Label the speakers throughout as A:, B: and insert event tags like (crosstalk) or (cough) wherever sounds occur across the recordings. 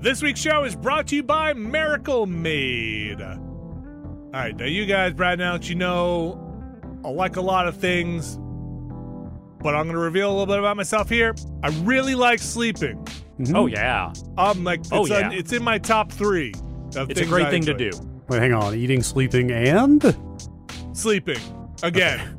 A: This week's show is brought to you by Miracle Made. All right, now you guys, Brad and Alex, you know I like a lot of things, but I'm going to reveal a little bit about myself here. I really like sleeping.
B: Mm-hmm.
C: Oh
A: Hmm.
C: yeah,
A: I'm like, it's,
C: Oh, yeah.
A: on, it's in my top three. of
C: it's a
A: things
C: great
A: I
C: thing to
A: enjoy.
C: do.
B: Wait, hang on. Eating, sleeping, and
A: Sleeping again.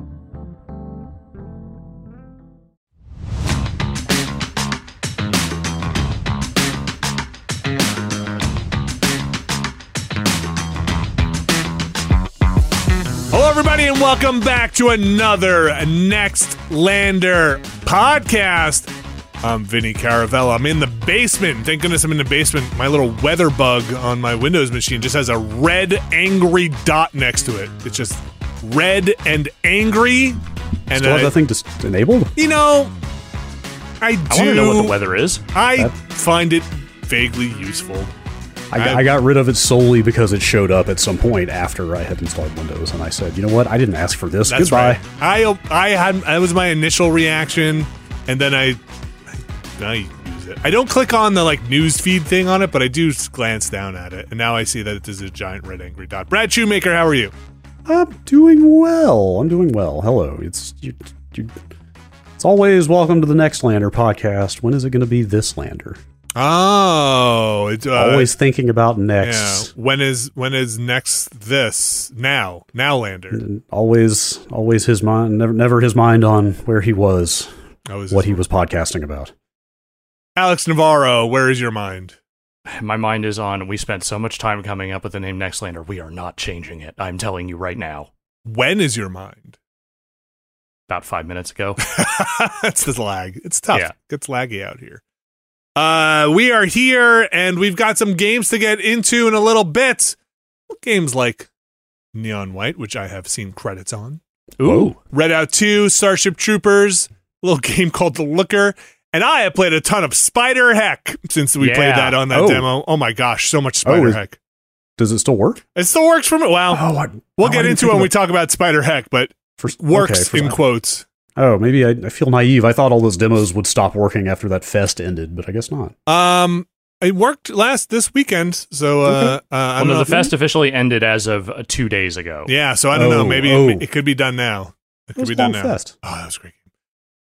A: Hello, everybody, and welcome back to another Next Lander podcast. I'm Vinny Caravella. I'm in the basement. Thank goodness I'm in the basement. My little weather bug on my Windows machine just has a red angry dot next to it. It's just red and angry. And
B: Still have
A: I-
B: that thing just enabled?
A: you know, I
C: I
A: do.
C: want to know what the weather is.
A: I find it vaguely useful.
B: I, I got rid of it solely because it showed up at some point after I had installed Windows, and I said, you know what? I didn't ask for this.
A: That's
B: Goodbye.
A: right. I I had that was my initial reaction, and then I now you use it. I don't click on the like news feed thing on it, but I do s- glance down at it, and now I see that it is a giant red angry dot. Brad Shoemaker, how are you?
B: I'm doing well. I'm doing well. Hello. It's you. you it's always welcome to the Next Lander podcast. When is it going to be this Lander?
A: Oh, it's uh,
B: always thinking about
A: Yeah.
B: next.
A: When is when is next this now now Lander?
B: And Always, always his mind. Never, never his mind on where he was,
A: I was
B: what he was podcasting about.
A: Alex Navarro. Where is your mind?
C: My mind is on. We spent so much time coming up with the name Nextlander. We are not changing it. I'm telling you right now.
A: When is your mind?
C: About five minutes ago.
A: That's the lag. It's tough.
C: Yeah.
A: It's laggy out here. Uh, we are here and we've got some games to get into in a little bit. Games like Neon White, which I have seen credits on.
C: Ooh.
A: Red Out 2, Starship Troopers, a little (laughs) game called The Looker. And I have played a ton of Spider Heck since we
C: Yeah.
A: played that on that
B: Oh.
A: demo. Oh my gosh, so much
B: Oh,
A: Spider
B: is- Oh,
A: Heck.
B: Does it still work?
A: It still works for me. Wow.
B: I,
A: Oh, we'll get into it when we talk about Spider Heck, but
B: for, okay,
A: works
B: for-
A: in quotes.
B: oh, maybe I, I feel naive. I thought all those demos would stop working after that fest ended, but I guess not.
A: Um, it worked last this weekend, so uh, uh (laughs) I
C: Well,
A: don't
C: no,
A: know
C: the
A: if-
C: fest officially ended as of uh, two days ago.
A: Yeah, so I don't know.
B: Oh,
A: Maybe
B: oh.
A: it, it could be done now. It
B: It
A: could
B: was
A: be
B: a
A: done
B: long
A: now.
B: fest.
A: Oh, that was a great. game.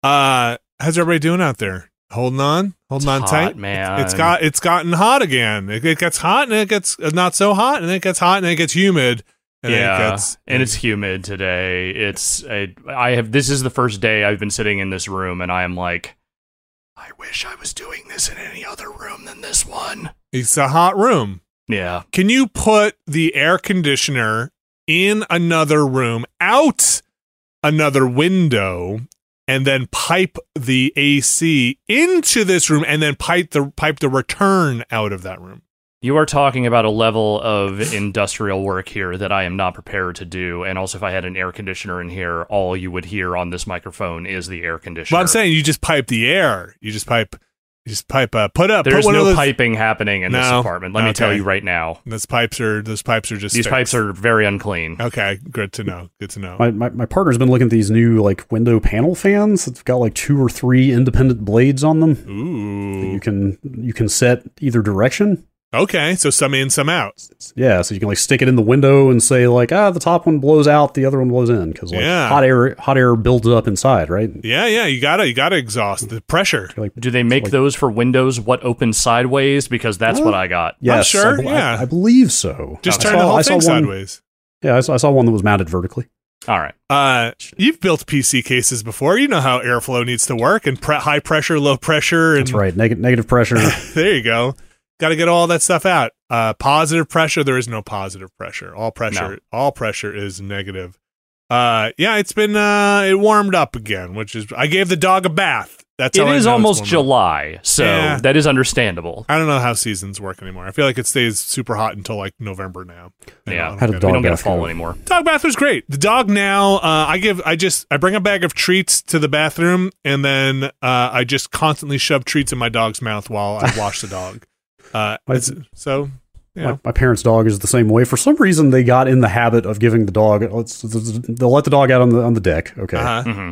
A: Uh, how's everybody doing out there? Holding on, holding on
C: hot,
A: tight,
C: man.
A: It's got it's gotten hot again. It, it gets hot and it gets uh, not so hot, and it gets hot and it gets humid. And
C: yeah,
A: it gets,
C: and it's humid today. It's I, I have this is the first day I've been sitting in this room, and I am like, I wish I was doing this in any other room than this one.
A: It's a hot room.
C: Yeah.
A: Can you put the air conditioner in another room, out another window, and then pipe the AC into this room, and then pipe the pipe the return out of that room?
C: You are talking about a level of industrial work here that I am not prepared to do. And also, if I had an air conditioner in here, all you would hear on this microphone is the air conditioner.
A: Well, I'm saying you just pipe the air. You just pipe. You just pipe. Uh, put up. put
C: there's
A: one
C: no
A: of those,
C: piping happening in this
A: No.
C: apartment. Let me
A: Okay.
C: tell you right now.
A: Those pipes are. Those pipes are just.
C: These
A: fixed.
C: pipes are very unclean.
A: Okay, good to know. Good to know.
B: My, my, my partner's been looking at these new like window panel fans. It's got like two or three independent blades on them. You
A: Ooh.
B: can you can set either direction.
A: Okay, so some in, some out.
B: Yeah, so you can like stick it in the window and say like ah the top one blows out, the other one blows in because like
A: Yeah.
B: hot air hot air builds up inside, right?
A: Yeah, yeah. You gotta, you gotta exhaust the pressure.
C: Do they make those for windows what open sideways? Because that's what I got.
B: Yes,
A: sure,
B: I, bel- I-
A: yeah.
B: I believe so.
A: Just
B: I
A: turn
B: saw-
A: the
B: I
A: whole
B: saw
A: thing
B: one-
A: sideways.
B: Yeah, I saw, I saw one that was mounted vertically.
C: All right.
A: Uh, you've built PC cases before. You know how airflow needs to work and pre- high pressure, low pressure, and
B: That's right. Neg- negative
A: (laughs)
B: pressure.
A: there you go. Got to get all that stuff out. Uh, positive pressure. There is no positive pressure. All pressure.
C: No.
A: All pressure is negative. Uh, yeah, it's been uh, it warmed up again, which is I gave the dog a bath. That's how I
C: it is
A: know it's
C: almost
A: warmed up.
C: July, so
A: Yeah.
C: that is understandable.
A: I don't know how seasons work anymore. I feel like it stays super hot until like November now. I
C: Yeah.
A: don't- I
B: Had
A: don't
B: a
A: get it.
B: dog
C: we don't get a
B: bath
C: fall
B: go.
C: anymore.
A: Dog bath was great. The dog now, uh, I give, I just, I bring a bag of treats to the bathroom, and then uh, I just constantly shove treats in my dog's mouth while
B: (laughs)
A: I wash the dog. Uh,
B: My-
A: it's- so, you
B: My,
A: know,
B: my parents' dog is the same way. For some reason, they got in the habit of giving the dog. oh, Let's, they'll let the dog out on the on the deck. Okay,
A: uh-huh.
C: hmm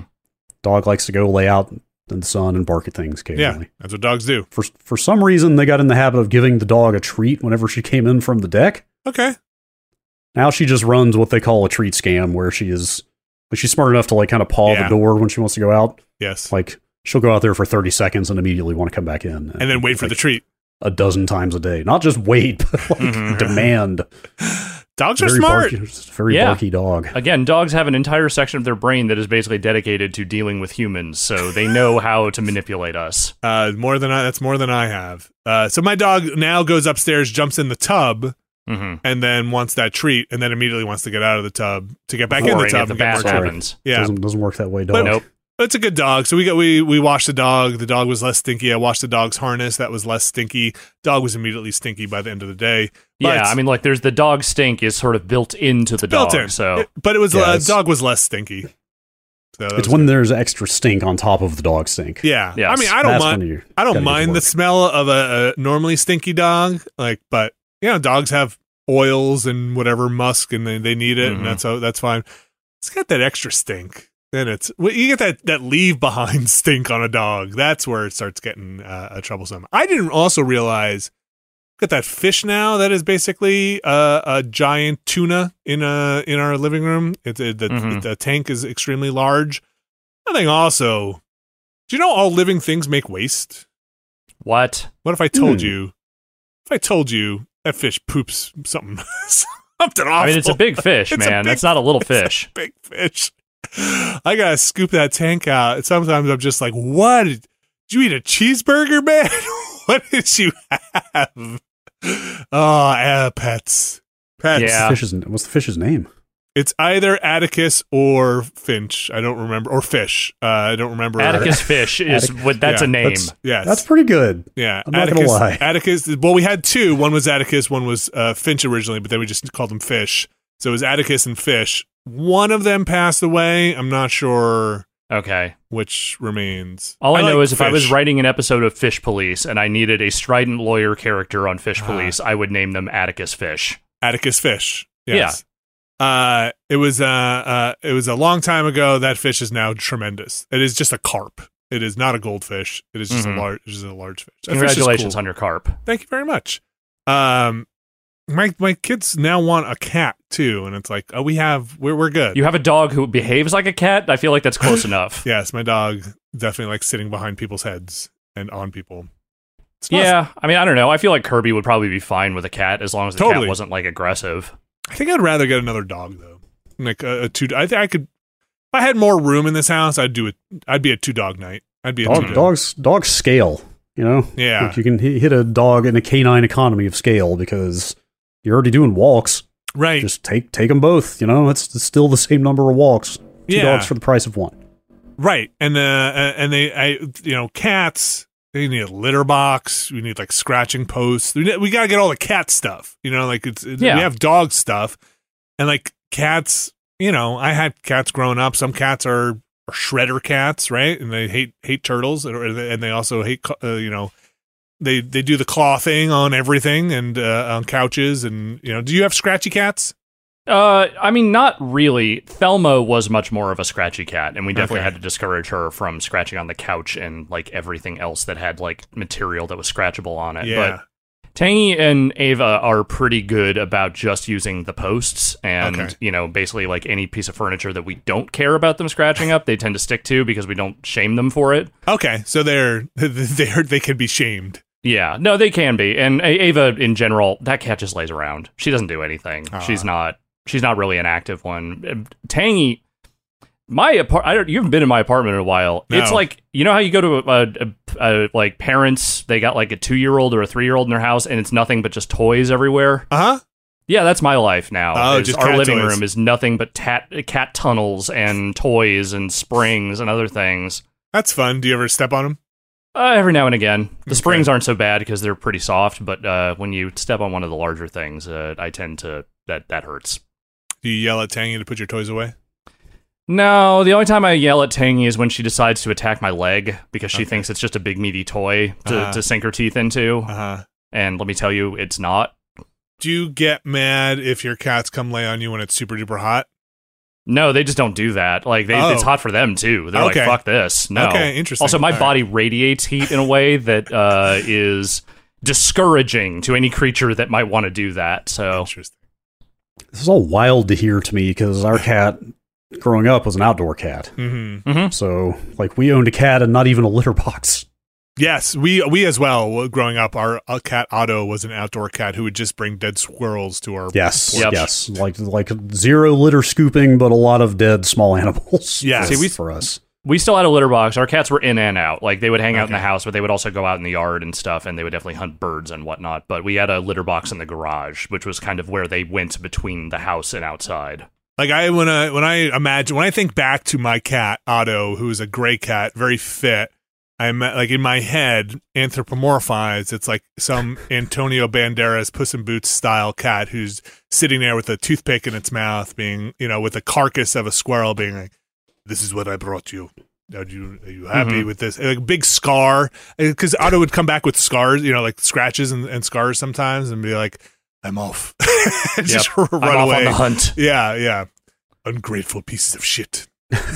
B: dog likes to go lay out in the sun and bark at things
A: yeah,
B: occasionally.
A: that's what dogs do.
B: For for some reason, they got in the habit of giving the dog a treat whenever she came in from the deck.
A: Okay,
B: Now she just runs what they call a treat scam, where she is, like she's smart enough to like kind of paw
A: Yeah.
B: the door when she wants to go out.
A: yes,
B: Like she'll go out there for thirty seconds and immediately want to come back in,
A: and then wait for the
B: like,
A: treat.
B: a dozen times a day. Not just wait, (laughs) but like
C: Mhm.
B: demand.
A: Dogs are
B: very
A: Mm-hmm, smart.
B: barky, just very
C: Yeah.
B: barky dog.
C: Again, dogs have an entire section of their brain that is basically dedicated to dealing with humans, so
A: (laughs)
C: they know how to manipulate us.
A: Uh, more than I, that's more than I have. Uh, so my dog now goes upstairs, jumps in the tub,
C: Mm-hmm.
A: and then wants that treat, and then immediately wants to get out of the tub to get back in the
C: Boring
A: tub
C: if the
A: and get more
C: bath
A: treats.
B: treat.
C: happens.
A: Yeah,
B: Doesn't doesn't work that way,
A: But-
B: dog.
C: Nope.
A: It's a good dog. So we got we we washed the dog. The dog was less stinky. I washed the dog's harness. That was less stinky. Dog was immediately stinky by the end of the day. But-
C: yeah, I mean, like, there's the dog stink is sort of built into the
A: built
C: dog,
A: in.
C: so
A: It- but it was
B: Oh. Yeah,
A: uh,
B: it's-
A: dog was less stinky. So that
B: It's
A: was-
B: when there's extra stink on top of the dog stink.
A: yeah.
C: Yes.
A: I mean, I don't
B: That's
A: mind.
B: when you
A: I
B: gotta
A: don't
B: get to
A: mind the
B: work.
A: smell of a, a normally stinky dog. Like, but you know, dogs have oils and whatever musk, and they, they need it,
B: Mm-hmm.
C: Mhm.
A: and that's how, that's fine. It's got that extra stink. And it's well, you get that that leave behind (laughs) stink on a dog. That's where it starts getting uh, uh, troublesome. I didn't also realize look at that fish now. That is basically uh, a giant tuna in a in our living room. It's it, the
B: Mm-hmm.
C: Mhm.
A: the tank is extremely large. I think also. Do you know all living things make waste?
C: what?
A: What if I told
B: Hmm.
A: you? If I told you that fish poops something, (laughs) something awful.
C: I mean, it's a
A: (laughs)
C: big fish,
A: It's a
C: man.
A: big-
C: That's not a little fish.
A: big fish. I gotta scoop that tank out. And sometimes I'm just like, what? Did you eat a cheeseburger, man? (laughs) what did you have? Oh, ah, pets. Pets.
C: Yeah.
B: Fish's, what's the fish's name?
A: It's either Atticus or Finch. I don't remember. Or Fish. Uh, I don't remember. (laughs)
C: Atticus fish is what. That's
A: Yeah,
C: a name.
B: that's-
A: Yes.
B: That's pretty good.
A: Yeah,
B: I'm not gonna
A: Atticus.
B: lie.
A: Atticus. Well, we had two. One was Atticus. One was uh, Finch originally, but then we just called them Fish. So it was Atticus and Fish. One of them passed away. I'm not sure
C: Okay.
A: which remains.
C: All I, know
A: like
C: is if I was
A: Fish.
C: writing an episode of Fish Police and I needed a strident lawyer character on Fish
A: Ah.
C: Police, I would name them Atticus Fish.
A: Atticus Fish. Yes. Uh, it was uh, uh, it was a long time ago. That fish is now tremendous. It is just a carp. It is not a goldfish. It is just
C: Mhm.
A: a large. It is a large fish. That fish is
C: Congratulations
A: cool.
C: on your carp.
A: thank you very much. Um, my my kids now want a cat too, and it's like, oh, we have, we're we're good.
C: You have a dog who behaves like a cat. I feel like
A: (laughs)
C: that's close enough.
A: yes, my dog definitely likes sitting behind people's heads and on people. It's not-
C: Yeah, I mean, I don't know. I feel like Kirby would probably be fine with a cat as long as the
A: Totally.
C: cat wasn't like aggressive.
A: I think I'd rather get another dog though. Like a, a two. I think I could. If I had more room in this house, I'd do it. I'd be a two dog night. I'd be a
B: Dog,
A: two-do.
B: dogs, dogs scale. You know,
A: Yeah.
B: Like you can hi- hit a dog in a canine economy of scale because you're already doing walks.
A: Right.
B: Just take take them both. You know, it's, it's still the same number of walks. Two
A: Yeah.
B: dogs for the price of one.
A: Right. And uh uh, and they I you know, cats they need a litter box. We need like scratching posts. We, ne- we gotta get all the cat stuff. You know, like it's
C: Yeah.
A: we have dog stuff, and like cats. You know, I had cats growing up. Some cats are, are shredder cats, right? And they hate hate turtles, and, or they- and they also hate co- uh, you know they they do the claw thing on everything and uh, on couches and you know. Do you have scratchy cats?
C: Uh, I mean, not really. Thelma was much more of a scratchy cat, and we definitely
A: Okay.
C: had to discourage her from scratching on the couch and like everything else that had like material that was scratchable on it.
A: Yeah.
C: But Tangy and Ava are pretty good about just using the posts, and
A: Okay.
C: you know, basically like any piece of furniture that we don't care about them scratching up, they tend to stick to because we don't shame them for it.
A: Okay, so they're (laughs) they're they can be shamed.
C: Yeah, no, they can be. And A- Ava, in general, that cat just lays around. She doesn't do anything.
A: Aw.
C: She's not. She's not really an active one. Um, Tangy, my apart. I don't. You haven't been in my apartment in a while.
A: No.
C: It's like you know how you go to a, a, a, like parents. They got like a two year old or a three year old in their house, and it's nothing but just toys everywhere.
A: Uh huh.
C: Yeah, that's my life now.
A: Oh,
C: is
A: just
C: our
A: cat
C: living
A: toys.
C: room is nothing but tat, cat tunnels and toys and springs and other things.
A: That's fun. Do you ever step on them?
C: Uh, every now and again, the
A: Okay.
C: springs aren't so bad because they're pretty soft. But uh, when you step on one of the larger things, uh, I tend to that that hurts.
A: Do you yell at Tangy to put your toys away?
C: No, the only time I yell at Tangy is when she decides to attack my leg because she thinks it's just a big meaty toy to,
A: Uh-huh.
C: to sink her teeth into.
A: Uh huh.
C: And let me tell you, it's not.
A: Do you get mad if your cats come lay on you when it's super duper hot?
C: No, they just don't do that. Like they,
A: Oh.
C: it's hot for them too. They're
A: Okay.
C: like, "Fuck this." No.
A: Okay, interesting.
C: Also, my
A: All right.
C: body radiates heat in a way that uh, is discouraging to any creature that might want to do that. So
A: Interesting.
B: This is all wild to hear to me because our cat growing up was an outdoor cat.
A: hmm
B: So like we owned a cat and not even a litter box.
A: Yes, we we as well. Growing up, our uh, cat Otto was an outdoor cat who would just bring dead squirrels to our.
B: Yes,
C: Yep.
B: yes, like like zero litter scooping, but a lot of dead small (laughs) animals.
A: Yeah.
B: for,
A: See, we-
B: for us.
C: we still had a litter box. Our cats were in and out. Like they would hang out in the
A: Okay.
C: house, but they would also go out in the yard and stuff, and they would definitely hunt birds and whatnot. But we had a litter box in the garage, which was kind of where they went between the house and outside.
A: Like I when I when I imagine when I think back to my cat Otto, who is a gray cat, very fit. I'm like in my head anthropomorphized. It's like
C: (laughs)
A: some Antonio Banderas Puss in Boots style cat who's sitting there with a toothpick in its mouth, being you know with the carcass of a squirrel, being like, "This is what I brought you." Are you are you happy
C: Mm-hmm.
A: with this? And, like big scar, because Otto would come back with scars, you know, like scratches and, and scars sometimes, and be like, "I'm off," (laughs) just (laughs) run
C: I'm off
A: away.
C: on the hunt.
A: Yeah, yeah. Ungrateful pieces of shit.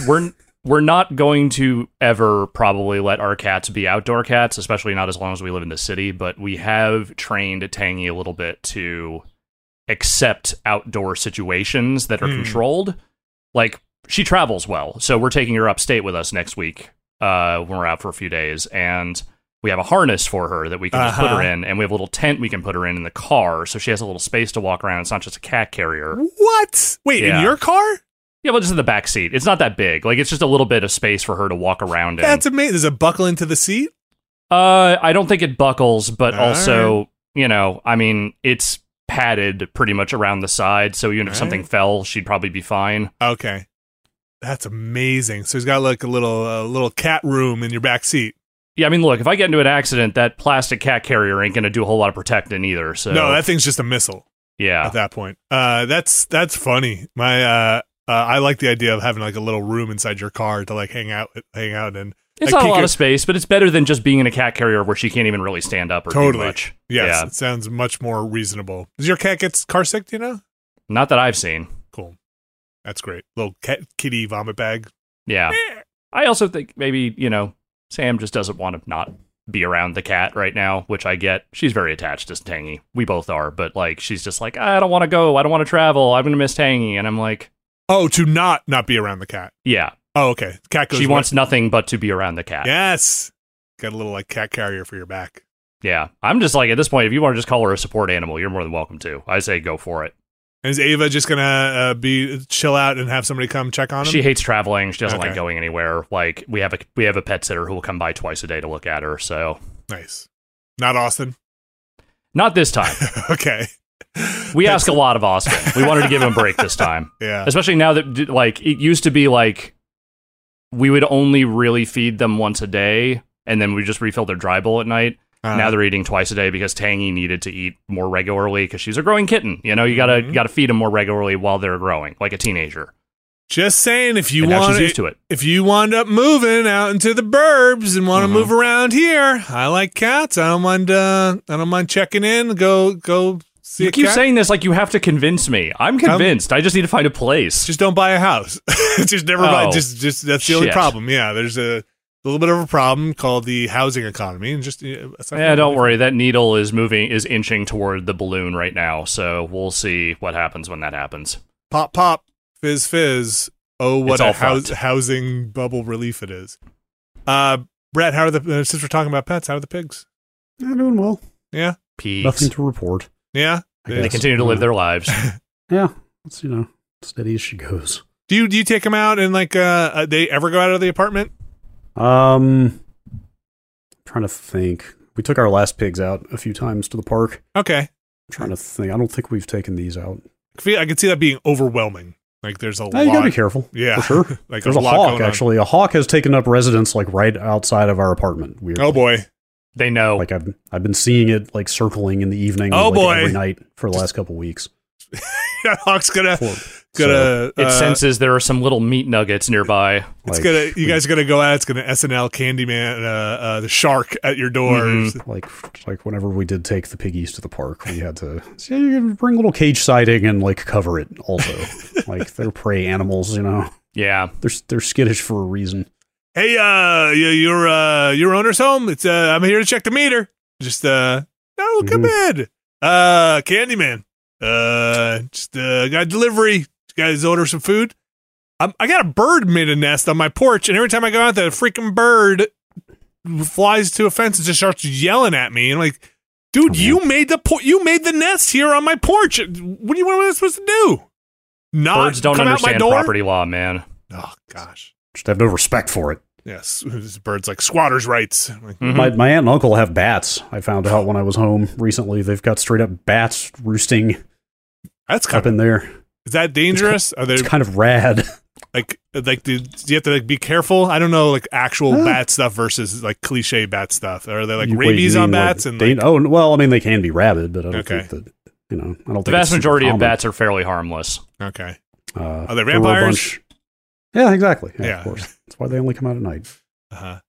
C: we're we're not going to ever probably let our cats be outdoor cats, especially not as long as we live in the city. But we have trained Tangy a little bit to accept outdoor situations that are
A: Hmm.
C: controlled. Like she travels well, so we're taking her upstate with us next week uh, when we're out for a few days, and we have a harness for her that we can just put
A: Uh-huh.
C: her in, and we have a little tent we can put her in in the car, so she has a little space to walk around. It's not just a cat carrier.
A: What? Wait,
C: Yeah.
A: in your car?
C: Yeah, well, just in the back seat. It's not that big. Like it's just a little bit of space for her to walk around in.
A: That's amazing. There's a buckle into the seat.
C: uh, I don't think it buckles, but
A: All
C: also, you know, I mean, it's padded pretty much around the side, so even if
A: All
C: something
A: right.
C: fell, she'd probably be fine.
A: Okay, that's amazing. So he's got like a little uh, little cat room in your back seat.
C: Yeah, I mean, look, if I get into an accident, that plastic cat carrier ain't gonna do a whole lot of protecting either. So
A: No, that thing's just a missile
C: yeah,
A: at that point. Uh, that's that's funny. My uh, uh, I like the idea of having like a little room inside your car to like hang out hang out in.
C: it's
A: like
C: not a lot
A: Kiko-
C: of space, but it's better than just being in a cat carrier where she can't even really stand up or do
A: Totally.
C: much.
A: Yes,
C: Yeah,
A: it sounds much more reasonable. Does your cat get car sick? Do you know?
C: not that I've seen.
A: Cool. That's great. Little cat kitty vomit bag.
C: Yeah.
A: Eh.
C: I also think maybe, you know, Sam just doesn't want to not be around the cat right now, which I get. She's very attached to Tangy. We both are, but like she's just like, I don't want to go. I don't want to travel. I'm going to miss Tangy. And I'm like,
A: Oh, to not not be around the cat.
C: yeah,
A: Oh, okay. Cat goes.
C: she
A: away.
C: wants nothing but to be around the cat.
A: Yes. Got a little like cat carrier for your back.
C: Yeah. I'm just like, at this point, if you want to just call her a support animal, you're more than welcome to. I say go for it.
A: And is Ava just gonna uh, be chill out and have somebody come check on him?
C: She hates traveling. She doesn't like
A: Okay.
C: going anywhere. Like we have a we have a pet sitter who will come by twice a day to look at her. So
A: nice. Not Austin. (laughs)
C: not this time.
A: okay.
C: We ask a lot of Austin. We wanted to give him a break this time,
A: Yeah.
C: especially now that d- like it used to be like we would only really feed them once a day, and then we just refill their dry bowl at night.
A: Uh,
C: now they're eating twice a day because Tangy needed to eat more regularly because she's a growing kitten. You know, you gotta
A: Mhm.
C: you gotta feed them more regularly while they're growing, like a teenager.
A: just saying, if you
C: and now
A: want,
C: she's used to it.
A: if you wind up moving out into the burbs and want to
C: Mhm.
A: move around here, I like cats. I don't mind. Uh, I don't mind checking in. Go go see
C: You
A: a
C: keep
A: cat.
C: saying this like you have to convince me. I'm convinced. i just need to find a place.
A: Um, just don't buy a house. (laughs) just never buy.
C: Oh,
A: Just just that's the only
C: shit.
A: problem. Yeah, there's a little bit of a problem called the housing economy, and just yeah,
C: yeah, don't worry. That needle is moving, is inching toward the balloon right now. So we'll see what happens when that happens.
A: Pop pop, fizz fizz. Oh, what
C: It's
A: a
C: all
A: house,
C: fucked.
A: housing bubble relief it is. Uh, Brett, how are the uh, since we're talking about pets? How are the pigs?
B: I'm doing well.
A: Yeah,
C: Peace.
B: Nothing to report.
A: yeah.
B: I
A: They
C: They
B: guess.
C: continue to live their lives.
A: (laughs)
B: Yeah, it's you know steady as she goes.
A: Do you do you take them out and like uh, uh they ever go out of the apartment?
B: Um, trying to think. We took our last pigs out a few times to the park.
A: Okay,
B: I'm trying to think. I don't think we've taken these out.
A: I feel I can see that being overwhelming. Like there's a
B: Now you
A: lot.
B: gotta be careful.
A: yeah, (laughs)
B: for sure.
A: like
B: There's a,
A: a, lot
B: hawk
A: going on.
B: actually. A hawk has taken up residence like right outside of our apartment. Weird.
A: Oh boy, (laughs)
C: They know.
B: Like I've I've been seeing it like circling in the evening.
A: Oh,
B: like,
A: boy.
B: Every night for the last
A: (laughs)
B: couple weeks.
A: that hawk's gonna
B: For- so,
A: gonna.
C: it
A: uh,
C: senses there are some little meat nuggets nearby.
A: It's
B: like,
A: gonna. You
B: we-
A: guys are gonna go out. It's gonna SNL Candyman, uh, uh, the shark at your door.
B: Mm-hmm.
C: Mhm.
B: like like whenever we did take the piggies to the park, we had to so you can bring little cage siding and like cover it also.
A: (laughs)
B: like they're prey animals, you know.
C: Yeah.
B: They're they're skittish for a reason.
A: Hey, uh, you, your uh, your owner's home. It's uh, I'm here to check the meter. Just uh, no,
C: Mm-hmm.
A: come in. Uh, Candyman. Uh, just uh, got a delivery. You guys order some food. i I got a bird made a nest on my porch, and every time I go out, there, the freaking bird flies to a fence and just starts yelling at me. And I'm like, dude, you
C: Mm-hmm.
A: made the por- you made the nest here on my porch. What do you what am I supposed to do? Not
C: Birds don't
A: Uh, come out my
C: understand
A: door?
C: property law, man.
A: Oh gosh.
B: Just have no respect for it.
A: Yes, (laughs) this bird's like squatters' rights. I'm like,
C: Mhm.
B: My, my aunt and uncle have bats. I found out when I was home recently. They've got straight up bats roosting
A: That's
B: up
A: kind of
B: in there.
A: is that dangerous? Are there
B: It's kind of rad. (laughs)
A: like like do do you have to like be careful? I don't know like actual
B: Huh.
A: bat stuff versus like cliche bat stuff. Are there like
B: You- wait,
A: rabies
B: you
A: on
B: mean, like,
A: bats and
B: dan-
A: like,
B: oh and- well, I mean they can be rabid, but I don't
A: Okay.
B: think that you know I don't. think
C: The vast
B: it's super
C: majority of
B: common.
C: bats are fairly harmless.
A: okay?
B: Uh,
A: they
B: there were a
A: vampires?
B: bunch- Yeah, exactly. Yeah,
A: Yeah.
B: of course. That's why they only come out at night.
A: Uh-huh.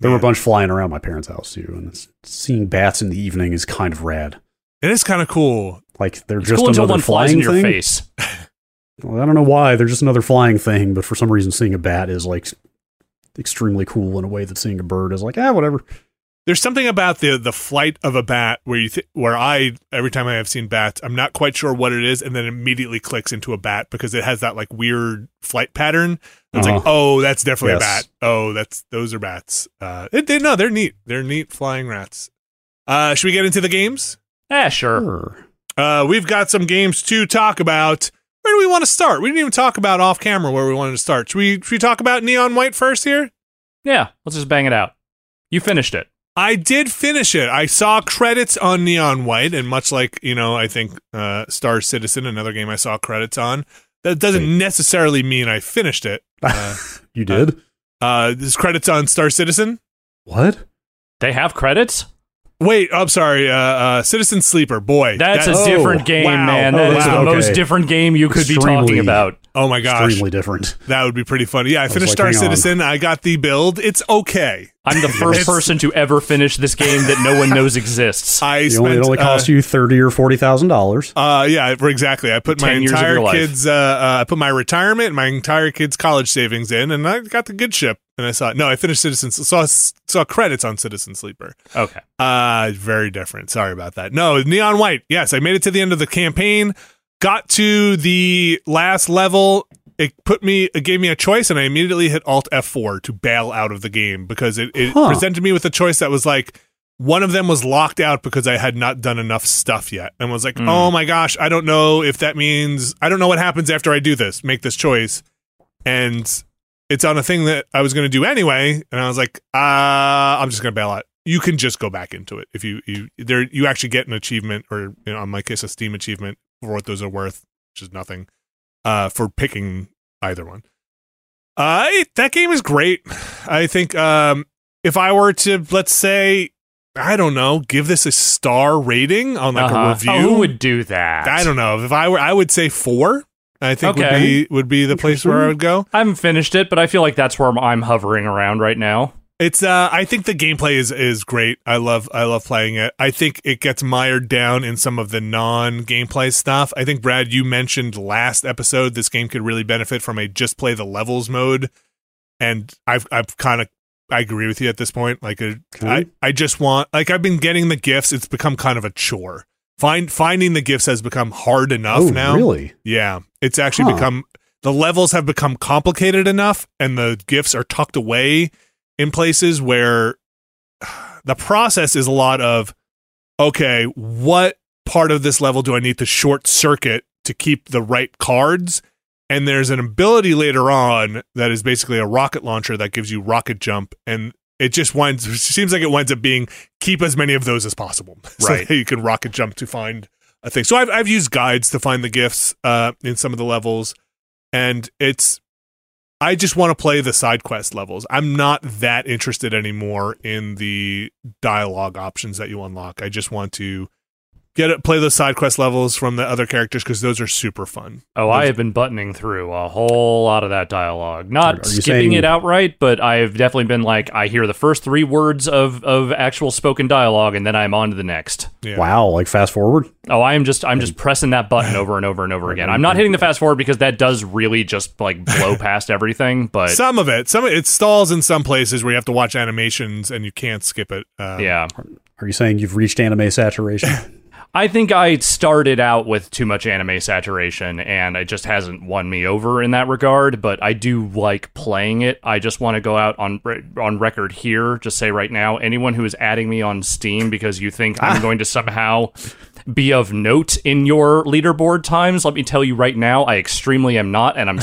B: There were
A: Yeah.
B: a bunch flying around my parents' house too, and it's, seeing bats in the evening is kind of rad.
A: It is kind of cool.
B: Like they're
C: It's
B: just
C: cool until
B: another
C: one flies
B: flying
C: in your
B: thing.
C: face.
B: Well, I don't know why they're just another flying thing, but for some reason, seeing a bat is like extremely cool in a way that seeing a bird is like ah whatever.
A: There's something about the the flight of a bat where you th- where I every time I have seen bats, I'm not quite sure what it is, and then immediately clicks into a bat because it has that like weird flight pattern. It's like,
B: Uh-huh.
A: oh, that's definitely a
B: Yes.
A: bat. Oh, that's those are bats. Uh, it, they, no, they're neat. They're neat flying rats. Uh, should we get into the games?
C: Eh, sure.
B: Sure.
A: Uh, we've got some games to talk about. Where do we want to start? We didn't even talk about off camera where we wanted to start. Should we should we talk about Neon White first here?
C: Yeah, let's just bang it out. You finished it.
A: I did finish it. I saw credits on Neon White, and much like you know, I think uh, Star Citizen, another game I saw credits on. That doesn't necessarily mean I finished it. Uh,
B: You did
A: uh, there's credits on Star Citizen.
B: what?
C: They have credits?
A: Wait, I'm sorry. Uh, uh, Citizen Sleeper, boy,
C: That's,
A: that-
C: a
B: Oh,
C: different game,
A: wow.
C: man.
A: Oh,
C: That is
A: wow.
C: the most
B: Okay.
C: different game you could be
B: Extremely.
C: talking about.
A: oh my gosh,
B: Extremely different.
A: that would be pretty funny. Yeah, I
B: was
A: finished
B: like,
A: Star
B: hang on.
A: Citizen. I got the build. It's okay.
C: I'm
B: (laughs)
C: the first
A: It's-
C: person to ever finish this game that no one knows
A: (laughs)
C: exists.
A: I
B: You
A: spent
B: only, it only
A: uh,
B: cost you thirty or forty thousand dollars.
A: Uh, yeah, for exactly. I put my
C: 10 years of
A: entire
C: your life.
A: kids, uh, uh, I put my retirement, and my entire kids' college savings in, and I got the good ship. And I saw no, I finished Citizen saw saw credits on Citizen Sleeper.
C: Okay.
A: Uh, very different. Sorry about that. No, Neon White. Yes, I made it to the end of the campaign. Got to the last level. It put me, it gave me a choice, and I immediately hit Alt F4 to bail out of the game because it, it
B: Huh.
A: presented me with a choice that was like, One of them was locked out because I had not done enough stuff yet and was like,
C: Mm.
A: oh my gosh, I don't know if that means, I don't know what happens after I do this, make this choice. And it's on a thing that I was going to do anyway. And I was like, uh, I'm just going to bail out. You can just go back into it if you, you, there, you actually get an achievement or, you know, on my case, a Steam achievement for what those are worth, which is nothing, uh, for picking either one. Uh, it- that game is great. I think um, if I were to, let's say, I don't know, give this a star rating on like
C: Uh-huh.
A: a review.
C: Oh, who would do that?
A: I don't know. If I were, I would say four. I think would
C: Okay.
A: be would be the place where I would go.
C: I haven't finished it, but I feel like that's where I'm, I'm hovering around right now.
A: It's uh I think the gameplay is is great. I love I love playing it. I think it gets mired down in some of the non-gameplay stuff. I think Brad you mentioned last episode this game could really benefit from a just play the levels mode and I've I've kind of I agree with you at this point. Like a,
B: Okay.
A: I, I just want like I've been getting the gifts. It's become kind of a chore. Find finding the gifts has become hard enough
B: oh,
A: now.
B: really?
A: Yeah, it's actually
B: Huh.
A: become the levels have become complicated enough, and the gifts are tucked away in places where (sighs) the process is a lot of okay, what part of this level do I need to short circuit to keep the right cards? And there's an ability later on that is basically a rocket launcher that gives you rocket jump, and it just winds. (laughs) It seems like it winds up being keep as many of those as possible, (laughs) so
C: Right.
A: that you can rocket jump to find a thing. So I've I've used guides to find the gifts uh, in some of the levels, and it's I just want to play the side quest levels. I'm not that interested anymore in the dialogue options that you unlock. I just want to get it, play the side quest levels from the other characters because those are super fun.
C: Oh, I have been buttoning through a whole lot of that dialogue. Not
B: Are you
C: skipping
B: saying-
C: it outright, but I've definitely been like, I hear the first three words of, of actual spoken dialogue, and then I'm on to the next.
A: Yeah.
B: Wow, like fast forward?
C: Oh, I am just I'm just pressing that button over and over
B: (laughs)
C: and over again. I'm not hitting the fast forward because that does really just like blow past everything.
B: (laughs)
C: But
A: Some of it, some of it stalls in some places where you have to watch animations and you can't skip it. Uh,
C: yeah,
B: Are you saying you've reached anime
C: (laughs)
B: saturation?
C: I think I started out with too much anime saturation, and it just hasn't won me over in that regard. But I do like playing it. I just want to go out on on record here, just say right now, anyone who is adding me on Steam because you think
A: Ah.
C: I'm going to somehow be of note in your leaderboard times, let me tell you right now, I extremely am
A: (sighs)
C: not, and I'm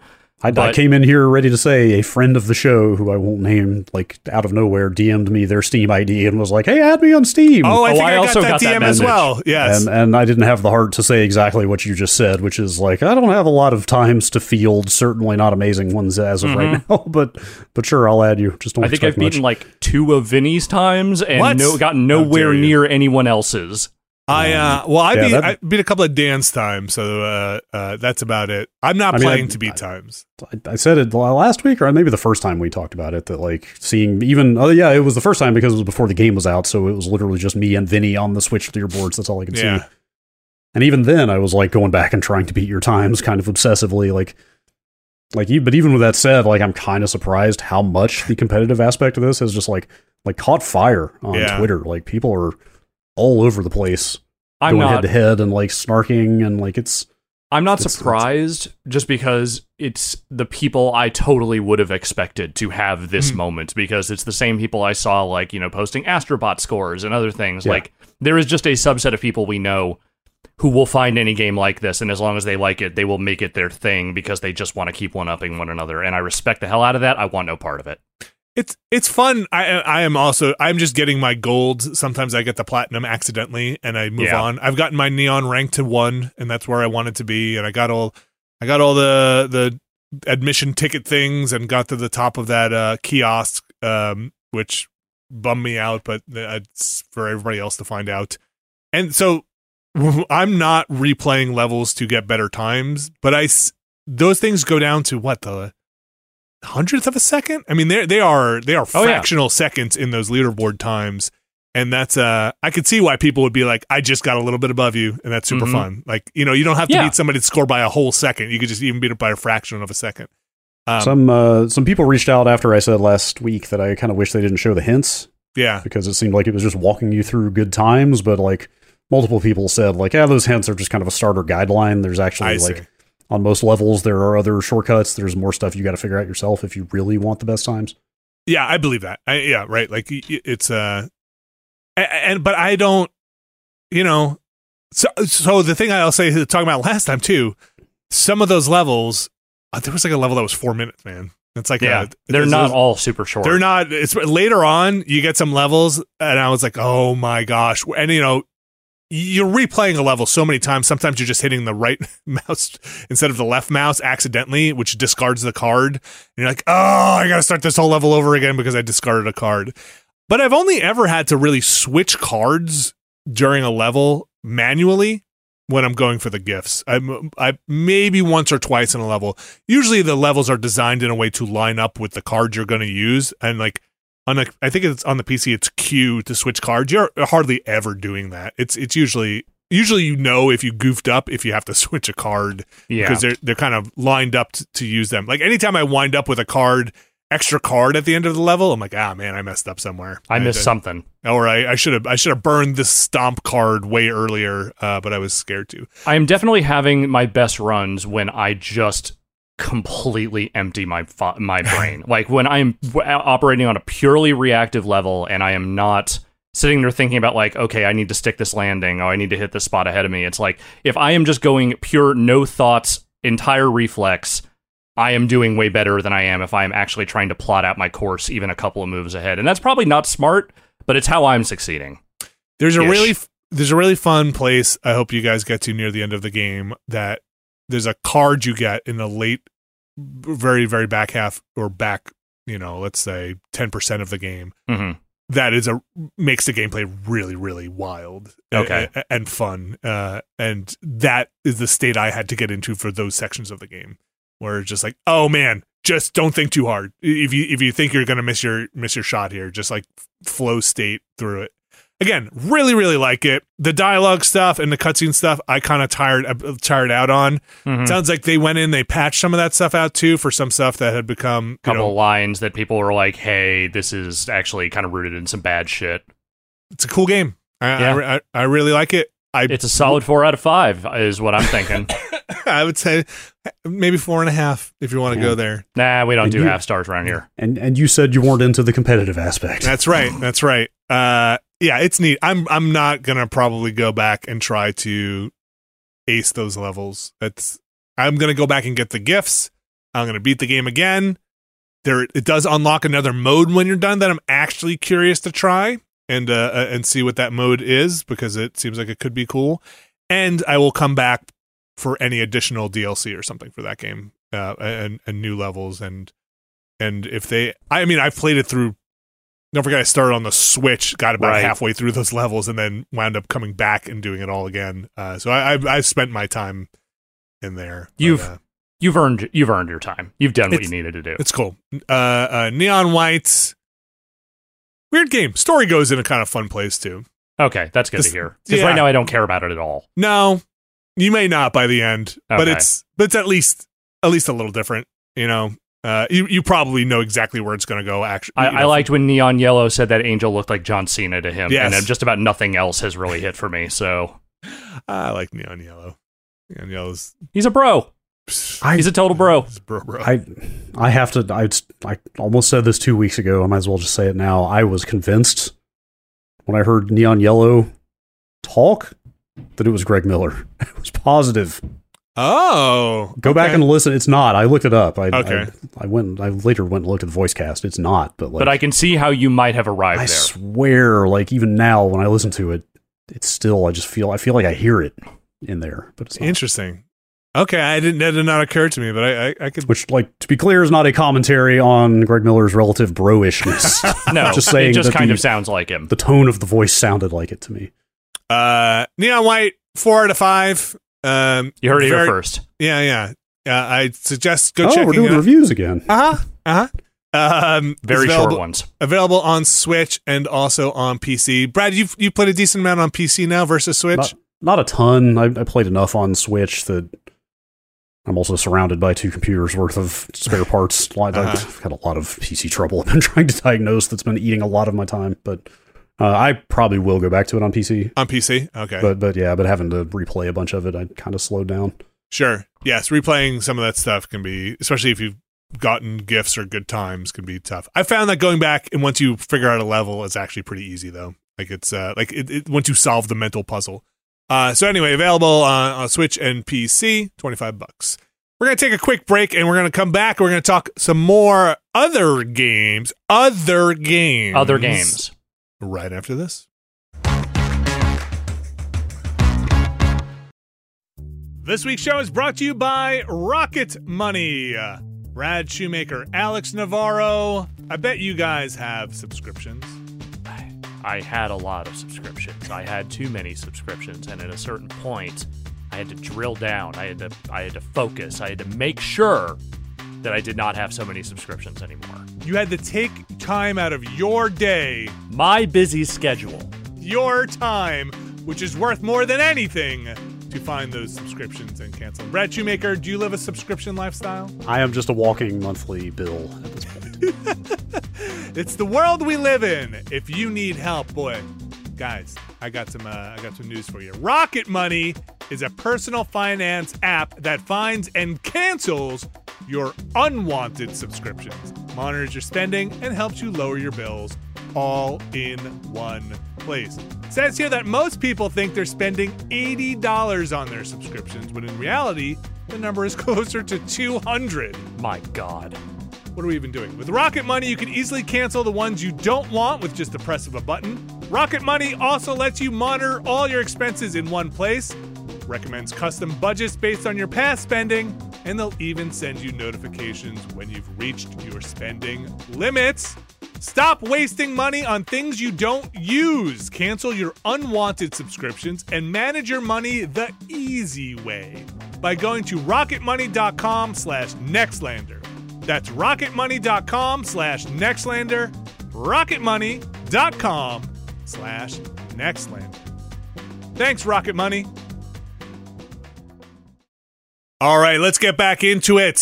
B: I, I
C: But-
B: came in here ready to say a friend of the show, who I won't name, like out of nowhere, DM'd me their Steam ID and was like, "Hey, add me on Steam."
A: Oh, I
C: Oh,
A: think
C: I
A: I,
C: also
A: got that
C: got that
A: DM as
C: message.
A: well. Yes.
B: And, and I didn't have the heart to say exactly what you just said, which is like I don't have a lot of times to field, certainly not amazing ones as of right (laughs) now. But but sure, I'll add you. Just don't
C: Mm-hmm. I think I've
B: expect much.
C: beaten like two of Vinny's times and
A: What?
C: no gotten
A: How
C: nowhere
A: dare you.
C: near anyone else's.
A: I uh, well, I
B: yeah,
A: beat I
B: that'd-
A: beat a couple of Dan's times, so uh, uh, that's about it. I'm not
B: I mean,
A: playing
B: I-
A: to beat times.
B: I, I said it la- last week, or maybe the first time we talked about it. That like seeing even oh yeah, it was the first time because it was before the game was out, so it was literally just me and Vinny on the Switch leaderboards. That's all I could
A: Yeah.
B: see. And even then, I was like going back and trying to beat your times, kind of obsessively, like like you. But even with that said, like I'm kind of surprised how much the competitive aspect of this has just like like caught fire on
A: Yeah.
B: Twitter. Like people are all over the place
C: I'm
B: going
C: not
B: head to head and like snarking and like it's
C: I'm not
B: It's-
C: surprised just because it's the people I totally would have expected to have this
A: Mhm.
C: moment because it's the same people I saw like, you know, posting Astrobot scores and other things.
B: Yeah.
C: Like there is just a subset of people we know who will find any game like this and as long as they like it, they will make it their thing because they just want to keep one upping one another and I respect the hell out of that. I want no part of it.
A: It's it's fun. I I am also I'm just getting my gold. Sometimes I get the platinum accidentally, and I move
C: Yeah.
A: on. I've gotten my neon rank to one, and that's where I wanted to be. And I got all I got all the the admission ticket things, and got to the top of that uh, kiosk, um, which bummed me out. But uh, it's for everybody else to find out. And so I'm not replaying levels to get better times, but I s- those things go down to what the hundredth of a second. I mean, they they are they are
C: Oh, yeah.
A: fractional seconds in those leaderboard times, and that's uh I could see why people would be like, I just got a little bit above you, and that's super
C: Mhm.
A: fun. Like you know, you don't have to
C: Yeah.
A: beat somebody to score by a whole second. You could just even beat it by a fraction of a second. Um,
B: some uh, some people reached out after I said last week that I kind of wish they didn't show the hints
A: yeah,
B: because it seemed like it was just walking you through good times, but like multiple people said like yeah those hints are just kind of a starter guideline. There's actually
A: I
B: like
A: see.
B: on most levels there are other shortcuts. There's more stuff you got to figure out yourself if you really want the best times.
A: Yeah, I believe that. I, yeah, right. Like y- y- it's uh and, and but I don't, you know. So so the thing I'll say uh, talking about last time too, some of those levels, uh, there was like a level that was four minutes, man. It's like uh,
C: Yeah,
A: a,
C: they're
A: it's-
C: not
A: it's-
C: all super short.
A: They're not. It's later on you get some levels, and I was like, oh my gosh, and you know. You're replaying a level so many times. Sometimes you're just hitting the right (laughs) mouse instead of the left mouse accidentally, which discards the card. And you're like, oh, I got to start this whole level over again because I discarded a card. But I've only ever had to really switch cards during a level manually when I'm going for the gifts. I'm I maybe once or twice in a level. Usually the levels are designed in a way to line up with the cards you're going to use and like on like I think it's on the PC it's Q to switch cards. You're hardly ever doing that. It's it's usually usually you know if you goofed up if you have to (laughs) switch a card
C: yeah.
A: because they're they're kind of lined up to, to use them. Like anytime I wind up with a card, extra card at the end of the level, I'm like, ah man, I messed up somewhere.
C: I missed
A: did-
C: something.
A: Or I I should have I should have burned this stomp card way earlier, uh, but I was scared to.
C: I am definitely having my best runs when I just completely empty my fo- my brain. like when I'm w- uh, operating on a purely reactive level and I am not sitting there thinking about like okay, I need to stick this landing or I need to hit this spot ahead of me. It's like if I am just going pure no thoughts, entire reflex, I am doing way better than I am if I am actually trying to plot out my course even a couple of moves ahead. And that's probably not smart, but it's how I'm succeeding.
A: There's a
C: Ish.
A: really there's a really fun place I hope you guys get to near the end of the game that there's a card you get in the late very very back half or back, you know, let's say 10% of the game
C: hmm
A: that is a makes the gameplay really really wild
C: Okay.
A: a- a- and fun uh and that is the state i had to get into for those sections of the game where it's just like oh man just don't think too hard if you if you think you're gonna miss your miss your shot here just like f- flow state through it again really really like it the dialogue stuff and the cutscene stuff i kind of tired uh, tired out on
C: Mm-hmm. Hmm.
A: sounds like they went in they patched some of that stuff out too for some stuff that had become you
C: couple
A: know,
C: lines that people were like, "Hey, this is actually kind of rooted in some bad shit."
A: it's a cool game I,
C: Yeah.
A: I, I, I really like it I,
C: It's a solid four out of five, is what I'm thinking.
A: (laughs) I would say maybe four and a half if you want to
B: Yeah.
A: go there.
C: nah, we don't
B: And
C: do
B: you-
C: half stars around here.
B: And and you said you weren't into the competitive aspect.
A: That's right. That's right. Uh, yeah, it's neat. I'm I'm not gonna probably go back and try to ace those levels. That's I'm gonna go back and get the gifts. I'm gonna beat the game again. There, it does unlock another mode when you're done that I'm actually curious to try and uh, uh, and see what that mode is because it seems like it could be cool. And I will come back for any additional DLC or something for that game uh, and and new levels and and if they, I mean, I've played it through. Don't forget, I started on the Switch, got about
C: Right.
A: halfway through those (laughs) levels, and then wound up coming back and doing it all again. Uh, so I, I've, I've spent my time in there. But,
C: You've-
A: uh,
C: You've earned you've earned your time. You've done what you
A: It's-
C: needed to do.
A: it's cool. Uh, uh, Neon Whites. Weird game. Story goes in a kind of fun place too.
C: Okay, that's good to
A: This-
C: hear. Because
A: yeah.
C: right now I don't care about it at all.
A: No, you may not by the end, but
C: Okay.
A: it's but it's at least at least a little different. You know, uh, you you probably know exactly where it's going to go. Actually,
C: I, I liked when Neon Yellow said that Angel looked like John Cena to him,
A: Yes.
C: and then just about nothing else has really hit for me. So
A: I like Neon Yellow. Neon Yellow's
C: he's a bro.
A: (sighs)
B: I-
C: He's a total bro.
A: It's bro, bro.
B: I I have to I, I almost said this two weeks ago. I might as well just say it now. I was convinced when I heard Neon Yellow talk that it was Greg Miller. (laughs) I was positive.
A: oh,
B: Go back and listen. It's not. I looked it up. I,
A: Okay.
B: I, I went. I later went and looked at the voice cast. It's not. But like,
C: but I can see how you might have arrived
B: I
C: there.
B: swear, like even now when I listen to it, it's still. I just feel. I feel like I hear it in there. But it's not.
A: interesting. Okay, I didn't. That did not occur to me, but I I, I could.
B: which, like, to be clear, is not a commentary on Greg Miller's relative
C: (laughs)
B: bro-ishness.
C: no,
B: just saying
C: it just
B: that
C: kind
B: the-
C: of sounds like him.
B: the tone of the voice sounded like it to me.
A: Uh, Neon White, four out of five. Um,
C: you heard it here
A: very-
C: first.
A: Yeah, yeah. Uh, I suggest go
B: oh,
A: checking
B: we're doing
A: it out.
B: reviews again.
A: Uh-huh. Uh-huh. Um, it's
C: Very
A: available,
C: short ones.
A: Available on Switch and also on PC. Brad, you've you played a decent amount on PC now versus Switch.
B: Not, not a ton. I, I played enough on Switch that I'm also surrounded by two computers worth of spare (laughs) parts. Like, I've had a lot of PC trouble I've been (laughs) trying to diagnose that's been eating a lot of my time, but uh, I probably will go back to it on PC.
A: on PC, okay,
B: But but yeah, but having to replay a bunch of it, I kind of slowed down.
A: sure. Yes, replaying some of that stuff can be, especially if you've gotten gifts or good times, can be tough. I found that going back and once you figure out a level, it's actually pretty easy though. Like it's uh, like it, it, once you solve the mental puzzle. Uh, so anyway, available on, on Switch and PC, twenty five bucks. We're gonna take a quick break and we're gonna come back. We're gonna talk some more other games, other games,
C: Other games.
A: Right after this. This week's show is brought to you by Rocket Money. Brad Shoemaker, Alex Navarro. I bet you guys have subscriptions.
C: I had a lot of subscriptions. I had too many subscriptions, and at a certain point, I had to drill down. I had to I had to focus. I had to make sure that I did not have so many subscriptions anymore.
A: You had to take time out of your day,
C: My busy schedule.
A: your time, which is worth more than anything, to find those subscriptions and cancel. them. Brad Shoemaker, do you live a subscription lifestyle?
B: I am just a walking monthly bill at this point.
A: It's the world we live in. If you need help, boy, guys, I got some. Uh, I got some news for you. Rocket Money is a personal finance app that finds and cancels your unwanted subscriptions, monitors your spending, and helps you lower your bills, all in one place. It says here that most people think they're spending eighty dollars on their subscriptions, when in reality, the number is (laughs) closer to two hundred.
C: My God.
A: What are we even doing? With Rocket Money, you can easily cancel the ones you don't want with just the press of a button. Rocket Money also lets you monitor all your expenses in one place, recommends custom budgets based on your past spending, and they'll even send you notifications when you've reached your spending limits. Stop wasting money on things you don't use. Cancel your unwanted subscriptions and manage your money the easy way by going to rocketmoney.com slash nextlander. That's rocketmoney.com slash nextlander. Rocketmoney.com slash nextlander. Thanks, Rocket Money. All right, let's get back into it.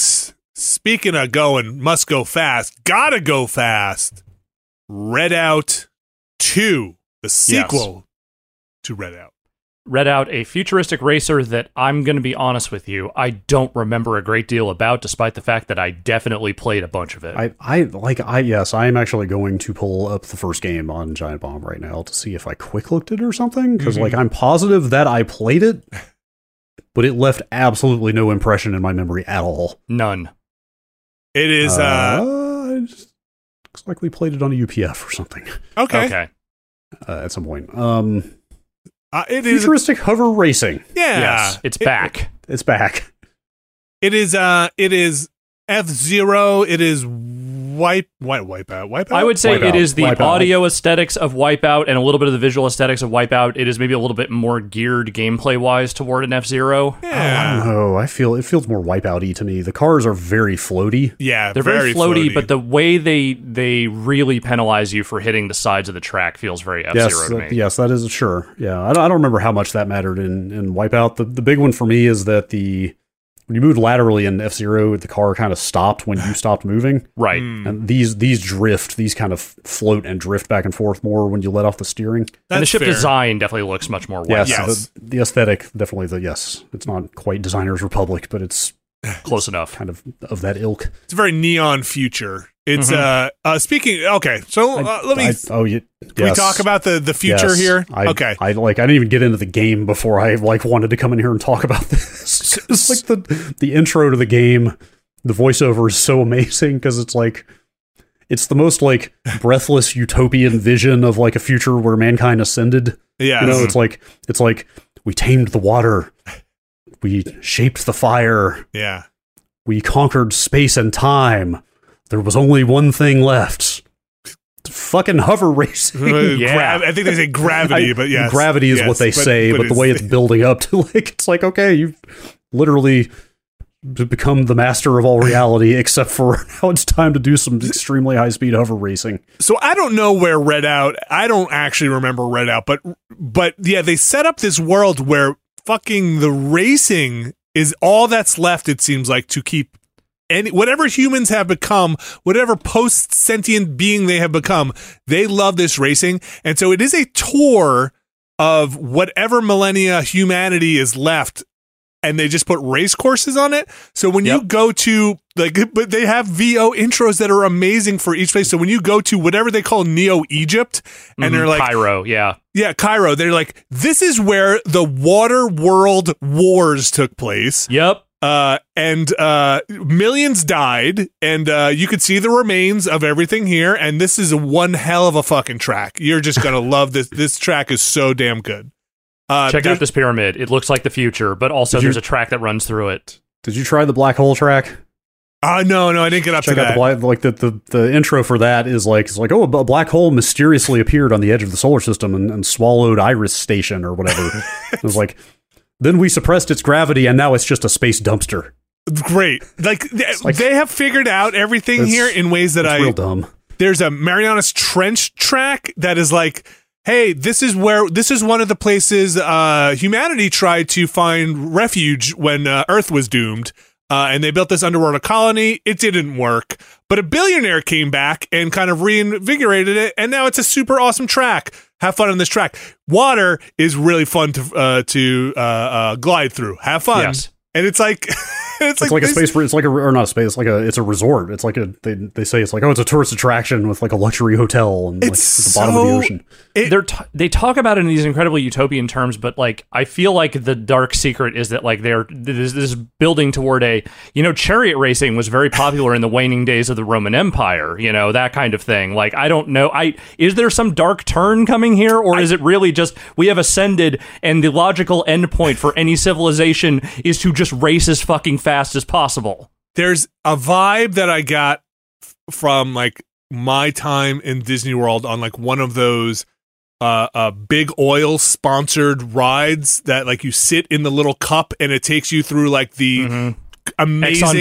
A: Speaking of going, must go fast, gotta go fast. Redout 2, the sequel to Redout.
C: read out a futuristic racer that I'm going to be honest with you, I don't remember a great deal about, despite the fact that I definitely played a bunch of it.
B: I, I like I yes, I am actually going to pull up the first game on Giant Bomb right now to see if I quick looked it or something because
A: Mm-hmm.
B: like I'm positive that I played it, (laughs) but it left absolutely no impression in my memory at all.
C: None.
A: It is, uh,
B: I just, looks like we played it on a UPF or something (laughs)
A: okay.
C: Okay.
B: uh, at some point. Um,
A: Uh, it is,
B: futuristic hover racing,
A: yeah.
C: Yes, it's
A: It-
C: back.
B: it's back.
A: It is uh it is F Zero, it is wipe white wipeout. Wipeout
C: I would say
B: Wipeout.
C: it is the
B: Wipeout.
C: audio aesthetics of Wipeout and a little bit of the visual aesthetics of Wipeout. It is maybe a little bit more geared gameplay wise toward an F Zero.
A: Yeah.
B: Oh, I feel it feels more wipeout-y to me. The cars are very floaty.
A: yeah,
C: They're very, floaty, but the way they they really penalize you for hitting the sides of the track feels very F Zero
B: Yes,
C: to
B: that-
C: me.
B: yes, that is sure. Yeah, I don't, I don't remember how much that mattered in, in Wipeout. The the big one for me is that the when you moved laterally in F Zero, the car kind of stopped when you stopped moving,
A: Hmm.
C: Right.
A: Mm,
B: and these these drift, these kind of float and drift back and forth more when you let off the steering.
C: and the
A: That's
C: ship
A: fair.
C: design definitely looks much more
B: Yes,
C: Wipeout.
A: Yes.
B: The, the aesthetic definitely. The yes, it's not quite Designers Republic, but it's
C: Close enough.
B: kind of of that ilk.
A: it's a very neon future. It's
C: Mm-hmm.
A: uh uh speaking okay, so uh, let me
B: I- oh, you,
A: can we talk about the the future here?
B: I,
A: okay.
B: I like. I didn't even get into the game before I like wanted to come in here and talk about (laughs) this. it's like the the intro to the game, the voiceover is so amazing because it's like, it's the most like breathless utopian vision of like a future where mankind ascended.
A: yeah.
B: You know, it's like it's like we tamed the water, we shaped the fire, (laughs)
A: yeah.
B: we conquered space and time. There was only one thing left. Fucking hover
A: (laughs)
B: racing.
A: Grav- I think they say gravity,
B: I-
A: but yes.
B: gravity is
A: Yes,
B: what they say, but, the
A: (laughs)
B: way it's building up to like it's like okay, you've literally b- become the master of all reality, (laughs) except for now it's time to do some extremely high speed hover racing.
A: So I don't know where Redout. I don't actually remember Redout, but but yeah, they set up this world where fucking the racing is all that's left. It seems like to keep any whatever humans have become, whatever post sentient being they have become, they love this racing, and so it is a tour of whatever millennia humanity is left and they just put race courses on it. So when you go to like, (laughs) but they have VO intros that are amazing for each place. So when you go to whatever they call Neo Egypt, and they're
C: Mhm,
A: like,
C: Pyro, yeah.
A: yeah, Cairo, they're like, this is where the water world wars took place
C: Yep.
A: uh, and uh, millions died, and uh, you could see the remains of everything here. And this is one hell of a fucking track. You're just
B: (laughs)
A: gonna love this. This track is so damn good. Uh,
C: Check
A: there's-
C: out this pyramid. It looks like the future, but also
B: Did you-
C: there's a track that runs through it.
B: Did you try the black hole track?
A: Uh, no, no, I didn't get up
B: Check
A: to
B: out the
A: that.
B: black, like the, the the intro for that is like it's like oh a black hole mysteriously appeared on the edge of the solar system and, and swallowed Iris Station
A: (laughs)
B: or whatever. it was like then we suppressed its gravity and now it's just a space dumpster.
A: Great. Like, th-
B: like-
A: they have figured out everything
B: That's-
A: here in ways that
B: It's
A: I
B: real dumb.
A: there's a Marianas Trench track that is like, hey, this is where this is one of the places uh, humanity tried to find refuge when uh, Earth was doomed. Uh, and they built this underwater colony. It didn't work, but a billionaire came back and kind of reinvigorated it, and now it's a super awesome track. Have fun on this track. Water is really fun to uh, to uh, uh, glide through. Have fun,
C: Yes.
A: and it's like (laughs) it's,
B: It's like, a
A: this-
B: space. It's like a or not a space. It's like a it's a resort. It's like a they they say it's like oh it's a tourist attraction with like a luxury hotel and like,
A: It's
B: at the bottom of the
A: so-
B: ocean.
A: It-
C: They're t- they talk about it in these incredibly utopian terms, but like I feel like the dark secret is that like they're this, this is building toward a you know chariot racing was very popular in the waning days of the Roman Empire, you know that kind of thing. Like I don't know, I is there some dark turn coming here, or is it really just we have ascended and the logical endpoint for any civilization is to just race as fucking fast as possible?
A: there's a vibe that I got f- from like my time in Disney World on like one of those uh, uh big oil sponsored rides that like you sit in the little cup and it takes you through like the
C: Mm-hmm. Exxon
A: Mm-hmm. amazing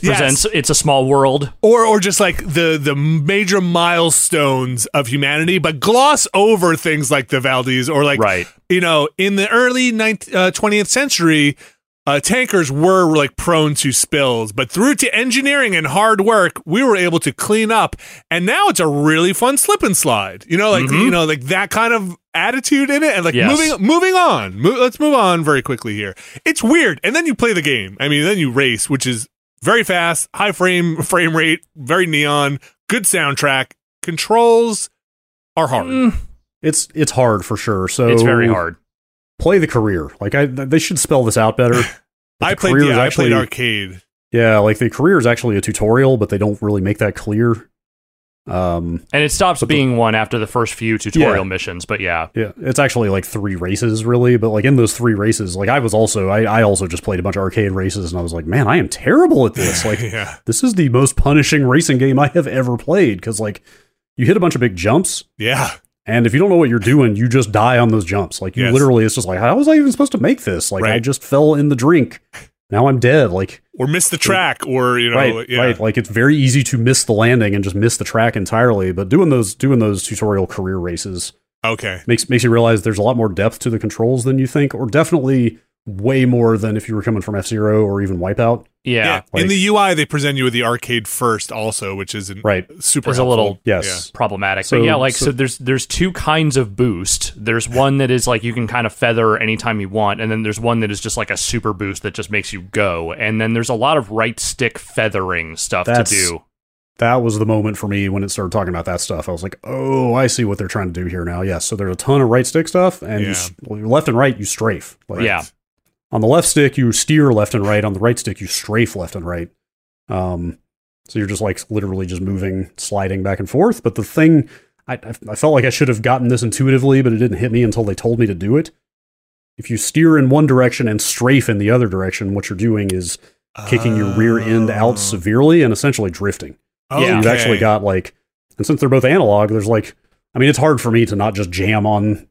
A: Yes.
C: presents "It's a Small World."
A: or or just like the the major milestones of humanity but gloss over things like the Valdez or like
C: Right.
A: you know, in the early 19th, uh, 20th century, uh, tankers were like prone to spills, but through to engineering and hard work, we were able to clean up. And now it's a really fun slip and slide. You know, like
B: Mm-hmm.
C: Mhm.
A: you know, like that kind of attitude in it, and like
C: Yes.
A: moving moving on. Mo- let's move on very quickly here. It's weird, and then you play the game. I mean, then you race, which is very fast, high frame (laughs) frame rate, very neon, good soundtrack. Controls are hard.
C: Mm,
B: It's it's hard for sure. So
C: it's very hard.
B: Play the career. Like I they should spell this
A: (laughs)
B: out better. But
A: I
B: the
A: played
B: career is
A: yeah, I
B: actually-
A: played arcade. (laughs)
B: Yeah, like the career is actually a tutorial, but they don't really make that clear. Um,
C: And it stops being one after the first few tutorial missions, but yeah.
B: yeah, it's actually like three races, really. But like in those three races, like I was also, I, I also just played a bunch of arcade races, and I was like, man, I am terrible at this. Like,
A: yeah,
B: this is the most punishing racing game I have ever played because like you hit a bunch of big jumps,
A: yeah.
B: and if you don't know what you're doing, you just die on those jumps. Like you
A: Yes.
B: literally, it's just like, how was I even supposed to make this? Like I
A: Right.
B: just fell in the drink. Now I'm dead. Like
A: Or miss the track, or you know,
B: right,
A: Oh, yeah.
B: right. Like it's very easy to miss the landing and just miss the track entirely. But doing those doing those tutorial career races
A: Okay,
B: makes makes you realize there's a lot more depth to the controls than you think, or definitely way more than if you were coming from F Zero or even Wipeout.
C: Yeah.
A: yeah.
B: like-
A: In the UI, they present you with the arcade first, also, which is not
B: Right.
A: super.
C: There's a
A: helpful.
C: little-
B: Yes.
C: Problematic.
B: So-
C: but yeah, like so,
B: so-
C: there's there's two kinds of boost. There's one that is like you can kind of feather anytime you want, and then there's one that is just like a super boost that just makes you go. And then there's a lot of right stick feathering stuff
B: That's-
C: to do.
B: That was the moment for me when it started talking about that stuff. I was like, oh, I see what they're trying to do here now. Yes. so there's a ton of right stick stuff, and you
A: Yeah.
B: s- well, your left and right, you strafe. Like,
C: Yeah.
B: on the left stick you steer left and right on the right stick you strafe left and right um, so you're just like literally just moving sliding back and forth but the thing I, I- I felt like i should have gotten this intuitively but it didn't hit me until they told me to do it if you steer in one direction and strafe in the other direction what you're doing is kicking your rear end out severely and essentially drifting
A: Oh,
C: Yeah.
B: you've
A: okay.
B: actually got like and since they're both analog there's like i mean it's hard for me to not just jam on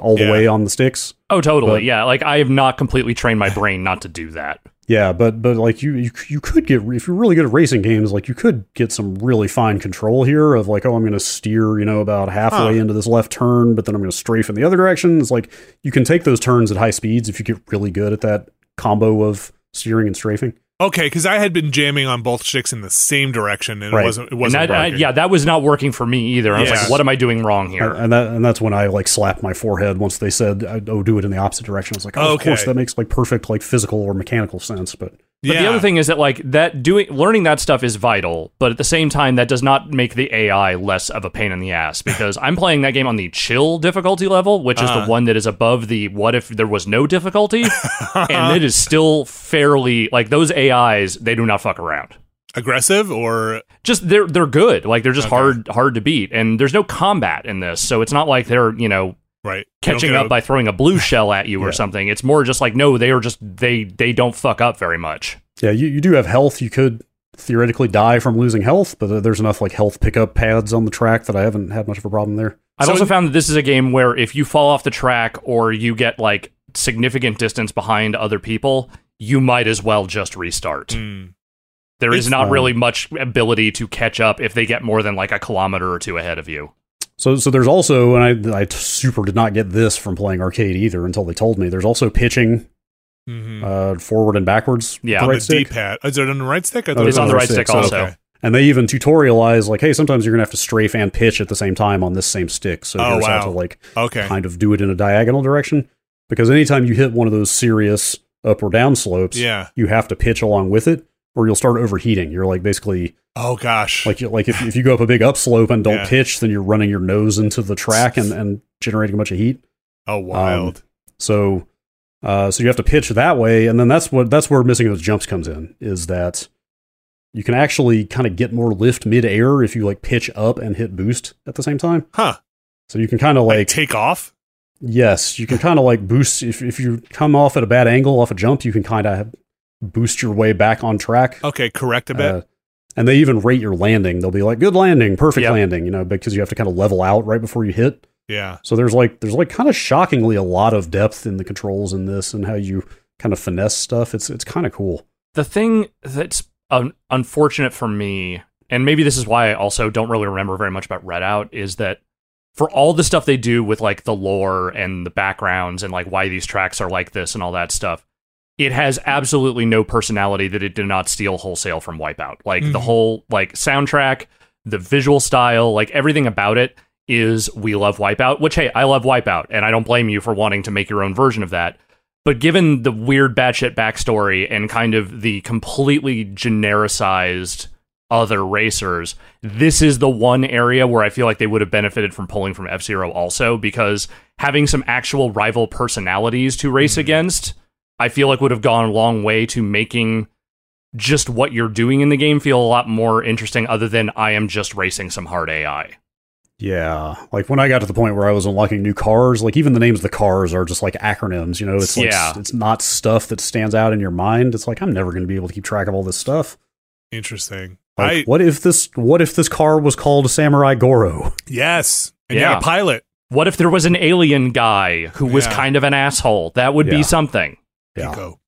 B: all the
A: Yeah.
B: way on the sticks
C: Oh, totally.
B: But-
C: yeah. Like I have not completely trained my brain not to do that.
B: Yeah, but but like you, you you could get if you're really good at racing games, like you could get some really fine control here of like, oh, I'm going to steer, you know, about halfway
A: Huh.
B: into this left turn, but then I'm going to strafe in the other direction. It's like you can take those turns at high speeds if you get really good at that combo of steering and strafing.
A: Okay, because I had been jamming on both sticks in the same direction, and
B: Right.
A: it wasn't. It
C: And
A: wasn't.
C: that- I-
A: working.
C: yeah, that was not working for me either. I was
A: Yes.
C: like, what am I doing wrong
B: And,
C: here?
B: and that and that's when I like slapped my forehead once they said, I- "Oh, do it in the opposite direction." I was like,
A: Okay.
B: "Oh, of course, that makes like perfect like physical or mechanical sense." But
C: But the other thing is that like that doing learning that stuff is vital, but at the same time that does not make the AI less of a pain in
A: (laughs)
C: the ass because I'm playing that game on the chill difficulty level, which is
A: Uh-huh.
C: the one that is above the what if there was no difficulty, and it is still fairly like those AIs they do not fuck around.
A: aggressive or
C: Just they're they're good. Like they're just
A: Okay.
C: hard hard to beat and there's no combat in this. So it's not like they're, you know,
A: right You don't
C: catching
A: get
C: up
A: a-
C: by throwing a blue shell at you
A: (laughs)
C: or something. It's more just like no, they are just they they don't fuck up very much.
B: yeah, you, you do have health. You could theoretically die from losing health, but uh, there's enough like health pickup pads on the track that I haven't had much of a problem there.
C: I've
A: So-
C: also found that this is a game where if you fall off the track or you get like significant distance behind other people, you might as well just restart.
A: Mm.
C: There is
A: It's-
C: not
B: Um,
C: really much ability to catch up if they get more than like a kilometer or two ahead of you.
B: So, so there's also, and I, I super did not get this from playing arcade either until they told me. There's also pitching
A: Mhm.
B: uh, forward and backwards. with
C: Yeah.
B: the
C: On
A: on
B: right
A: the
B: stick. Oh,
A: D-pad. Is it on the right stick? I
B: No,
A: thought it
C: it's
A: was
C: on the right stick
B: sticks,
C: also.
A: Okay.
B: And they even tutorialize like, hey, sometimes you're gonna have to strafe and pitch at the same time on this same stick. So
A: Oh,
B: you have to
A: wow.
B: like
A: Okay.
B: kind of do it in a diagonal direction because anytime you hit one of those serious up or down slopes,
A: Yeah.
B: you have to pitch along with it, or you'll start overheating. You're like basically
A: Oh gosh.
B: like you- like if, if you go up a big upslope and don't
A: Yeah.
B: pitch, then you're running your nose into the track and and generating a bunch of heat.
A: oh
B: um,
A: wild.
B: So, uh, so you have to pitch that way, and then that's what that's where missing those jumps comes in. Is that you can actually kind of get more lift midair if you like pitch up and hit boost at the same time.
A: huh.
B: So you can kind of
A: Like,
B: like,
A: take off.
B: yes, you can kind of like boost if if you come off at a bad angle off a jump, you can kind of boost your way back on track.
C: Oh,
A: Okay. Correct a bit.
B: Uh, and they even rate your landing. They'll be like, "Good landing, perfect
C: Yep.
B: landing," you know, because you have to kind of level out right before you hit.
A: yeah.
B: So there's like there's like kind of shockingly a lot of depth in the controls in this and how you kind of finesse stuff. It's it's kind of cool.
C: The thing that's un- unfortunate for me, and maybe this is why I also don't really remember very much about Redout, is that for all the stuff they do with like the lore and the backgrounds and like why these tracks are like this and all that stuff, it has absolutely no personality that it did not steal wholesale from Wipeout. Like the
A: Mhm.
C: whole like soundtrack, the visual style, like everything about it is we love Wipeout, which hey, I love Wipeout, and I don't blame you for wanting to make your own version of that. But given the weird batshit backstory and kind of the completely genericized other racers, this is the one area where I feel like they would have benefited from pulling from F Zero also, because having some actual rival personalities to race against, I feel like would have gone a long way to making just what you're doing in the game feel a lot more interesting other than I am just racing some hard AI.
B: Yeah, like when I got to the point where I was unlocking new cars, like even the names of the cars are just like acronyms. You know, it's like
C: Yeah.
B: s- it's not stuff that stands out in your mind. It's like I'm never going to be able to keep track of all this stuff.
A: Interesting.
B: Like,
A: I
B: what if this? What if this car was called Samurai Goro?
A: yes. And you
C: Yeah.
A: had a pilot.
C: What if there was an alien guy who was
A: Yeah.
C: kind of an asshole? That would
B: Yeah.
C: be something.
B: Yeah.
A: Pico.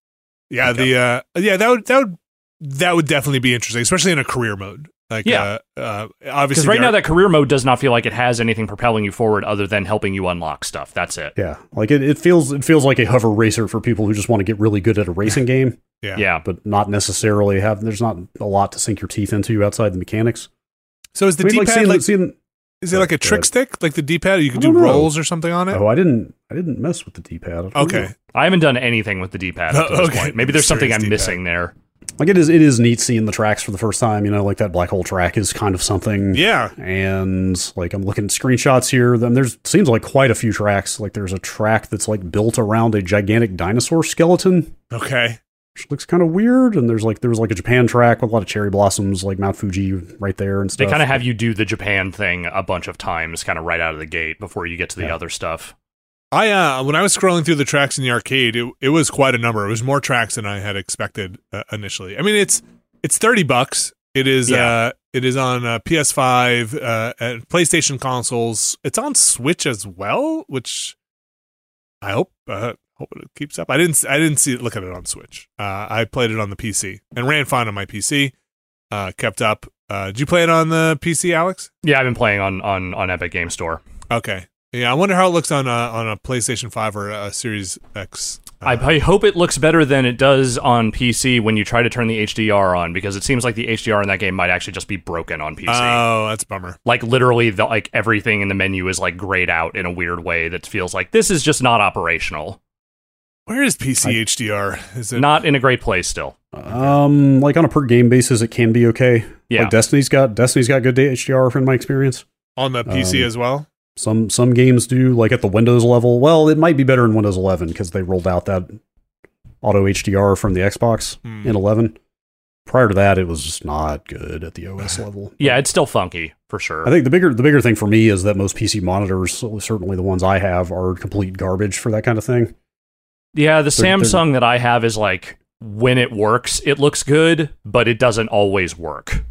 A: Yeah. The uh. Yeah. That would that would that would definitely be interesting, especially in a career mode. Like
C: Yeah.
A: Uh, uh,
C: Because
A: obviously
C: right
A: the
C: now,
A: ar-
C: that career mode does not feel like it has anything propelling you forward other than helping you unlock stuff. That's it.
B: Yeah, like it, it feels it feels like a hover racer for people who just want to get really good at
A: (laughs)
B: a racing game,
A: Yeah.
C: Yeah.
B: but not necessarily have. There's not a lot to sink your teeth into outside the mechanics.
A: so is the
B: I mean,
A: D
B: like,
A: pad
B: seeing-
A: like,
B: seeing-
A: is it like a
B: Go
A: trick
B: ahead.
A: stick like the D pad? You can
B: I
A: do
B: don't know.
A: rolls or something on it.
B: Oh, I didn't. I didn't mess with the D-pad. I don't
A: okay.
B: know.
C: I haven't done anything with the D
A: (laughs)
C: pad up to this
A: Okay.
C: point. Maybe there's something I'm
A: Mysterious D-pad.
C: missing there.
B: Like it is. It is neat seeing the tracks for the first time. You know, like that black hole track is kind of something.
A: Yeah.
B: And like I'm looking at screenshots here. Then there's seems like quite a few tracks. Like there's a track that's like built around a gigantic dinosaur skeleton,
A: Okay.
B: which looks kind of weird. And there's like there was like a Japan track with a lot of cherry blossoms, like Mount Fuji right there and
C: They
A: Oh,
B: stuff.
C: kind of have you do the Japan thing a bunch of times, kind of right out of the gate before you get to the
B: Yeah.
C: other stuff.
A: I uh when I was scrolling through the tracks in the arcade, it, it was quite a number. It was more tracks than I had expected uh, initially. I mean, it's it's 30 bucks. It is
C: Yeah.
A: uh it is on uh, PS5, uh and PlayStation consoles. It's on Switch as well, which I hope uh hope it keeps up. I didn't s- I didn't see it look at it on Switch. Uh I played it on the PC and ran fine on my PC. Uh kept up. Uh did you play it on the PC, Alex?
C: Yeah, I've been playing on on on Epic Game Store.
A: Okay. Yeah, I wonder how it looks on a on a PlayStation Five or a Series X. Uh,
C: I, I hope it looks better than it does on PC when you try to turn the HDR on because it seems like the HDR in that game might actually just be broken on PC.
A: oh, that's a bummer.
C: like literally the like everything in the menu is like grayed out in a weird way that feels like this is just not operational.
A: Where is PC HDR? Is it
C: Not in a great place still.
B: Um, like on a per game basis, it can be okay.
C: Yeah.
B: Like Destiny's got Destiny's got good HDR in my experience.
A: on the PC
B: um,
A: as well?
B: Some some games do like at the Windows level. Well, it might be better in Windows 11 because they rolled out that auto HDR from the Xbox
A: Hmm.
B: in 11. Prior to that, it was just not good at the
C: (laughs)
B: OS level.
C: Yeah, it's still funky for sure.
B: I think the bigger the bigger thing for me is that most PC monitors, certainly the ones I have, are complete garbage for that kind of thing.
C: yeah, the
B: they're-
C: Samsung that I have is like when it works, it looks good, but it doesn't always work.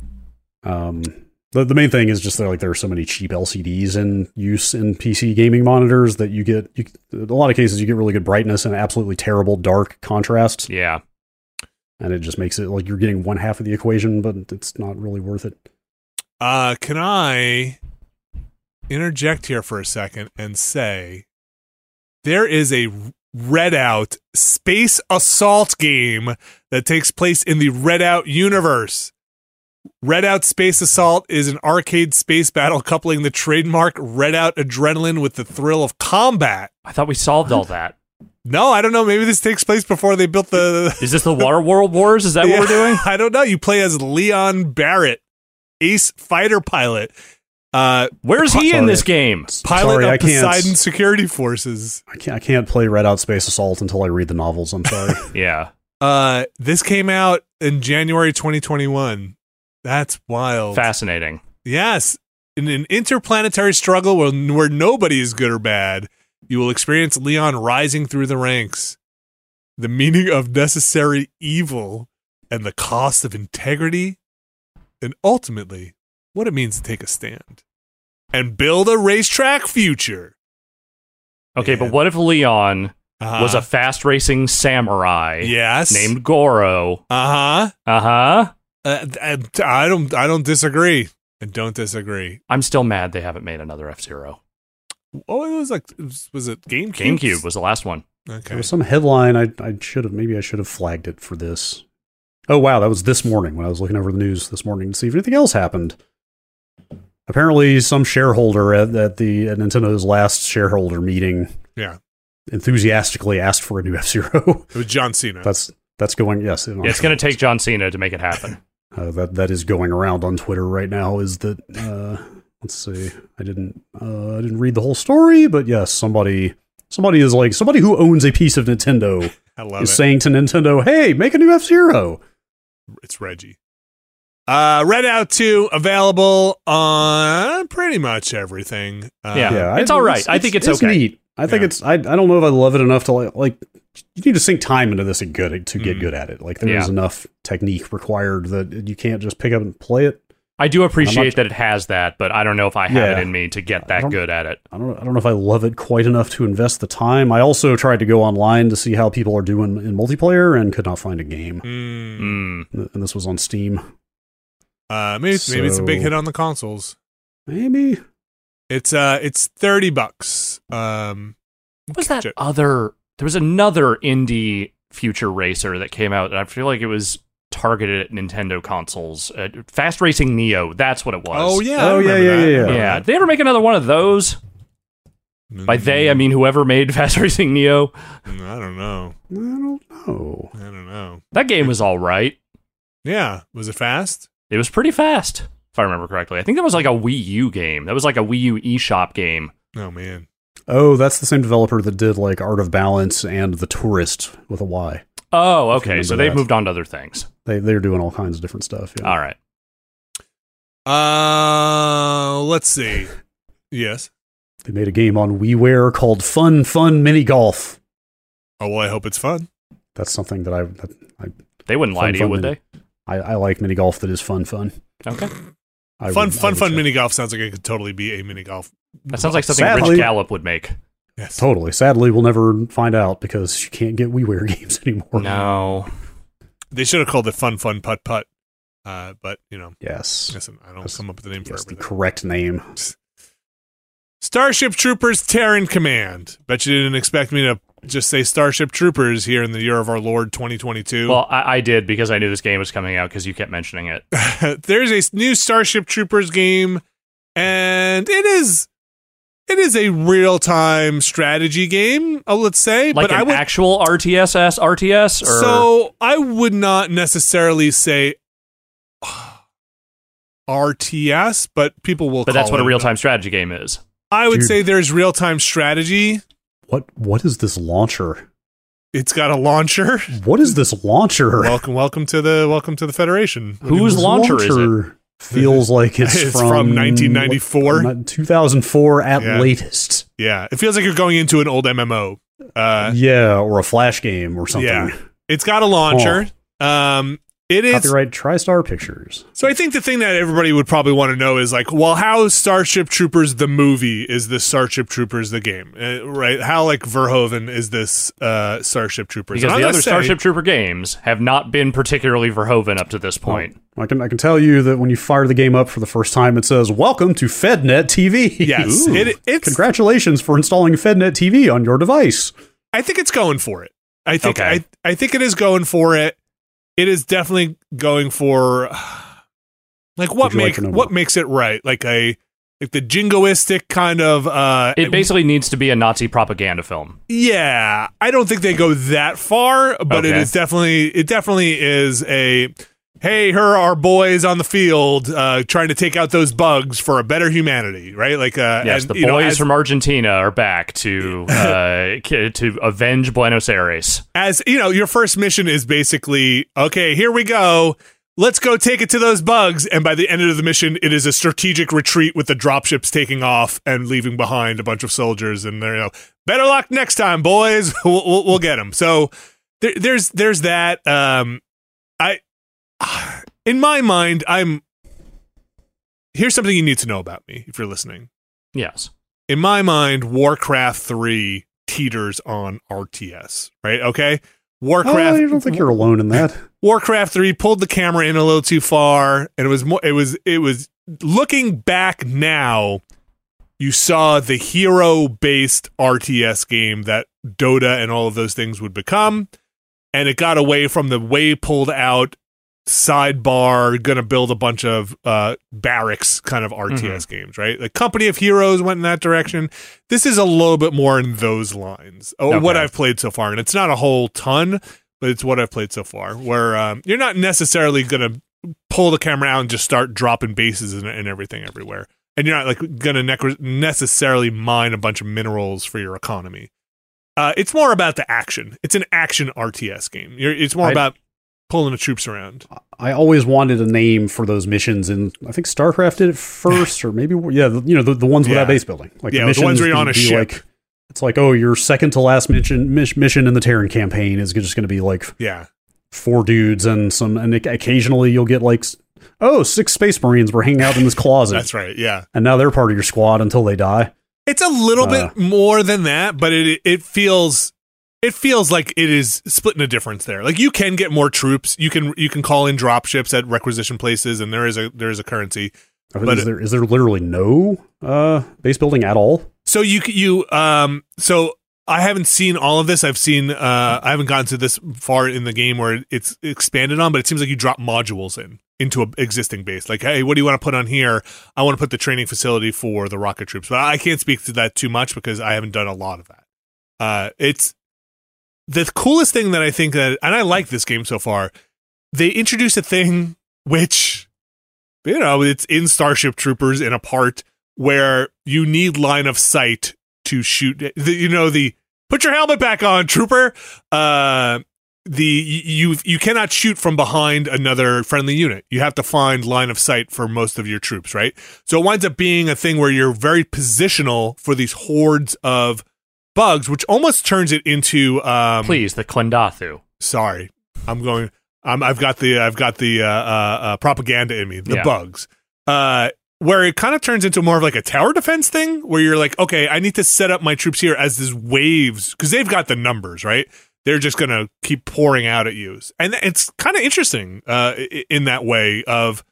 B: Um, the, the main thing is just that like there are so many cheap LCDs in use in PC gaming monitors that you get you, in a lot of cases you get really good brightness and absolutely terrible dark contrast,
C: Yeah.
B: and it just makes it like you're getting one half of the equation, but it's not really worth it.
A: Uh, can I interject here for a second and say there is a Redout space assault game that takes place in the Redout universe. Redout Space Assault is an arcade space battle coupling the trademark Redout adrenaline with the thrill of combat.
C: I thought we solved all that.
A: No, I don't know. Maybe this takes place before they built the.
C: Is this the Water World
A: (laughs)
C: Wars? Is that what we're doing?
A: I don't know. You play as Leon Barrett, ace fighter pilot. Uh,
C: Where's he in
B: Sorry.
C: this game?
A: pilot
B: Sorry,
A: of
B: I can't.
A: Poseidon security forces.
B: I can't I can't play Red Out Space Assault until I read the novels. I'm sorry.
C: Yeah.
A: Uh, this came out in January 2021. That's wild.
C: Fascinating.
A: Yes, in an interplanetary struggle where, where nobody is good or bad, you will experience Leon rising through the ranks, the meaning of necessary evil, and the cost of integrity, and ultimately what it means to take a stand and build a racetrack future.
C: Okay, but
A: And-
C: what if Leon was a
A: Uh-huh.
C: fast racing samurai
A: yes
C: named Goro?
A: uh-huh.
C: Uh-huh.
A: Uh, th- I don't. I don't disagree. I don't disagree.
C: I'm still mad they haven't made another F Zero.
A: Oh, it was like it was, was it GameCube?
C: GameCube was the last one.
A: okay.
B: there was some headline I I should have maybe I should have flagged it for this. Oh wow, that was this morning when I was looking over the news this morning to see if anything else happened. Apparently, some shareholder at, at the at Nintendo's last shareholder meeting,
A: Yeah.
B: enthusiastically asked for a new (laughs) F Zero.
A: It was John Cena.
B: that's that's going yes.
C: Yeah, it's going to take John Cena to make it happen.
B: (laughs) uh, that that is going around on Twitter right now. Is that uh, let's see? I didn't uh, I didn't read the whole story, but yes, somebody somebody is like somebody who owns a piece of Nintendo
A: I love it.
B: is saying to Nintendo, "Hey, make a new F Zero.
A: it's Reggie. Uh, Redout Two available on pretty much everything. Uh,
C: Yeah. it's all right. I think it's okay.
B: Neat. I think
A: Yeah.
B: it's. I, I don't know if I love it enough to like. like you need to sink time into this and good to get
A: Mm.
B: good at it. Like there is
C: Yeah.
B: enough technique required that you can't just pick up and play it.
C: I do appreciate
B: not-
C: that it has that, but I don't know if I have
B: Yeah.
C: it in me to get
B: I
C: that
B: don't-
C: good at it.
B: I don't. I don't know if I love it quite enough to invest the time. I also tried to go online to see how people are doing in multiplayer and could not find a game.
A: Mm,
C: Mm.
B: And this was on Steam.
A: uh, maybe maybe it's a big
B: So-
A: hit on the consoles.
B: Maybe
A: It's uh, it's thirty bucks. Um,
C: What was that
A: Ju-
C: other? There was another indie future racer that came out, and I feel like it was targeted at Nintendo consoles. Uh, Fast Racing Neo. That's what it was.
A: oh yeah, I
B: Oh, yeah,
A: remember
B: yeah,
A: that. I
B: yeah, yeah.
C: Yeah.
A: remember
C: Did they ever make another one of those?
A: that.
C: By they,
B: Hmm.
C: I mean whoever made (laughs) Fast Racing Neo.
A: Mm-hmm. Mm, I don't know.
B: I don't know.
A: I don't know.
C: That game was all right.
A: Yeah, was it fast?
C: It was pretty fast, if I remember correctly. I think that was like a Wii U game. That was like a Wii U eShop game.
A: Oh man,
B: Oh, that's the same developer that did like Art of Balance and The Tourist with a Y.
C: Oh,
B: If you
C: okay. So
B: remember
C: they've
B: that.
C: moved on to other things.
B: They they're doing all kinds of different stuff. Yeah.
C: All right.
A: Uh, let's see. Yes.
B: They made a game on WiiWare called Fun Fun Mini Golf.
A: Oh well, I hope it's fun.
B: That's something that I that
C: They wouldn't lie
B: Fun,
C: to you,
B: fun
C: would
B: mini- I, I like mini golf that is fun fun.
C: they? Okay.
B: I
A: fun,
B: would- I
A: fun,
B: would
A: fun.
B: check.
A: Mini golf sounds like it could totally be a mini golf.
C: That sounds like something
B: Sadly-
C: Rich Gallup would make.
A: Yes.
B: Totally. Sadly, we'll never find out because you can't get WiiWare (laughs) games anymore.
C: No.
A: They should have called it fun, fun, putt, putt. Uh, but you know,
B: Yes.
A: listen, I don't
B: That's-
A: come up with the name for
B: Yes, the
A: everything.
B: correct name.
A: Starship Troopers Terran Command. Bet you didn't expect me to just say Starship Troopers here in the year of our Lord 2022.
C: Well, I, I did because I knew this game was coming out because you kept mentioning
A: (laughs)
C: it.
A: There's a new Starship Troopers game, and it is it is a real time strategy game. Oh, let's say,
C: Like
A: but
C: an
A: I would
C: actual RTSS RTS or
A: so I would not necessarily say (sighs) RTS, but people will.
C: but that's
A: call
C: what a
A: it
C: real time strategy game is.
A: I would
B: Dude.
A: say there's real time strategy.
B: What what is this launcher?
A: It's got a
C: (laughs)
A: launcher.
B: What is this launcher?
A: welcome, welcome to the welcome to the Federation.
C: Whose
B: This
C: launcher is it?
B: Feels like it's,
A: It's
B: from,
A: from 1994.
B: what, 2004 at
A: Yeah.
B: latest.
A: Yeah, it feels like you're going into an old MMO. Uh,
B: yeah, or a flash game or something.
A: yeah. it's got a launcher. Um, it is
B: Copyright TriStar Pictures.
A: so. I think the thing that everybody would probably want to know is like, well, how Starship Troopers the movie is this Starship Troopers the game, uh, right? How like Verhoeven is this uh, Starship Troopers?
C: Because
A: And I'm
C: the
A: gonna
C: other
A: say-
B: (laughs)
C: Starship Trooper games have not been particularly Verhoeven up to this point.
B: I can I can tell you that when you fire the game up for the first time, it says "Welcome to FedNet TV."
A: Yes,
B: Ooh.
A: it, it's.
B: Congratulations for installing FedNet TV on your device.
A: I think it's going for it. I think
C: Okay.
A: I I think it is going for it. It is definitely going for (sighs) like what
B: Would you like
A: make
B: to know
A: what
B: more?
A: makes it right? Like a like the jingoistic kind of uh
C: It basically needs to be a Nazi propaganda film.
A: yeah. I don't think they go that far, but it
C: Okay.
A: is definitely it definitely is a hey, here are our boys on the field uh trying to take out those bugs for a better humanity, right? Like uh
C: Yes,
A: and,
C: the boys
A: you know, as-
C: from Argentina are
A: (laughs)
C: back to uh, ki- to avenge Buenos Aires.
A: as you know, your first mission is basically okay. Here we go. Let's go take it to those bugs. And by the end of the mission, it is a strategic retreat with the dropships taking off and leaving behind a bunch of soldiers. And they're you know, better luck next time, boys. (laughs) we'll, we'll, we'll get them. So there, there's there's that. Um, I (sighs) in my mind, I'm here's something you need to know about me if you're listening.
C: Yes,
A: In my mind, Warcraft three teeters on RTS. Right? Okay. Warcraft
B: Oh, I don't think you're alone in that.
A: (laughs) Warcraft 3 pulled the camera in a little too far and it was more it was it was looking back now you saw the hero based RTS game that Dota and all of those things would become and it got away from the way pulled out sidebar gonna build a bunch of uh barracks kind of RTS
B: Mm-hmm.
A: games right the company of heroes went in that direction this is a little bit more in those lines or what
C: Okay.
A: I've played so far and it's not a whole ton but it's what I've played so far. Where um, you're not necessarily gonna pull the camera out and just start dropping bases and, and everything everywhere, and you're not like gonna nec- necessarily mine a bunch of minerals for your economy. Uh, it's more about the action. It's an action RTS game. You're, it's more
B: I- Uh,
A: about pulling the troops around.
B: I always wanted a name for those missions, and I think StarCraft did it first, or maybe yeah, the, you know the, the ones
A: Yeah.
B: without base building, like
A: Yeah, the
B: the, missions
A: ones where you're
B: would
A: on a
B: be
A: ship.
B: Like, it's like oh, your second to last mission mis- mission in the Terran campaign is just going to be like
A: Yeah,
B: four dudes and some, and oc- occasionally you'll get like s- oh, six Space Marines were hanging out
A: (laughs)
B: in this closet,
A: that's right. Yeah.
B: and now they're part of your squad until they die.
A: It's a little
B: Uh.
A: bit more than that, but it it feels it feels like it is splitting a difference there. Like you can get more troops, you can you can call in drop ships at requisition places, and there is a there is a currency.
B: I
A: But
B: mean, is
A: it-
B: there is there literally no uh, base building at all?
A: So you c- you um so I haven't seen all of this. I've seen uh I haven't gotten to this far in the game where it's expanded on, but it seems like you drop modules in into an existing base. Like, hey, what do you want to put on here? I want to put the training facility for the rocket troops, but I can't speak to that too much because I haven't done a lot of that. Uh, it's the coolest thing that I think that, and I like this game so far. They introduce a thing which, you know, it's in Starship Troopers in a part where you need line of sight to shoot. The, you know the put your helmet back on, trooper. Uh, the you you cannot shoot from behind another friendly unit. You have to find line of sight for most of your troops, right? So it winds up being a thing where you're very positional for these hordes of bugs, which almost turns it into um,
C: please the Klendathu.
A: sorry i'm going I'm, i've got the i've got the uh, uh, uh propaganda in me the
C: Yeah.
A: bugs uh where it kind of turns into more of like a tower defense thing where you're like okay i need to set up my troops here as these waves because they've got the numbers right they're just gonna keep pouring out at you and it's kind of interesting uh i- in that way of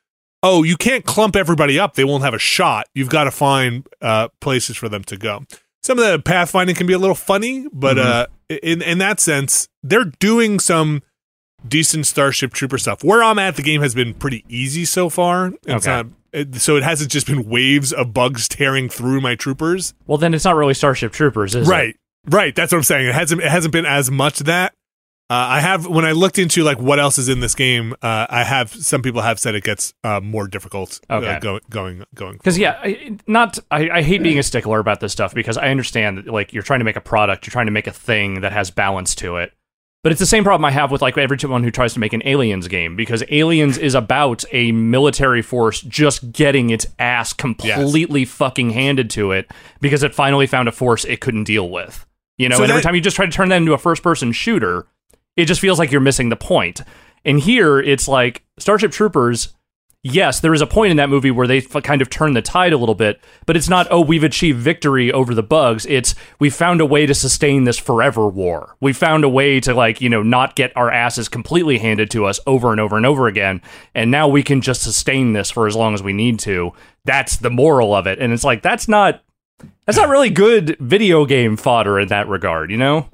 A: oh, you can't clump everybody up. They won't have a shot. You've got to find uh, places for them to go. Some of the pathfinding can be a little funny, but uh, in in that sense, they're doing some decent Starship Trooper stuff. Where I'm at, the game has been pretty easy so far. It's
C: Okay.
A: not, it, so it hasn't just been waves of bugs tearing through my troopers
C: Well, then it's not really Starship Troopers, is it?
A: right right that's what i'm saying it hasn't it hasn't been as much that uh, i have when i looked into like what else is in this game uh, i have some people have said it gets uh, more difficult uh,
C: Okay.
A: go, going going
C: Because yeah, I, not I, I hate being a stickler about this stuff because I understand that like you're trying to make a product, you're trying to make a thing that has balance to it. But it's the same problem I have with like everyone who tries to make an Aliens game because Aliens is about a military force just getting its ass completely fucking handed to it because it finally found a force it couldn't deal with. You know,
A: So
C: and every
A: that-
C: time you just try to turn that into a first-person shooter, it just feels like you're missing the point. And here it's like Starship Troopers yes, there is a point in that movie where they f- kind of turn the tide a little bit, but it's not, oh, we've achieved victory over the bugs. It's, we found a way to sustain this forever war. We found a way to, like, you know, not get our asses completely handed to us over and over and over again. And now we can just sustain this for as long as we need to. That's the moral of it. And it's like, that's not. That's not really good video game fodder in that regard, you know?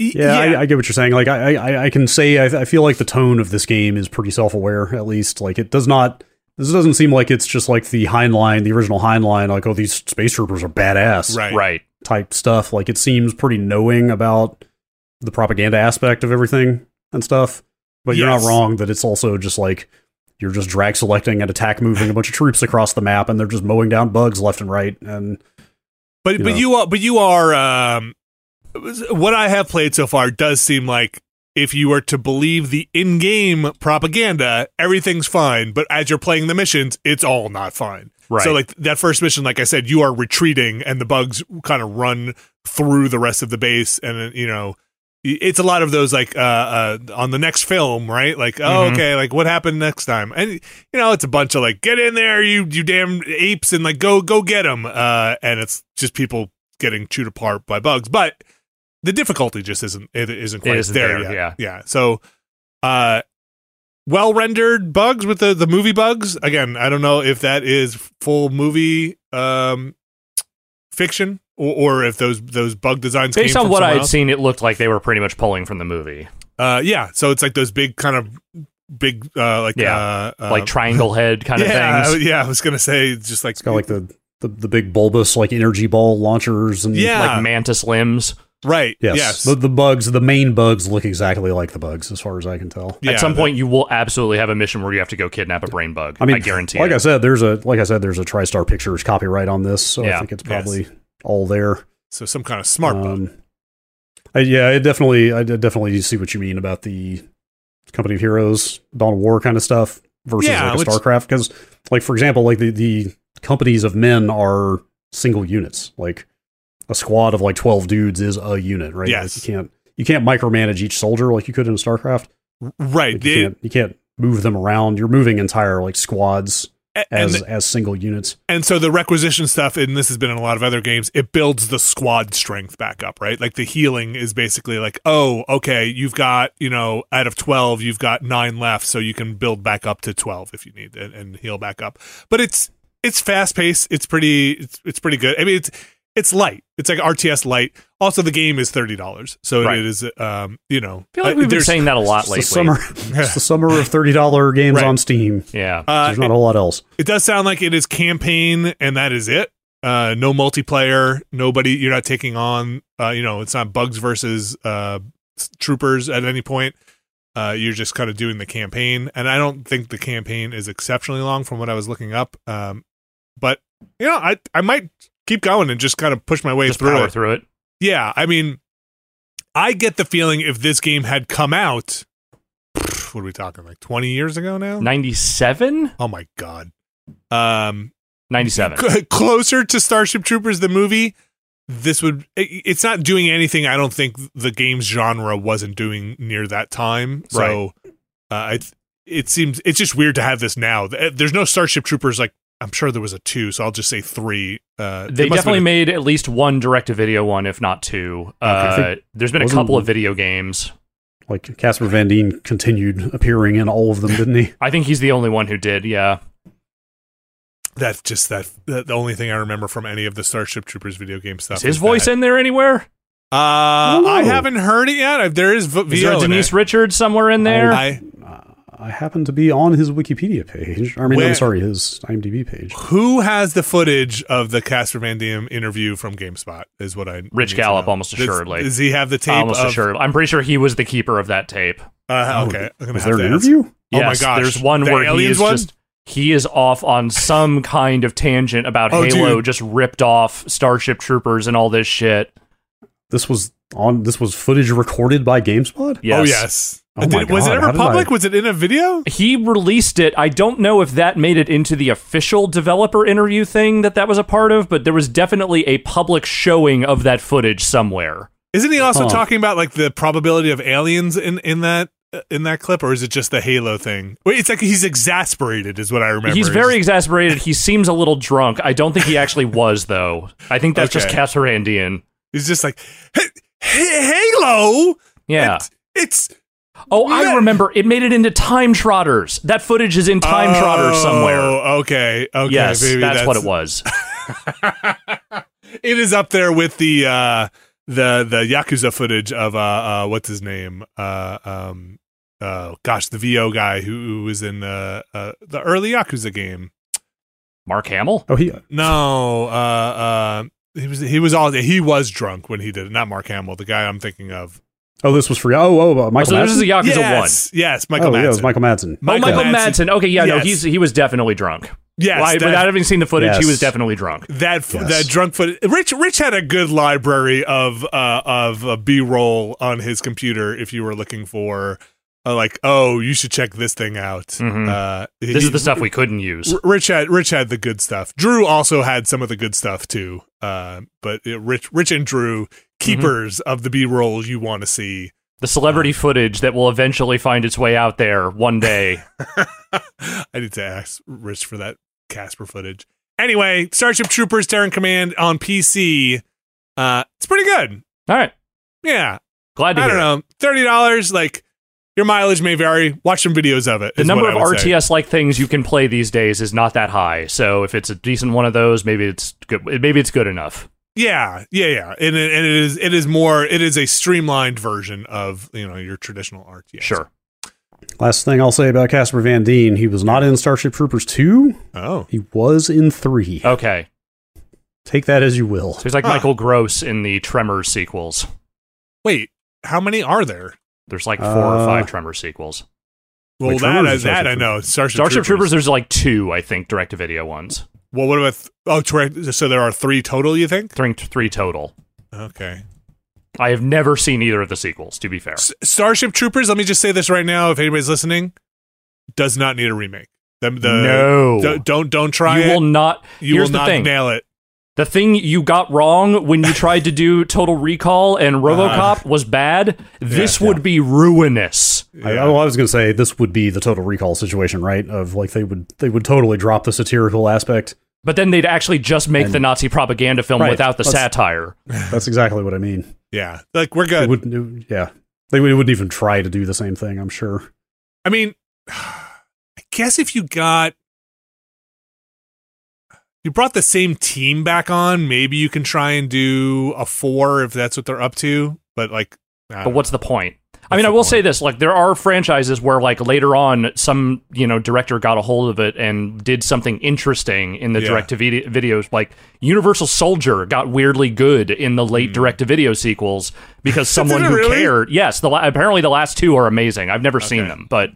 B: Yeah, I, I get what you're saying. Like, I, I, I can say I, I feel like the tone of this game is pretty self-aware. At least, like, it does not. This doesn't seem like it's just like the Heinlein, the original Heinlein, like, oh, these space troopers are badass,
A: right
C: Right.
B: Type stuff. Like, it seems pretty knowing about the propaganda aspect of everything and stuff. But you're
A: Yes.
B: not wrong that it's also just like you're just drag selecting and attack moving a bunch of troops across the map, and they're just mowing down bugs left and right. And
A: but
B: You
A: but
B: know.
A: you are but you are um what i have played so far does seem like if you were to believe the in-game propaganda everything's fine but as you're playing the missions it's all not fine
C: Right.
A: So like that first mission, like I said, you are retreating, and the bugs kind of run through the rest of the base, and uh, you know, y- it's a lot of those like uh, uh on the next film, right? Like, oh,
C: Mhm.
A: okay, like what happened next time, and you know, it's a bunch of like, get in there, you you damn apes, and like go go get them, uh, and it's just people getting chewed apart by bugs, but the difficulty just isn't it isn't quite
C: isn't
A: there,
C: there,
A: yet. Yeah, So, uh, well rendered bugs with the the movie bugs again i don't know if that is full movie um fiction or, or if those those bug designs
C: Based
A: came
C: on
A: from
C: what
A: somewhere
C: I had
A: else.
C: seen, it looked like they were pretty much pulling from the movie.
A: uh yeah so it's like those big kind of big uh like
C: Yeah,
A: uh, uh,
C: like triangle head
A: (laughs)
C: kind
A: yeah,
C: of
A: I-
C: things.
A: yeah i was gonna say just like
B: it's got like the the, the big bulbous like energy ball launchers and
A: oh, yeah
C: like mantis limbs.
A: right
B: Yes.
A: yes,
B: The, the bugs, the main bugs look exactly like the bugs, as far as I can tell.
A: Yeah,
C: At some
A: the-
C: point, you will absolutely have a mission where you have to go kidnap a brain bug.
B: I mean,
C: guarantee
B: Like
C: it.
B: I said, there's a like I said, there's a TriStar Pictures copyright on this, so I
C: Yeah.
B: think it's probably all there.
A: so some kind of smart bug
B: Um, I, yeah, I definitely, I definitely see what you mean about the Company of Heroes, Dawn of War kind of stuff versus
A: Yeah,
B: like a
A: which-
B: StarCraft. Because, like for example, like the the companies of men are single units. Like a squad of like twelve dudes is a unit, right? Like,
A: Yes.
B: you can't you can't micromanage each soldier like you could in StarCraft.
A: right
B: Like, you,
A: they-
B: can't, you can't move them around. You're moving entire like squads
A: a- and
B: as as single units.
A: And so the requisition stuff, and this has been in a lot of other games, it builds the squad strength back up, right? Like the healing is basically like, oh, okay, you've got, you know, out of 12, you've got nine left, so you can build back up to 12 if you need and, and heal back up. But it's, it's fast paced. It's pretty, it's, it's pretty good. I mean, it's, it's light. It's like RTS light. Also, the game is $30. So
C: Right.
A: it is, um, you know,
C: I feel like
A: uh,
C: we've been
A: there's-
C: saying that a lot
B: It's
C: lately.
B: the summer, it's the summer
A: (laughs)
B: of thirty dollar games
A: Right.
B: on Steam.
C: Yeah.
A: (laughs) uh,
B: There's not a lot else.
A: it does sound like it is campaign and that is it uh no multiplayer nobody you're not taking on uh you know it's not bugs versus uh s- troopers at any point uh you're just kind of doing the campaign and i don't think the campaign is exceptionally long from what i was looking up um but you know i i might keep going and just kind of push my way
C: Just
A: through
C: power
A: it
C: through it.
A: yeah, I mean, I get the feeling if this game had come out, what are we talking like twenty years ago now?
C: 97?
A: Oh my god. Um,
C: 97.
A: C- closer to Starship Troopers the movie, this would it- it's not doing anything I don't think the game's genre wasn't doing near that time. So uh, it it seems it's just weird to have this now. Th- There's no Starship Troopers like I'm sure there was a 2, so I'll just say 3. Uh
C: They
A: it must have
C: definitely
A: been
C: made at least one direct to video one, if not two.
B: I
C: Uh, there's been a
B: wasn't-
C: couple of video games.
B: Like Casper Van Dien continued appearing in all of them, didn't he?
C: I think he's the only one who did. Yeah.
A: That's just that the the only thing I remember from any of the Starship Troopers video game stuff.
C: Is his
A: is
C: voice
A: that.
C: in there anywhere?
A: Uh, I
B: Ooh.
A: haven't heard it yet. I- There is v-
C: Is
A: VO
C: there a
A: in
C: Denise
A: it.
C: Richards somewhere in there?
A: I
B: Uh, I happen to be on his Wikipedia page. I mean,
A: Where-
B: I'm sorry, his IMDb page.
A: who has the footage of the Casper Van Diem interview from GameSpot? Is what I need
C: Rich
A: to
C: Gallup,
A: know.
C: almost
A: Does-
C: assuredly.
A: Does he have the tape?
C: Almost
A: of-
C: assured. I'm pretty sure he was the keeper of that tape.
A: Uh,
B: Oh,
A: okay, I'm gonna
B: Is
A: have
B: there an
A: to ask.
B: interview?
A: Oh my
C: Yes,
A: gosh.
C: There's one
A: The
C: where he
A: aliens
C: is
A: one?
C: just he is off on some (laughs) kind of tangent about
A: Oh,
C: Halo,
A: dude.
C: just ripped off Starship Troopers and all this shit.
B: This was on. This was footage recorded by GameSpot.
C: Yes.
A: Oh yes.
B: Oh my
A: Did- was it
B: God,
A: ever
B: how did
A: public?
B: I-
A: Was it in a video?
C: He released it. I don't know if that made it into the official developer interview thing that that was a part of, but there was definitely a public showing of that footage somewhere.
A: Isn't he also
B: Huh.
A: talking about like the probability of aliens in in that uh, in that clip, or is it just the Halo thing? Wait, it's like he's exasperated, is what I remember.
C: He's very exasperated. He seems a little drunk. I don't think he actually was though. I think that's just
A: Okay.
C: Casarandian.
A: He's just like "Hey, hey, Halo.
C: Yeah.
A: It- it's
C: Oh, I
A: Yeah.
C: remember. It made it into Time Trotters. That footage is in Time Trotters somewhere.
A: Oh, Okay, okay,
C: yes,
A: maybe
C: that's, what it was.
A: was. (laughs) it is up there with the uh, the the Yakuza footage of uh, uh what's his name? Uh, um, uh, gosh, the VO guy who, who was in the uh, the early Yakuza game.
C: Mark
A: (laughs)
C: Hamill?
B: Oh, he.
A: No, uh, uh, he was he was all he was drunk when he did it. Not Mark Hamill, the guy I'm thinking of.
B: Oh, this was free. Oh, oh, uh,
C: Oh,
B: Michael.
C: so this is a
B: Madsen?
C: Yakuza
A: yes, yes, Michael
B: oh,
A: Madsen.
B: yeah, it was Michael Madsen.
C: one. oh, Michael Madsen. Okay, yeah, no,
A: Yes.
C: he's he was definitely drunk.
A: Yes,
C: Why-
A: that-
C: without having seen the footage, he
B: Yes.
C: was definitely drunk.
A: that f-
B: Yes.
A: that drunk footage. Rich Rich had a good library of uh of uh, B roll on his computer if you were looking for uh, like oh you should check this thing out.
C: Mhm.
A: Uh,
C: This is the stuff we couldn't use.
A: Rich had Rich had the good stuff. Drew also had some of the good stuff too. Uh, but uh, Rich Rich and Drew
C: Mm-hmm.
A: keepers of the B roll you want to see.
C: The
A: Uh.
C: celebrity footage that will eventually find its way out there one day.
A: (laughs) I need to ask Rich for that Casper footage. Anyway, Starship Troopers Terran Command on PC. Uh, it's pretty good.
C: All right.
A: Yeah,
C: Glad to
A: I
C: hear.
A: don't
C: it.
A: know, thirty dollars. Like your mileage may vary. Watch some videos of it.
C: The
A: is
C: number
A: what
C: of
A: I would say.
C: RTS like things you can play these days is not that high. So if it's a decent one of those, maybe it's good maybe it's good enough.
A: Yeah, yeah, yeah. And it, and it is it is more. It is a streamlined version of you know your traditional RTS.
C: Sure.
B: Last thing I'll say about Casper Van Dien, he was not in Starship Troopers 2.
A: Oh,
B: He was in 3.
C: Okay.
B: Take that as you will.
C: So he's like
A: Huh.
C: Michael Gross in the Tremors sequels.
A: wait. How many are there?
C: There's like four or
B: Uh,
C: five Tremor sequels.
A: Well,
B: Wait,
A: that
B: Troopers
A: I,
B: or Starship
A: that I know. Starship,
C: Starship Troopers, there's like two, I think, direct to video ones.
A: Well, what about th- oh? Direct, so there are three total. You think?
C: Three, three total.
A: Okay.
C: I have never seen either of the sequels, to be fair.
A: S- Starship Troopers. Let me just say this right now. If anybody's listening, does not need a remake. The, the,
C: no.
A: d- don't don't try
C: you
A: it.
C: will not.
A: you
C: here's
A: will
C: the
A: not
C: thing.
A: nail it.
C: The thing you got wrong when you tried to do Total Recall and
A: Uh-huh.
C: Robocop was bad. This would be ruinous.
B: I, well, I was going to say this would be the total recall situation, right? Of like they would they would totally drop the satirical aspect.
C: But then they'd actually just make the Nazi propaganda film
B: Right,
C: without the
B: let's-
C: satire.
B: That's exactly what I mean.
A: Yeah, like we're
B: It
A: good.
B: wouldn't it- yeah. They would- it wouldn't even try to do the same thing, I'm sure.
A: I mean, (sighs) I guess if you got you brought the same team back on, maybe you can try and do a four if that's what they're up to. But like, I
C: But
A: don't
C: what's the point? I
A: Uh, What's
C: mean, I
A: the
C: will
A: point?
C: say this: like, there are franchises where, like, later on, some you know director got a hold of it and did something interesting in the
A: Yeah.
C: direct to video videos. Like, Universal Soldier got weirdly good in the late direct to video sequels
A: (laughs)
C: because someone
A: Hmm. it
C: who
A: really?
C: cared. Yes, the la- apparently the last two are amazing. I've never seen
A: Okay.
C: them, but.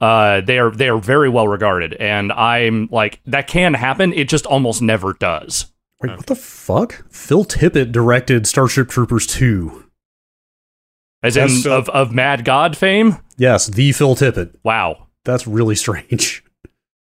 C: Uh, they are they are very well regarded, and I'm like that can happen. It just almost never does.
B: Wait, what the fuck? Phil Tippett directed Starship Troopers 2.
C: As
A: That's
C: in
A: so-
C: of of Mad God fame.
B: Yes, the Phil Tippett.
C: Wow,
B: That's really (laughs) strange.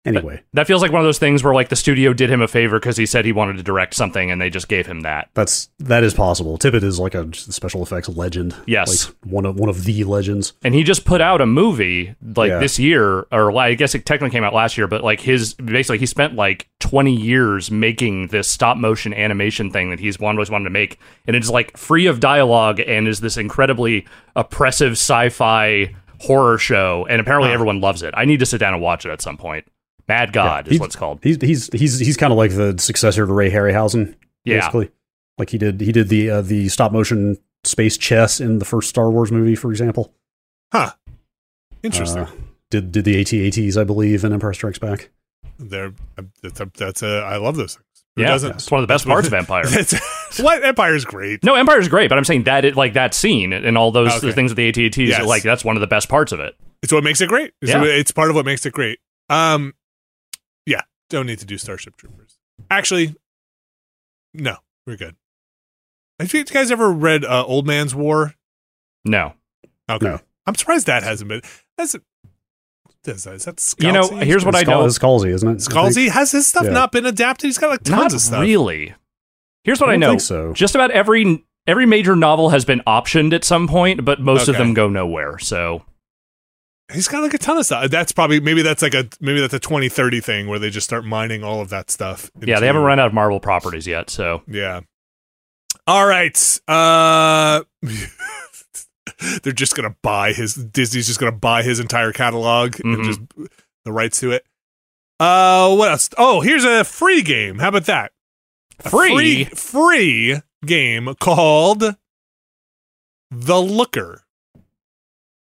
B: Anyway,
C: That feels like one of those things where like the studio did him a favor because he said he wanted to direct something and they just gave him that.
B: that's that is possible. Tippett is like a just a special effects legend.
C: Yes.
B: Like one of one of the legends.
C: And he just put out a movie like
B: Yeah.
C: this year, or la- I guess it technically came out last year, but like his basically he spent like 20 years making this stop motion animation thing that he's one- always wanted to make. And it's like free of dialogue and is this incredibly oppressive sci fi horror show. And apparently everyone loves it. I need to sit down and watch it at some point. Mad God
B: Yeah,
C: is
B: he-
C: what it's called.
B: He's he's he's he's kind of like the successor to Ray Harryhausen,
C: Yeah.
B: basically. Like he did he did the uh, the stop motion space chess in the first Star Wars movie, for example.
A: Interesting.
B: Uh, did did the AT-ATs, I believe, in Empire Strikes Back.
A: They're that's a, that's a I love those things. Who
C: yeah,
A: doesn't?
C: it's one of the best
A: (laughs)
C: parts of Empire. (laughs)
A: That's- (laughs) what Empire is great.
C: No, Empire is great, but I'm saying that it like that scene and all those
A: Okay.
C: things with the ATATs,
A: Yes.
C: like that's one of the best parts of it.
A: It's what makes it great. It's,
C: Yeah.
A: it's part of what makes it great. Um, yeah, don't need to do Starship Troopers. Actually, no, we're good. Have you guys ever read uh, Old Man's War?
C: No,
A: Okay,
B: No.
A: I'm surprised that hasn't been. That's is that, is that
C: you know,
A: Scalzi?
C: here's what I
B: It's Scal-
C: know.
B: It's Scalzi, isn't it? I think-
A: Scalzi has his stuff
B: Yeah.
A: not been adapted. He's got like tons
C: Not
A: of stuff.
C: really. Here's what
B: I
C: I,
B: don't
C: know.
B: think so.
C: Just about every every major novel has been optioned at some point, but most of
A: Okay.
C: them go nowhere. So
A: He's got like a ton of stuff. That's probably maybe that's like a maybe that's a 2030 thing where they just start mining all of that stuff.
C: yeah, they
A: into-
C: haven't run out of Marvel properties yet. So
A: Yeah. All right. Uh (laughs) They're just going to buy his Disney's just going to buy his entire catalog and
C: Mhm.
A: just the rights to it. Uh what else? Oh, here's a free game. How about that? A
C: Free?
A: free free game called The Looker.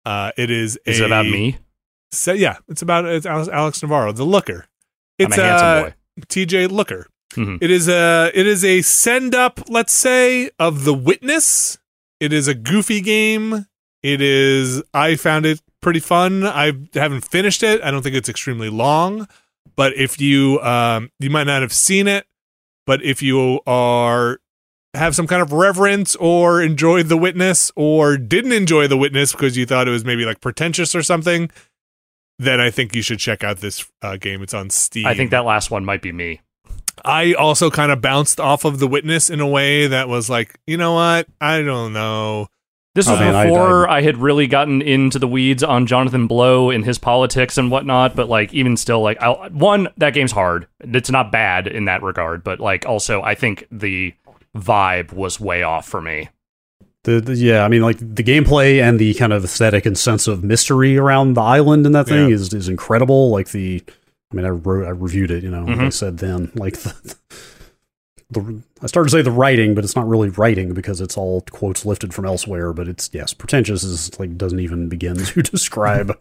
A: Uh it is
C: is
A: a,
C: it about me?
A: So, yeah, it's about it's Alex, Alex Navarro, The Looker. It's
C: I'm a handsome
A: uh,
C: boy.
A: TJ Looker.
C: Mhm.
A: It is a it is a send up, let's say, of The Witness. It is a goofy game. It is I found it pretty fun. I haven't finished it. I don't think it's extremely long, but if you um you might not have seen it, but if you are have some kind of reverence or enjoyed The Witness or didn't enjoy The Witness because you thought it was maybe like pretentious or something, then I think you should check out this uh, game. It's on Steam.
C: I think that last one might be me.
A: I also kind of bounced off of the witness in a way that was like, you know what? I don't know.
C: This
B: Oh,
C: was
B: man, I-
C: before I, had really gotten into the weeds on Jonathan Blow and his politics and whatnot. But like, even still, like, I'll, one that game's hard. It's not bad in that regard, but like, also, I think the vibe was way off for me.
B: The, the- yeah, I mean, like the gameplay and the kind of aesthetic and sense of mystery around the island and that thing
A: Yeah.
B: is is incredible. Like the, I mean, I wrote, I reviewed it. You know, like I
C: Mhm.
B: said then, like (laughs) the, the, I started to say the writing, but it's not really writing because it's all quotes lifted from elsewhere. But it's yes, pretentious is like doesn't even begin to (laughs) describe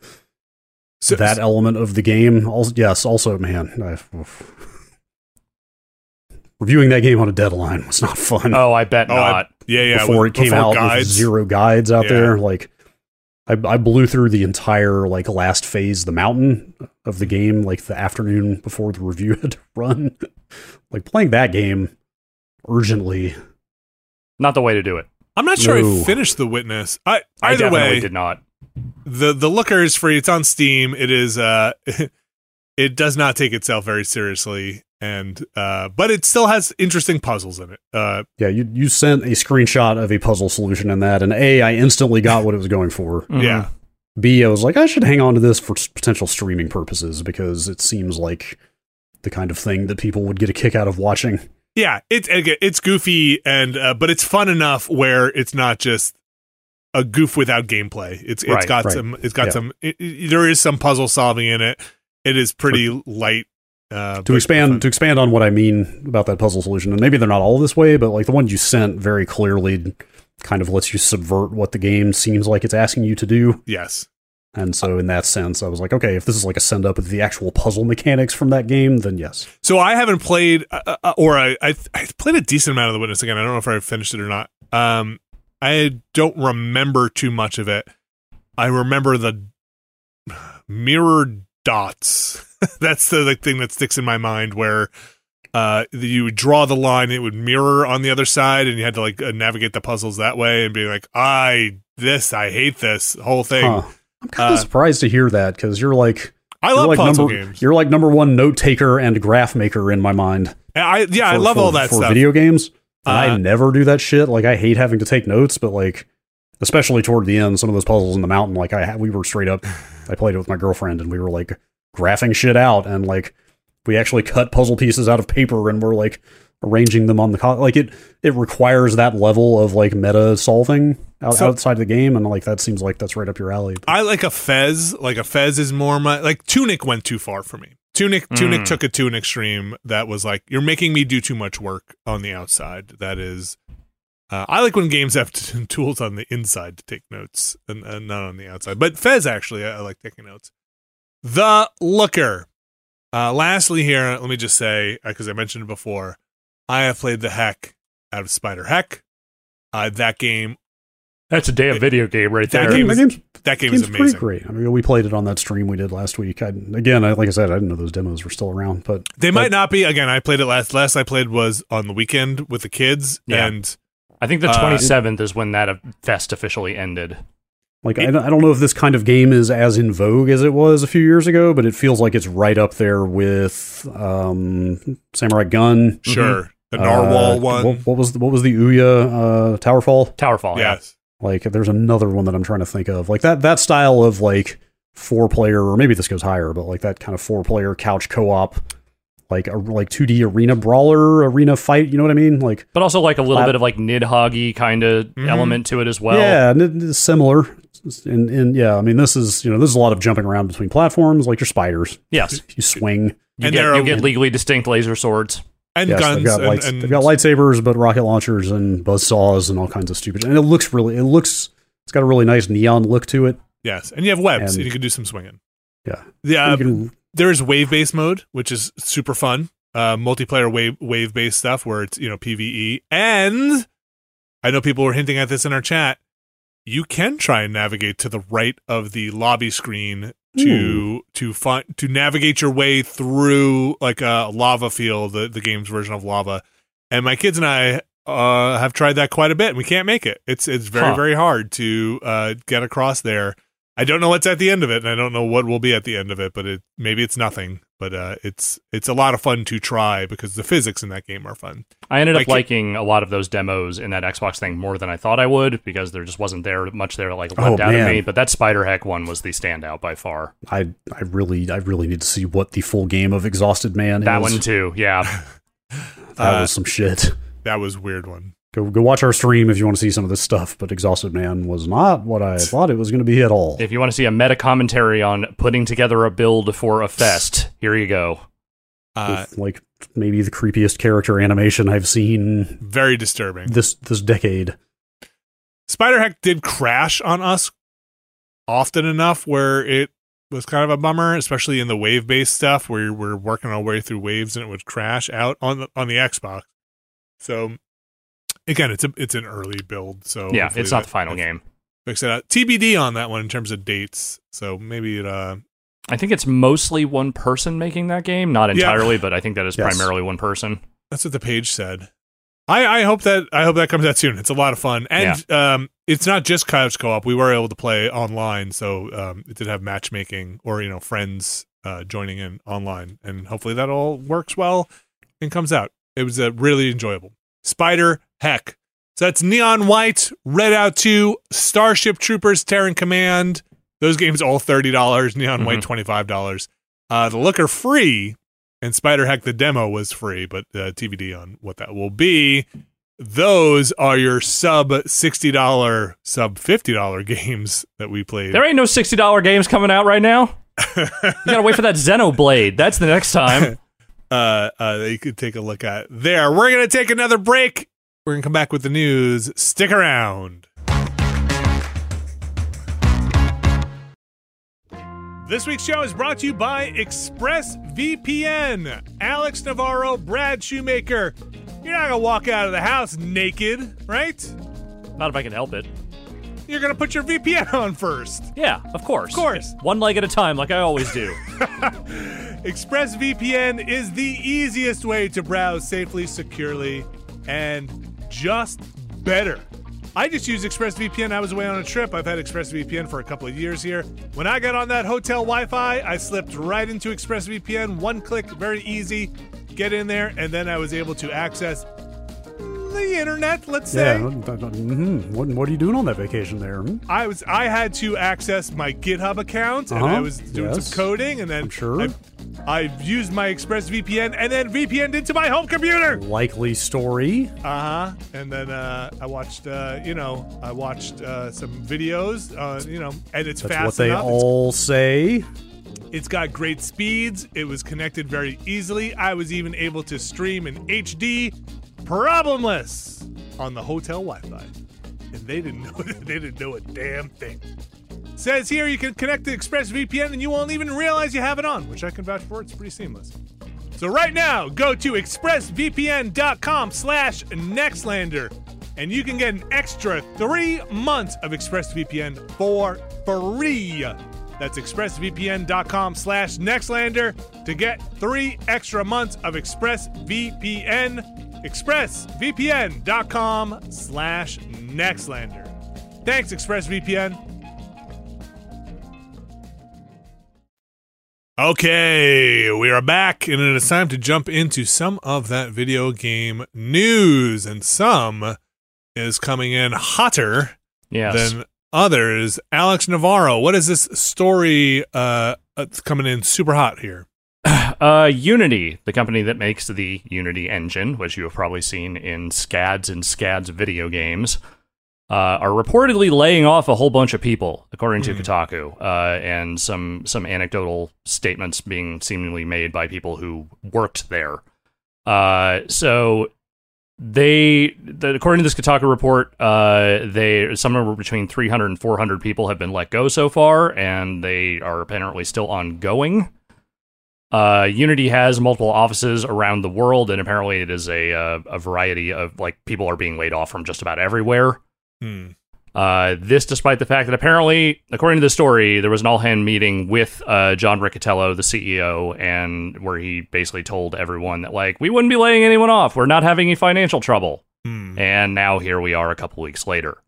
A: So
B: that element of the game. Also, yes, also, man, I, oof. reviewing that game on a deadline was not fun
C: Oh, I bet
A: Oh, I-
C: not.
A: yeah, yeah.
B: before
A: with-
B: it came
A: before
B: out with
A: guides.
B: zero guides out
A: Yeah.
B: there like I, I blew through the entire like last phase the mountain of the game like the afternoon before the review (laughs) had to run like playing that game urgently
C: not the way to do it.
A: I'm not sure I
B: No.
A: finished the witness. I,
C: I
A: either
C: definitely
A: way,
C: did not.
A: the the looker is free. It's on Steam. It is uh, (laughs) it does not take itself very seriously, and uh, but it still has interesting puzzles in it. Uh,
B: yeah you, you sent a screenshot of a puzzle solution in that and a i instantly got what it was going for
C: Mhm.
A: yeah,
B: b i was like i should hang on to this for s- potential streaming purposes because it seems like the kind of thing that people would get a kick out of watching
A: yeah. It's again, it's goofy and uh, but it's fun enough where it's not just a goof without gameplay. It's it's
C: Right,
A: got
B: right.
A: some it's got
B: Yeah.
A: some it, it- there is some puzzle solving in it. It is pretty light. Uh,
B: to
A: but
B: expand
A: fun.
B: to expand on what I mean about that puzzle solution, and maybe they're not all this way, but like the one you sent very clearly kind of lets you subvert what the game seems like it's asking you to do.
A: yes,
B: And so in that sense, I was like, okay, if this is like a send up of the actual puzzle mechanics from that game, then yes.
A: So I haven't played, uh, uh, or I, I I played a decent amount of The Witness again. I don't know if I finished it or not. Um, I don't remember too much of it. I remember the mirror dots. (laughs) that's the, the thing that sticks in my mind where uh you would draw the line it would mirror on the other side and you had to like uh, navigate the puzzles that way and be like i this i hate this whole thing
B: Huh. I'm kind
A: Uh,
B: of surprised to hear that because you're like
A: i
B: you're
A: love
B: like
A: puzzle
B: number
A: games
B: you're like number one note taker and graph maker in my mind.
A: i yeah i
B: for-
A: love
B: for-
A: all that
B: for
A: stuff
B: video games. And
A: Uh,
B: I never do that shit. Like I hate having to take notes, but like especially toward the end, some of those puzzles in the mountain, like I ha- we were straight up. I played it with my girlfriend, and we were like graphing shit out, and like we actually cut puzzle pieces out of paper, and we're like arranging them on the co- like it. It requires that level of like meta solving out-
A: So-
B: outside the game, and like that seems like that's right up your alley.
A: I like a Fez. Like a Fez is more my like Tunic went too far for me. Tunic Tunic
C: Mm.
A: took it to an extreme that was like you're making me do too much work on the outside. That is, uh, I like when games have t- (laughs) tools on the inside to take notes and, and not on the outside. But Fez actually, I, I like taking notes. The Looker. Uh, lastly, here let me just say because I mentioned it before, I have played the heck out of Spider Heck. Uh, that game,
C: That's a damn video game right
A: That
C: there.
B: That
A: game
B: game, that
A: is-
B: game's,
A: that game is
B: game's pretty
A: amazing.
B: great. I mean, we played it on that stream we did last week. I, again, I, like I said, I didn't know those demos were still around, but
A: They might not be. Again, I played it last. Last I played was on the weekend with the kids,
C: Yeah.
A: and
C: I think the
A: Uh,
C: 27th is when that fest officially ended.
B: Like I, don't- I don't know if this kind of game is as in vogue as it was a few years ago, but it feels like it's right up there with um, Samurai Gun,
A: sure, the
B: uh,
A: narwhal one.
B: What, what was the, what was the Ouya uh, Towerfall?
C: Towerfall. Yeah.
A: yes,
B: Like there's another one that I'm trying to think of. Like that that style of like four player, or maybe this goes higher, but like that kind of four player couch co op, like a, like 2D arena brawler, arena fight. You know what I mean? Like
C: But also like a little
B: Lab-
C: bit of like Nidhoggy kind of
A: Mhm.
C: element to it as well.
B: Yeah, and it- it's similar. And, and yeah, I mean, this is you know, this is a lot of jumping around between platforms, like your spiders.
C: Yes.
B: You swing.
C: You,
A: And
C: get,
A: there are-
C: you get legally distinct laser swords.
A: and
B: Yes,
A: guns.
B: they've got,
A: and,
B: lights,
A: and-
B: they've got lightsabers, but rocket launchers and buzz saws and all kinds of stupid. And it looks really, it looks, it's got a really nice neon look to it.
A: yes, and you have webs, and,
B: and-
A: you can do some swinging.
B: Yeah.
A: yeah.
B: You can-
A: there is wave based mode, which is super fun. Uh, multiplayer wave wave based stuff where it's you know PVE, and I know people were hinting at this in our chat. You can try and navigate to the right of the lobby screen to to find to navigate your way through like a lava field, the, the game's version of lava. And my kids and I uh, have tried that quite a bit, and we can't make it. It's it's very
C: Huh.
A: very hard to uh, get across there. I don't know what's at the end of it, and I don't know what will be at the end of it. But it maybe it's nothing. But uh, it's it's a lot of fun to try because the physics in that game are fun.
C: I ended
A: Like
C: up
A: it-
C: liking a lot of those demos in that Xbox thing more than I thought I would because there just wasn't there much there to like
B: Oh,
C: leapt out
B: man.
C: at me. But that Spider Heck one was the standout by far.
B: I, I really, I really need to see what the full game of Exhausted Man
C: That
B: is.
C: one too. Yeah.
B: That
A: Uh,
B: was some shit.
A: That was a weird one.
B: Go, go watch our stream if you want to see some of this stuff. But Exhausted Man was not what I thought it was going to be at all.
C: if you want to see a meta commentary on putting together a build for a fest, here you go.
A: Uh,
B: with, like maybe the creepiest character animation I've seen
A: very disturbing.
B: this this decade.
A: Spider Hack did crash on us often enough where it was kind of a bummer, especially in the wave based stuff where we're working our way through waves and it would crash out on the on the Xbox. So again, it's a it's an early build, so Oh,
C: yeah,
A: hopefully
C: it's not
A: that-
C: the final
A: that
C: game.
A: Fix it out. TBD on that one in terms of dates. So maybe it uh
C: I think it's mostly one person making that game, not
A: Yeah.
C: entirely, but I think that is
B: Yes.
C: primarily one person.
A: That's what the page said. I, I hope that I hope that comes out soon. It's a lot of fun, and um, it's not just couch co-op. We were able to play online, so um, it did have matchmaking or you know friends uh, joining in online, and hopefully that all works well and comes out. It was a really enjoyable Spider Heck. So that's Neon White, Red Out Two, Starship Troopers, Terran Command. Those games all thirty dollars. Neon White twenty five dollars. Uh, the Looker free and Spider Hack the demo was free, but uh, TBD on what that will be. Those are your sub sixty dollar, sub fifty dollar (laughs) games that we played.
C: There ain't no sixty dollar games coming out
A: (laughs)
C: right now. you gotta wait for that Xenoblade. That's the
A: (laughs)
C: next time.
A: uh, uh, that you could take a look at there. We're gonna take another break. We're gonna come back with the news. Stick around. This week's show is brought to you by ExpressVPN. Alex Navarro, Brad Shoemaker. You're not gonna walk out of the house naked, right?
C: Not if I can help it.
A: You're gonna put your VPN on first.
C: Yeah, of course. Of
A: course.
C: One leg at a time, like I always do.
A: ExpressVPN is the easiest way to browse safely, securely, and just better. I just used ExpressVPN. I was away on a trip. I've had ExpressVPN for a couple of years here. When I got on that hotel Wi Fi, I slipped right into ExpressVPN. One click, very easy. Get in there, and then I was able to access the internet, let's say.
B: Yeah. mhm. What, what are you doing on that vacation there? hmm?
A: I was I had to access my GitHub account and
B: Uh-huh,
A: I was doing
B: yes.
A: some coding and then
B: I'm sure.
A: I, I used my ExpressVPN and then VPN'd into my home computer.
B: Likely story.
A: Uh huh. And then uh, I watched uh, you know I watched uh, some videos uh, you know and it's
B: That's
A: fast
B: what they
A: enough. It's-
B: all say.
A: It's got great speeds. It was connected very easily. I was even able to stream in HD, problemless, on the hotel Wi-Fi, and they didn't (laughs) know they didn't know a damn thing. Says here you can connect to ExpressVPN and you won't even realize you have it on, which I can vouch for. It's pretty seamless. So right now, go to expressvpn.com slash nextlander and you can get an extra three months of ExpressVPN for free. That's expressvpn.com slash nextlander to get three extra months of ExpressVPN. ExpressVPN.com slash nextlander. Thanks, ExpressVPN. Okay, we are back, and it is time to jump into some of that video game news, and some is coming in hotter
C: Yes.
A: than others. Alex Navarro, what is this story uh, that's coming in super hot here?
C: Uh, Unity, the company that makes the Unity engine, which you have probably seen in SCADs and SCADs video games, uh, are reportedly laying off a whole bunch of people, according to
A: Mhm.
C: Kotaku, uh, and some some anecdotal statements being seemingly made by people who worked there. Uh, so they, the, according to this Kotaku report, uh, they somewhere between 300 and 400 people have been let go so far, and they are apparently still ongoing. Uh, Unity has multiple offices around the world, and apparently it is a uh, a variety of like people are being laid off from just about everywhere.
A: Hmm.
C: Uh, this, despite the fact that apparently, according to the story, there was an all-hand meeting with uh, John Riccatello, the CEO, and where he basically told everyone that like we wouldn't be laying anyone off, we're not having any financial trouble,
A: Hmm.
C: and now here we are a couple weeks later.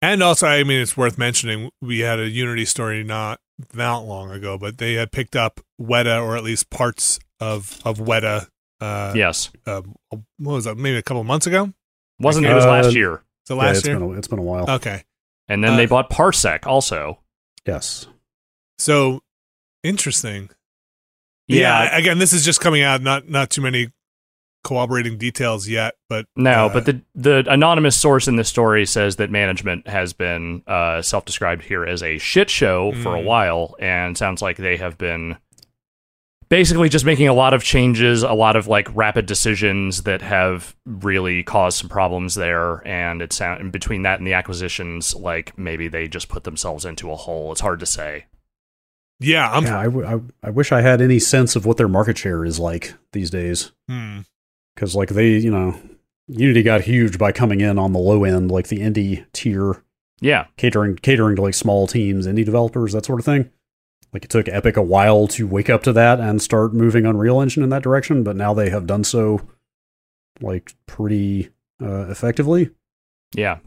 A: And also, I mean, it's worth mentioning we had a Unity story not that long ago, but they had picked up Weta, or at least parts of of Weta. Uh,
C: yes,
A: uh, what was that? Maybe a couple months ago.
C: wasn't it was
B: Uh,
C: last year?
A: So
B: yeah,
A: last
B: it's
A: year.
B: been a, it's been a while.
A: Okay.
C: And then
A: uh,
C: they bought Parsec also.
B: yes.
A: So interesting. Yeah. Again, this is just coming out. Not not too many corroborating details yet, but
C: No,
A: uh,
C: but the the anonymous source in this story says that management has been uh, self described here as a shit show for a
A: Mm.
C: while, and sounds like they have been basically just making a lot of changes, a lot of like rapid decisions that have really caused some problems there. And it sound and between that and the acquisitions, like maybe they just put themselves into a hole. It's hard to say.
A: yeah, I'm.
B: Yeah, I, w- I, I wish I had any sense of what their market share is like these days.
A: hmm.
B: Because, like, they, you know, Unity got huge by coming in on the low end, like the indie tier,
C: Yeah,
B: catering catering to like small teams, indie developers, that sort of thing. Like, it took Epic a while to wake up to that and start moving Unreal Engine in that direction, but now they have done so, like, pretty uh, effectively.
C: yeah,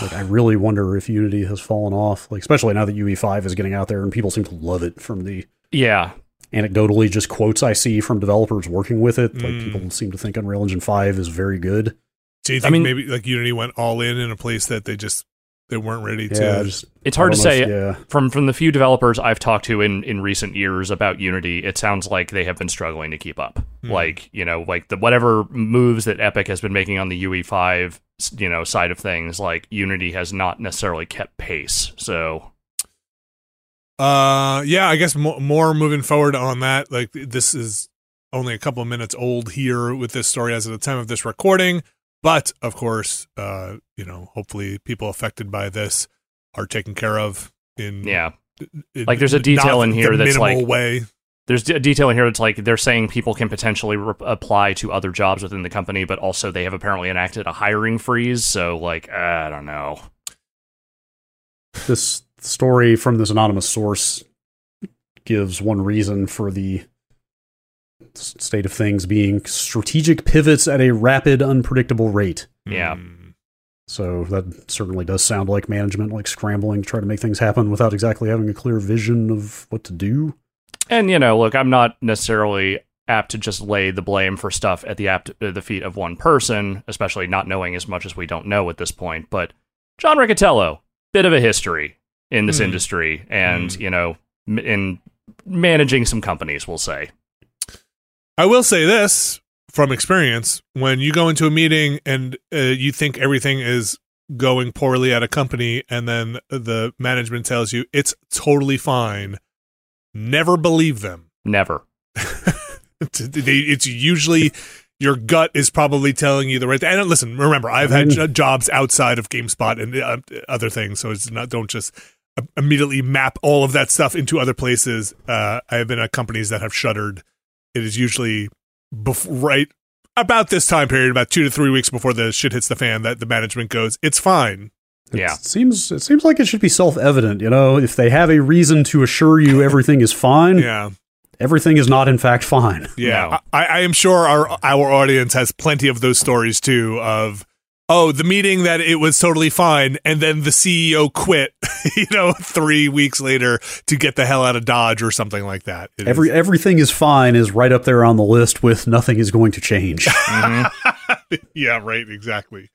B: Like, I really wonder if Unity has fallen off, like, especially now that UE5 is getting out there and people seem to love it from the
C: yeah.
B: anecdotally just quotes I see from developers working with it. Like
A: Mm.
B: people seem to think Unreal Engine Five is very good.
A: Do you
C: I
A: think
C: mean-
A: maybe like Unity went all in in a place that they just they weren't ready
B: Yeah,
A: to?
B: just
C: It's
B: I
C: hard to
B: don't know
C: say.
B: if- yeah,
C: from from the few developers I've talked to in in recent years about Unity, it sounds like they have been struggling to keep up.
A: Hmm.
C: Like you know, like the whatever moves that Epic has been making on the UE five you know side of things, like Unity has not necessarily kept pace. So
A: Uh, yeah, I guess mo- more moving forward on that. Like this is only a couple of minutes old here with this story as of the time of this recording, but of course, uh, you know, hopefully people affected by this are taken care of in
C: yeah,
A: in-
C: Like, there's a
A: not
C: detail in here
A: the
C: that's
A: minimal
C: like-
A: way.
C: there's a detail in here that's like they're saying people can potentially re- apply to other jobs within the company, but also they have apparently enacted a hiring freeze. So like I don't know.
B: this story from this anonymous source gives one reason for the s- state of things being strategic pivots at a rapid, unpredictable rate.
C: Yeah.
A: Hmm.
B: So that certainly does sound like management, like scrambling to try to make things happen without exactly having a clear vision of what to do.
C: And you know, look, I'm not necessarily apt to just lay the blame for stuff at the apt, uh, the feet of one person, especially not knowing as much as we don't know at this point. But John Riccatello, bit of a history in this
A: Hmm.
C: industry, and
A: Hmm.
C: you know, m- in managing some companies, we'll say.
A: I will say this from experience: when you go into a meeting and uh, you think everything is going poorly at a company, and then the management tells you it's totally fine, Never believe them.
C: Never.
A: It's, they- it's usually your gut is probably telling you the right thing. And listen, remember, I've had jo- jobs outside of GameSpot and uh, other things, so it's not don't just uh, immediately map all of that stuff into other places. Uh, I have been at companies that have shuttered. It is usually bef- right about this time period, about two to three weeks before the shit hits the fan, that the management goes, "It's fine."
B: It
C: Yeah.
B: seems it seems like it should be self evident. You know, if they have a reason to assure you everything is fine,
A: Yeah.
B: everything is not in fact fine.
A: Yeah,
C: No.
A: I, I am sure our our audience has plenty of those stories too. Of oh, the meeting that it was totally fine, and then the CEO quit. (laughs) You know, three weeks later to get the hell out of Dodge or something like that. It is-
B: Every everything is fine is right up there on the list with nothing is going
A: (laughs)
B: to change.
C: Mhm.
A: yeah, right, exactly.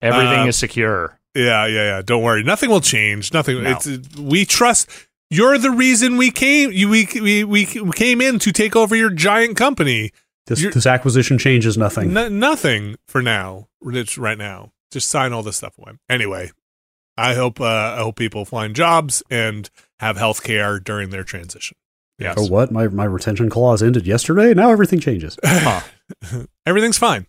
C: Everything
A: Uh,
C: is secure.
A: Yeah, yeah, yeah. Don't worry, nothing will change. Nothing.
C: No.
A: It's we trust. You're the reason we came. You we we we came in to take over your giant company.
B: This
A: you're-
B: this acquisition changes nothing.
A: No, nothing for now. It's right now. Just sign all this stuff away. Anyway, I hope uh, I hope people find jobs and have health care during their transition. Yes.
B: Oh what? My my retention clause ended yesterday. Now everything changes.
C: Huh.
A: Everything's fine.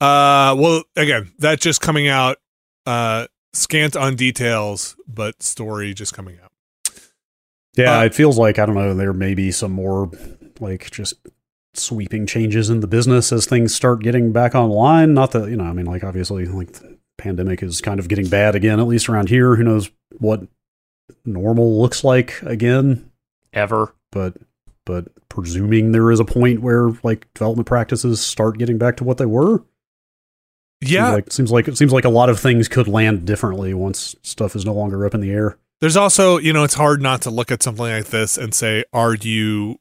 A: Uh, well, again, that just coming out. Uh, scant on details, but story just coming out.
B: Yeah,
A: Uh,
B: it feels like I don't know. There may be some more like just sweeping changes in the business as things start getting back online. Not that you know, I mean, like obviously, like the pandemic is kind of getting bad again. At least around here, who knows what normal looks like again?
C: Ever.
B: But but presuming there is a point where like development practices start getting back to what they were.
A: Yeah,
B: seems like seems like it seems like a lot of things could land differently once stuff is no longer up in the air.
A: There's also, you know, it's hard not to look at something like this and say, are you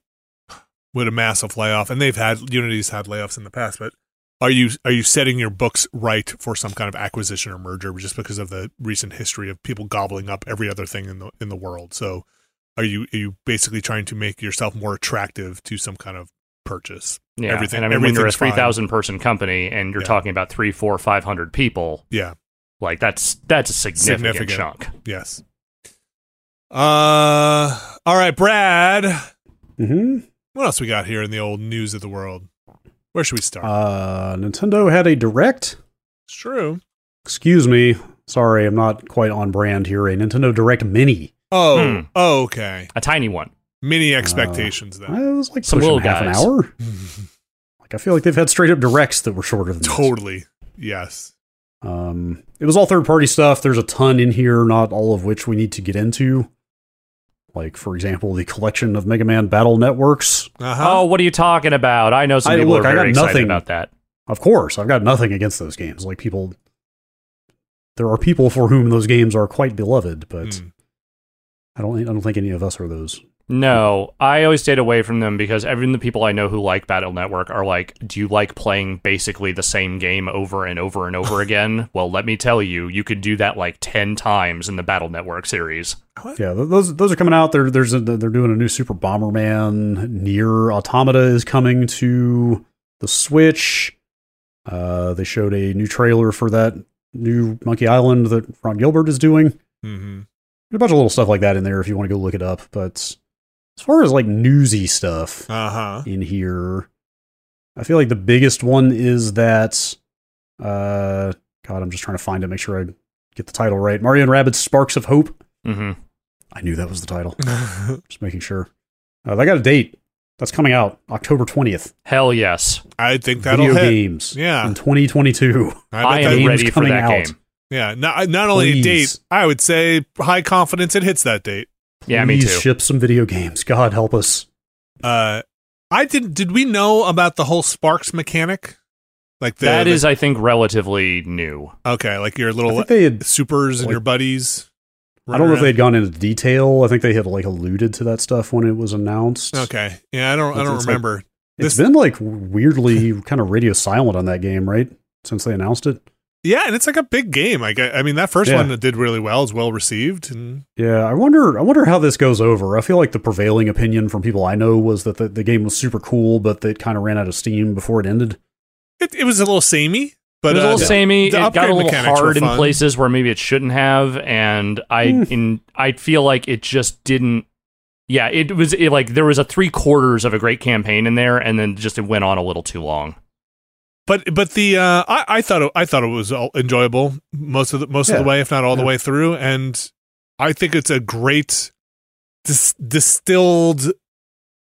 A: with a massive layoff? And they've had Unity's had layoffs in the past, but are you are you setting your books right for some kind of acquisition or merger just because of the recent history of people gobbling up every other thing in the in the world? So are you are you basically trying to make yourself more attractive to some kind of purchase?
C: Yeah.
A: Everything-
C: and I mean, when you're a
A: everything's fine.
C: 3,000 person company and you're
A: Yeah.
C: talking about three, four, 500 people,
A: Yeah.
C: like that's that's a significant,
A: Significant.
C: chunk.
A: Yes. Uh all right, Brad.
B: Mm-hmm.
A: What else we got here in the old news of the world? Where should we start?
B: Uh, Nintendo had a direct.
A: it's true.
B: Excuse me. Sorry, I'm not quite on brand here. A Nintendo Direct Mini.
A: Oh,
C: Hmm.
A: oh, okay.
C: A tiny one.
A: Mini
B: Uh,
A: expectations
B: I
A: then.
B: was like
C: Some
B: pushing
C: little
B: half
C: guys.
B: an hour. Like I feel like they've had straight up directs that were shorter than
A: (laughs)
B: this.
A: totally. Yes.
B: Um, it was all third party stuff. There's a ton in here, not all of which we need to get into. Like for example, the collection of Mega Man Battle Networks.
A: Uh-huh.
C: Oh, what are you talking about? I know some
B: I-
C: people
B: look,
C: are
B: I
C: very
B: got
C: excited
B: nothing.
C: about that.
B: Of course, I've got nothing against those games. Like people, there are people for whom those games are quite beloved, but
A: Hmm.
B: I don't. I don't think any of us are those.
C: No, I always stayed away from them because even the people I know who like Battle Network are like, "Do you like playing basically the same game over and over
B: (laughs)
C: and over again?" Well, let me tell you, you could do that like ten times in the Battle Network series.
B: Yeah, th- those those are coming out. They're there's a, they're doing a new Super Bomberman. Near Automata is coming to the Switch. Uh, they showed a new trailer for that new Monkey Island that Ron Gilbert is doing. There's
A: hmm
B: a bunch of little stuff like that in there if you want to go look it up. But as far as like newsy stuff
A: Uh-huh. (laughs)
B: in here, I feel like the biggest one is that. Uh, God, I'm just trying to find it, make sure I get the title right. Mario and Rabbids Sparks of Hope.
C: hmm
B: I knew that was the title. Just making sure. Uh, they got a date. That's coming out October 20th.
C: Hell yes,
A: I think that'll
B: Video
A: hit.
B: games.
A: Yeah.
B: In 2022.
A: I, bet
C: I, am
A: that-
B: game's
C: ready for
B: coming
C: that
B: out.
C: game.
A: yeah. Not, not only a date,
B: Please.
A: I would say high confidence it hits that date.
C: Yeah, me
B: Please
C: too.
B: ship some video games. God help us.
A: Uh I did did we know about the whole sparks mechanic? Like the,
C: that
A: the-
C: is, I think, relatively new.
A: okay, like your
B: I
A: little
B: think they had.
A: supers and
B: like-
A: your buddies.
B: I don't know if
A: running
B: they'd gone into detail. I think they had like alluded to that stuff when it was announced.
A: around. Okay. Yeah, I don't I
B: It's-
A: don't
B: it's like-
A: remember.
B: It's
A: this-
B: been like weirdly (laughs) kind of radio silent on that game, right? Since they announced it.
A: Yeah, and it's like a big game. Like I, I mean, that first
B: Yeah.
A: one did really well. It's well received, and
B: Yeah, I wonder. I wonder how this goes over. I feel like the prevailing opinion from people I know was that the, the game was super cool, but that it kind of ran out of steam before it ended.
A: it, it was a little samey. But
C: it was a
A: uh,
C: little samey. It
A: the
C: got
A: upgrade
C: a little
A: mechanics were
C: hard in
A: fun.
C: places where maybe it shouldn't have, and I
B: Hmm.
C: in I feel like it just didn't yeah, it was it, like there was a three quarters of a great campaign in there, and then just it went on a little too long.
A: But but the uh, I I thought it, I thought it was all enjoyable most of the most of the
B: Yeah.
A: way, if not all the
B: Yeah.
A: way through, and I think it's a great dis- distilled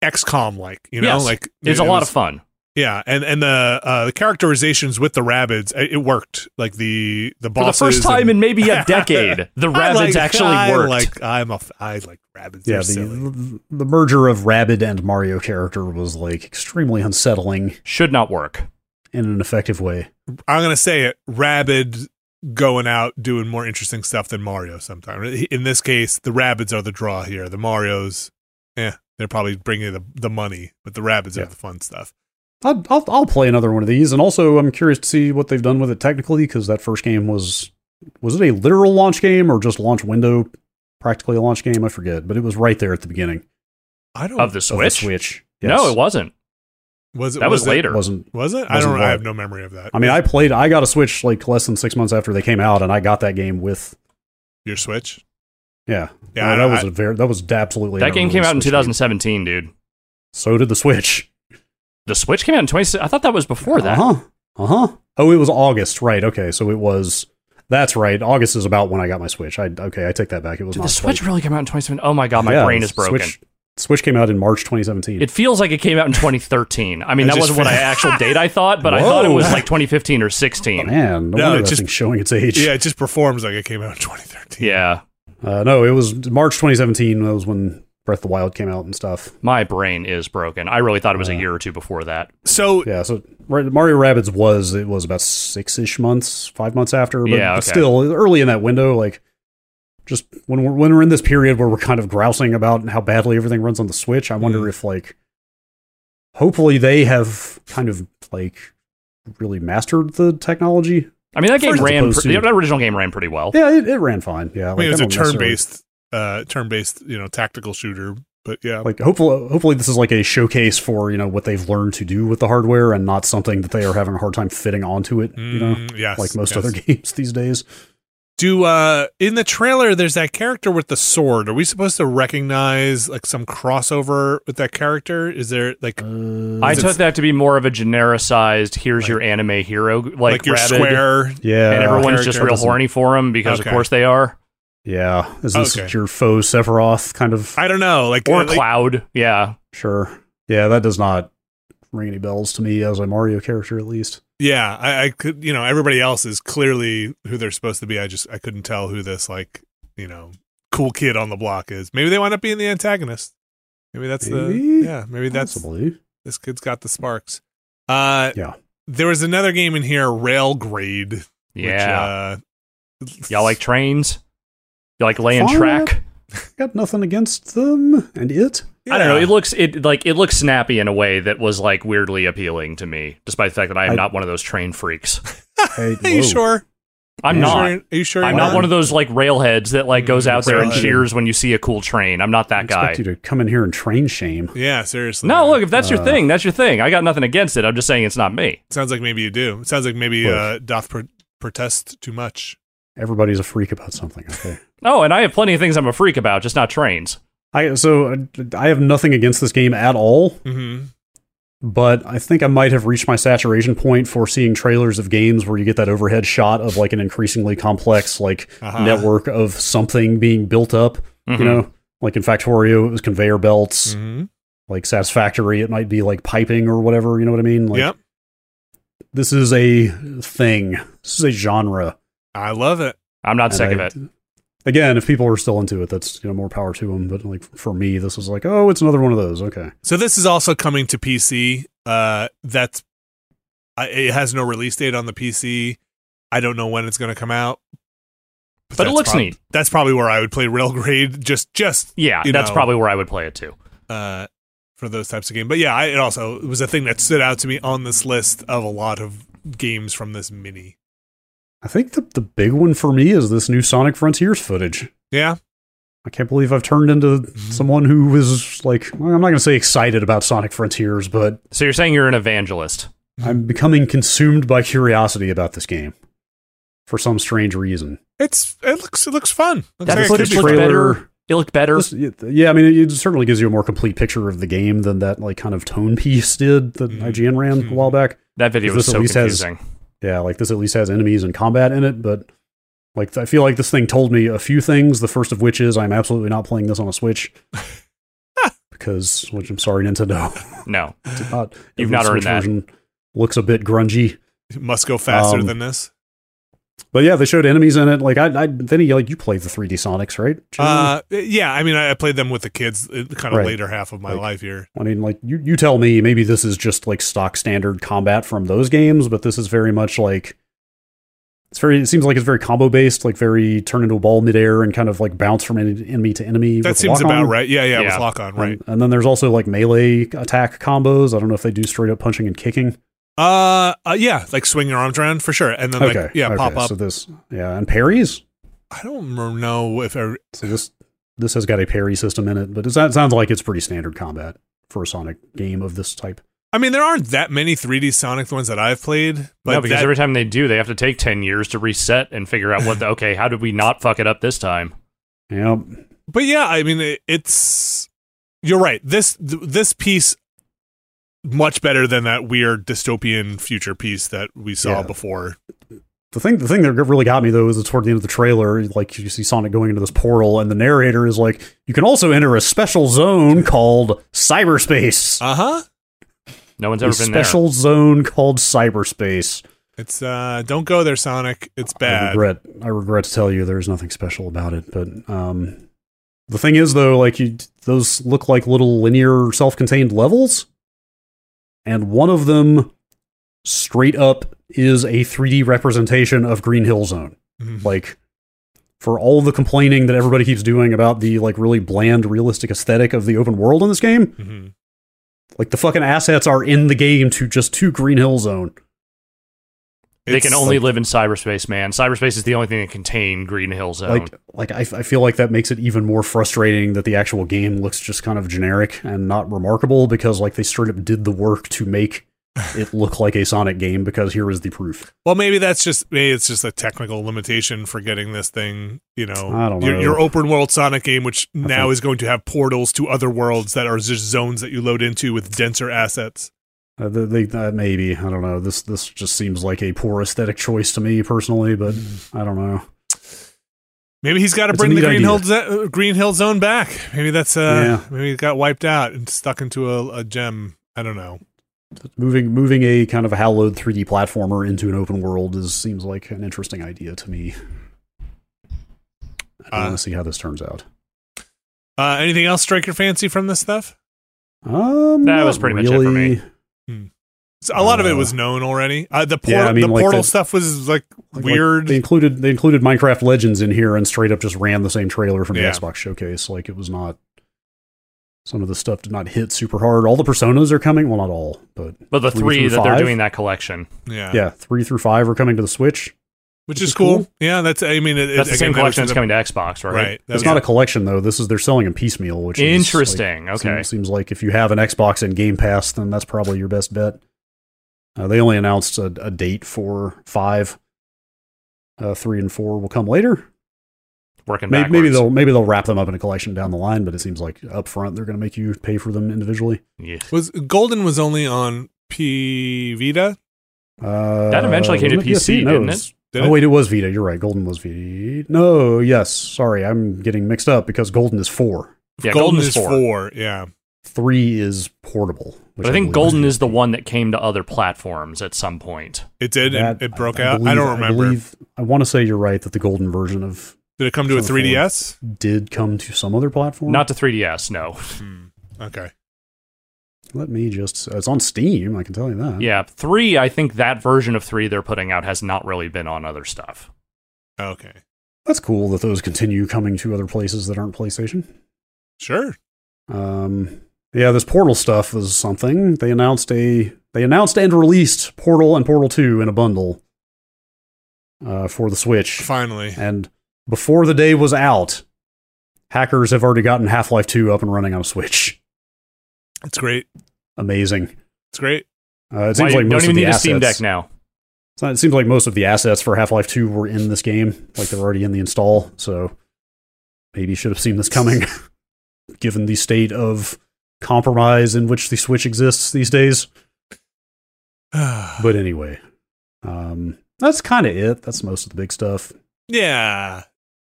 A: XCOM like you know
C: Yes.
A: like it
C: It's a lot
A: was-
C: of fun.
A: yeah, and and the uh, the characterizations with the rabbits it, it worked like the the
C: For the
A: bosses
C: first time
A: and-
C: in
A: (laughs)
C: maybe a decade, the
A: I
C: rabbits
A: like-
C: actually
A: I
C: worked.
A: Like I'm a f- I like rabbits.
B: yeah,
A: Yeah,
B: the the merger of Rabid and Mario character was like extremely unsettling
C: Should not work.
B: in an effective way.
A: I'm gonna say it. Rabid going out doing more interesting stuff than Mario. Sometimes in this case, the rabbits are the draw here. The Mario's, yeah, they're probably bringing the the money, but the rabbits
B: Yeah.
A: are the fun stuff.
B: I'll, I'll I'll play another one of these, and also I'm curious to see what they've done with it technically because that first game was was it a literal launch game or just launch window, practically a launch game? I forget, but it was right there at the beginning
A: I don't.
C: Of the
B: of the
C: Switch?
B: Switch.
C: No,
B: Yes.
C: it wasn't.
A: was it
C: That was,
A: it-
C: later.
B: wasn't
A: was it? I
B: Wasn't
A: don't. I
B: what?
A: have no memory of that.
B: I mean, I played. I got a Switch like less than six months after they came out, and I got that game with
A: your Switch.
B: yeah.
A: Yeah,
B: Uh,
A: I-
B: that was
A: I-
B: a very that was absolutely
C: that
B: an
C: game
B: early
C: came out in
B: Switch game.
C: 2017, dude.
B: So did the Switch.
C: The Switch came out in 20. I thought that was before
A: Uh-huh.
C: that.
B: Uh huh. Uh
C: Uh-huh.
B: huh. Oh, it was August, right? Okay, so it was. That's right. August is about when I got my Switch. I okay, I take that back. It was
C: Dude,
B: not
C: the Switch
B: quite-
C: really came out in 2017. Oh my god, my
B: Yeah,
C: brain is broken.
B: Switch, Switch came out in March 2017.
C: It feels like it came out in 2013. I mean,
A: I
C: that
A: just
C: wasn't what I
A: fin-
C: actual date I thought, but I thought it
B: Whoa.
C: was like 2015 or 16.
B: Oh, Man, no,
A: No,
B: wonder
A: it
B: that
A: just-
B: thing's showing its age.
A: Yeah, it just performs like it came out in 2013.
C: Yeah,
B: Uh, no, it was March 2017. That was when Breath of the Wild came out and stuff.
C: my brain is broken. I really thought it was a
A: Uh.
B: Yeah.
C: year or two before that.
A: So
B: Yeah, so right, Mario Rabbids was it was about six ish months, five months after, but
C: Yeah, okay.
B: still early in that window. Like, just when we're when we're in this period where we're kind of grousing about how badly everything runs on the Switch, I wonder
A: Mhm.
B: if like, hopefully they have kind of like really mastered the technology.
C: I mean, that game
B: As
C: ran.
B: opposed
C: pre-
B: to-
C: the original game ran pretty well.
B: Yeah, it, it ran fine. Yeah,
A: I mean, it's
B: I
A: a
B: don't necessarily-
A: turn-based, uh, turn-based, you know, tactical shooter. But yeah,
B: Like hopefully, hopefully this is like a showcase for you know what they've learned to do with the hardware and not something that they are having a hard time fitting onto it. you know,
A: Mm, yes,
B: like most
A: yes.
B: other (laughs) games these days.
A: Do uh in the trailer there's that character with the sword. Are we supposed to recognize like some crossover with that character? Is there like
C: Mm,
B: Uh,
C: I
A: Is it-
C: took that to be more of a genericized. Here's
A: Like-
C: your anime hero, like,
A: like, your
C: Rabbids,
A: square? uh,
B: yeah,
C: and everyone's just
A: character
C: real
B: doesn't-
C: horny for him because
A: Okay.
C: of course they are.
B: yeah. Is this
A: Okay.
B: your faux Sephiroth kind of?
A: I don't know. Like uh,
C: Or
A: like-
C: Cloud, yeah.
B: sure. Yeah, that does not ring any bells to me as a Mario character, at least.
A: yeah, I, I could you know everybody else is clearly who they're supposed to be. I just I couldn't tell who this like you know cool kid on the block is. Maybe they wind up being the antagonist. Maybe that's
B: Maybe?
A: the yeah. Maybe that's
B: Possibly.
A: this kid's got the sparks. Uh,
B: Yeah.
A: There was another game in here, Railgrade. uh,
C: Yeah.
A: Which, uh,
C: Y'all like trains? You like laying
B: Fine.
C: track?
B: Got nothing against them and it.
C: I don't know.
A: Yeah.
C: It looks it like it looks snappy in a way that was like weirdly appealing to me, despite the fact that I am
B: I-
C: not one of those train freaks.
B: Hey,
A: Are you
B: whoa.
A: sure?
C: I'm
B: Yeah.
C: not.
A: Sure- Are you sure?
C: I'm
A: you're
C: not one of those like railheads that like goes out there and
A: Railhead.
C: cheers when you see a cool train. I'm not
B: I
C: that guy.
B: expect you to come in here and train shame.
A: Yeah, seriously.
C: No,
A: man.
C: look, if that's your
B: Uh,
C: thing, that's your thing. I got nothing against it. I'm just saying it's not me.
A: sounds like maybe you do. It sounds like maybe
B: Look.
A: uh, doth pro- protest too much.
B: Everybody's a freak about something. Okay. (laughs)
C: Oh, and I have plenty of things I'm a freak about, just not trains.
B: I so uh, I have nothing against this game at all.
A: Mm-hmm.
B: but I think I might have reached my saturation point for seeing trailers of games where you get that overhead shot of like an increasingly complex like
A: Uh-huh.
B: network of something being built up.
C: Mhm.
B: You know, like in Factorio, it was conveyor belts.
A: Mm-hmm.
B: Like Satisfactory, it might be like piping or whatever. You know what I mean? Like
A: yep,
B: this is a thing. This is a genre.
A: I love it.
C: I'm not sick of
B: I-
C: it.
B: Again, if people are still into it, that's you know more power to them. But like for me, this was like, oh, it's another one of those. Okay,
A: So this is also coming to PC. Uh, that's I, it has no release date on the PC. I don't know when it's going to come out.
C: But it
A: that's
C: looks
A: prob-
C: neat.
A: That's probably where I would play Railgrade. Just, just
C: Yeah,
A: you
C: that's
A: know.
C: probably where I would play it too.
A: uh, for those types of games. But yeah, I, it also it was a thing that stood out to me on this list of a lot of games from this mini.
B: I think the the big one for me is this new Sonic Frontiers footage.
A: Yeah,
B: I can't believe I've turned into someone who was like, well, I'm not going to say excited about Sonic Frontiers, but
C: So you're saying you're an evangelist?
B: I'm becoming consumed by curiosity about this game for some strange reason.
A: it's it looks it looks fun. Looks
C: That
A: like it
C: footage
A: could be
C: looks
A: fun.
C: better. It looked better.
B: This- yeah, I mean, it certainly gives you a more complete picture of the game than that like kind of tone piece (laughs) did that
C: Mm-hmm.
A: Mhm.
B: IGN ran a while back.
C: that video
B: this
C: was
B: at
C: so
B: least has-
C: confusing.
B: Yeah, like this at least has enemies and combat in it, but like I feel like this thing told me a few things. The first of which is I'm absolutely not playing this on a
C: (laughs)
B: Switch because, which I'm sorry, Nintendo. (laughs)
C: no, (laughs)
B: did not, every
C: You've not earned
B: Switch
C: that.
B: version Looks a bit grungy.
A: It must go faster
B: Um,
A: than this.
B: But yeah, they showed enemies in it. Like I, I Vinny, like you played the 3D Sonics, right?
A: Uh, yeah, I mean, I I played them with the kids uh, kind of
B: Right.
A: later half of my
B: Like-
A: life here.
B: I mean, like you, you tell me. Maybe this is just like stock standard combat from those games, but this is very much like it's very. It seems like it's very combo based, like very turn into a ball midair and kind of like bounce from en- enemy to enemy.
A: That
B: with
A: seems
B: lock-on. Mm.
A: about right. Yeah, yeah, with
C: Yeah.
A: lock on,
B: And-
A: right?
B: And, then there's also like melee attack combos. I don't know if they do straight up punching and kicking.
A: Uh, uh, yeah, like swing your arms around for sure, and then
B: Okay,
A: like yeah,
B: okay,
A: pop up.
B: So this, yeah, and parries.
A: I don't remember- know if I,
B: So this this has got a parry system in it, but it sounds sounds like it's pretty standard combat for a Sonic game of this type.
A: I mean there aren't that many 3D Sonic ones that I've played, but
C: no, because
A: that-
C: every time they do, they have to take ten years to reset and figure out what the okay. How did we not fuck it up this time?
B: Yeah,
A: but yeah, I mean it, it's you're right. This th- this piece much better than that weird dystopian future piece that we saw
B: Yeah.
A: before.
B: The thing, the thing that really got me though is toward the end of the trailer, like you see Sonic going into this portal, and the narrator is like, "You can also enter a special zone called cyberspace."
A: Uh
C: Uh-huh.
A: huh.
C: No one's
B: a
C: ever been
B: special zone called cyberspace.
A: It's uh, don't go there, Sonic. It's
B: I
A: bad.
B: regret, I regret to tell you, there's nothing special about it. But um, the thing is, though, like you, those look like little linear, self-contained levels, and one of them, straight up, is a 3D representation of Green Hill Zone.
A: Mhm.
B: like for all the complaining that everybody keeps doing about the like really bland realistic aesthetic of the open world in this game
A: Mhm.
B: like the fucking assets are in the game to just to green hill zone
C: there. They can
A: It's-
C: only live in cyberspace, man. Cyberspace is the only thing that contain Green Hill Zone.
B: like like I, I feel like that makes it even more frustrating that the actual game looks just kind of generic and not remarkable because like they straight up did the work to make it look like a sonic game because here is the proof
A: Well, maybe that's just maybe it's just a technical limitation for getting this thing. You know,
B: I don't
A: Your,
B: know.
A: your open world Sonic game, which now
B: think-
A: is going to have portals to other worlds that are just zones that you load into with denser assets.
B: uh, they, they, uh, maybe i don't know this this just seems like a poor aesthetic choice to me personally but i don't know
A: Maybe he's got to
B: It's a
A: bring the
B: neat
A: Green
B: idea.
A: Hill, Zo- uh, Green Hill Zone back. Maybe that's uh, maybe it got wiped out and stuck into a, a gem. I don't know.
B: moving moving a kind of hallowed 3D platformer into an open world is seems like an interesting idea to me. I
A: Uh,
B: want to see how this turns out.
A: Uh, anything else strike your fancy from this stuff?
B: Um,
C: That was
B: not
C: pretty much it for
B: really.
A: So a lot of it
B: Uh,
A: was known already. Uh, the portal,
B: yeah, I mean,
A: the
B: like
A: portal
B: the-
A: stuff was like,
B: Like- like,
A: weird.
B: they included they included Minecraft Legends in here and straight up just ran the same trailer from the
A: Yeah.
B: Xbox showcase. Like it was not. Some of the stuff did not hit super hard. All the personas are coming. Well, not all, but
C: but the
B: three
C: three
B: through
C: that they're
B: five?
C: doing that collection.
A: yeah.
B: yeah, three through five are coming to the Switch.
A: which
B: Which
A: is
B: is
A: cool.
B: cool.
A: Yeah, that's. I mean, it, it-
C: That's the same
A: again, that was
C: collection that's
A: in
C: coming to Xbox,
A: the-
C: right?
A: Right. That
B: It's
A: was-
B: not a collection though. This is they're selling them piecemeal, which is like,
C: Interesting. okay.
B: Seems, seems like if you have an Xbox and Game Pass, then that's probably your best bet. Uh, they only announced a, a date for five. Uh, three and four will come later.
C: Working
B: Maybe,
C: backwards.
B: maybe they'll maybe they'll wrap them up in a collection down the line, but it seems like up front they're going to make you pay for them individually.
C: Yeah.
A: Was Golden was only on P Vita?
B: Uh,
C: That eventually came to
B: wasn't it
C: PC,
B: No,
C: didn't
B: was-
C: it?
A: Did
B: oh
A: it?
B: wait, it was Vita. You're right. Golden was Vita. No, yes. Sorry, I'm getting mixed up because Golden is four.
C: Yeah,
A: Golden,
C: Golden, is four.
A: Yeah,
B: Three is portable.
C: But I think Golden is the one that came to other platforms at some point.
A: it did. and
B: That-
A: it broke
B: I
A: out. I
B: believe-
A: don't remember.
B: believe- I want to say you're right that the Golden version of
A: did it come to a
B: it's on the
A: 3DS?
B: did come to some other platform.
C: Not to 3DS, no.
B: Mm-hmm.
A: Hmm. Okay.
B: let me just. It's on Steam. I can tell you that.
C: Yeah, three. I think that version of three they're putting out has not really been on other stuff.
A: Okay.
B: that's cool that those continue coming to other places that aren't PlayStation.
A: Sure.
B: Um, yeah, this Portal stuff is something they announced a they announced and released Portal and Portal Two in a bundle uh, for the Switch.
A: Finally.
B: And before the day was out, hackers have already gotten Half Life Two up and running on a Switch.
A: It's great.
B: Amazing.
A: It's great. (sighs)
B: Uh, it seems
C: Why-
B: like
C: you don't
B: most
C: even
B: of the
C: need a
B: assets,
C: Steam Deck now.
B: So it seems like most of the assets for Half Life 2 were in this game, like they're already in the install. So maybe should have seen this coming, (laughs) given the state of compromise in which the Switch exists these days. But anyway, um, that's kind of it. That's most of the big stuff.
A: yeah,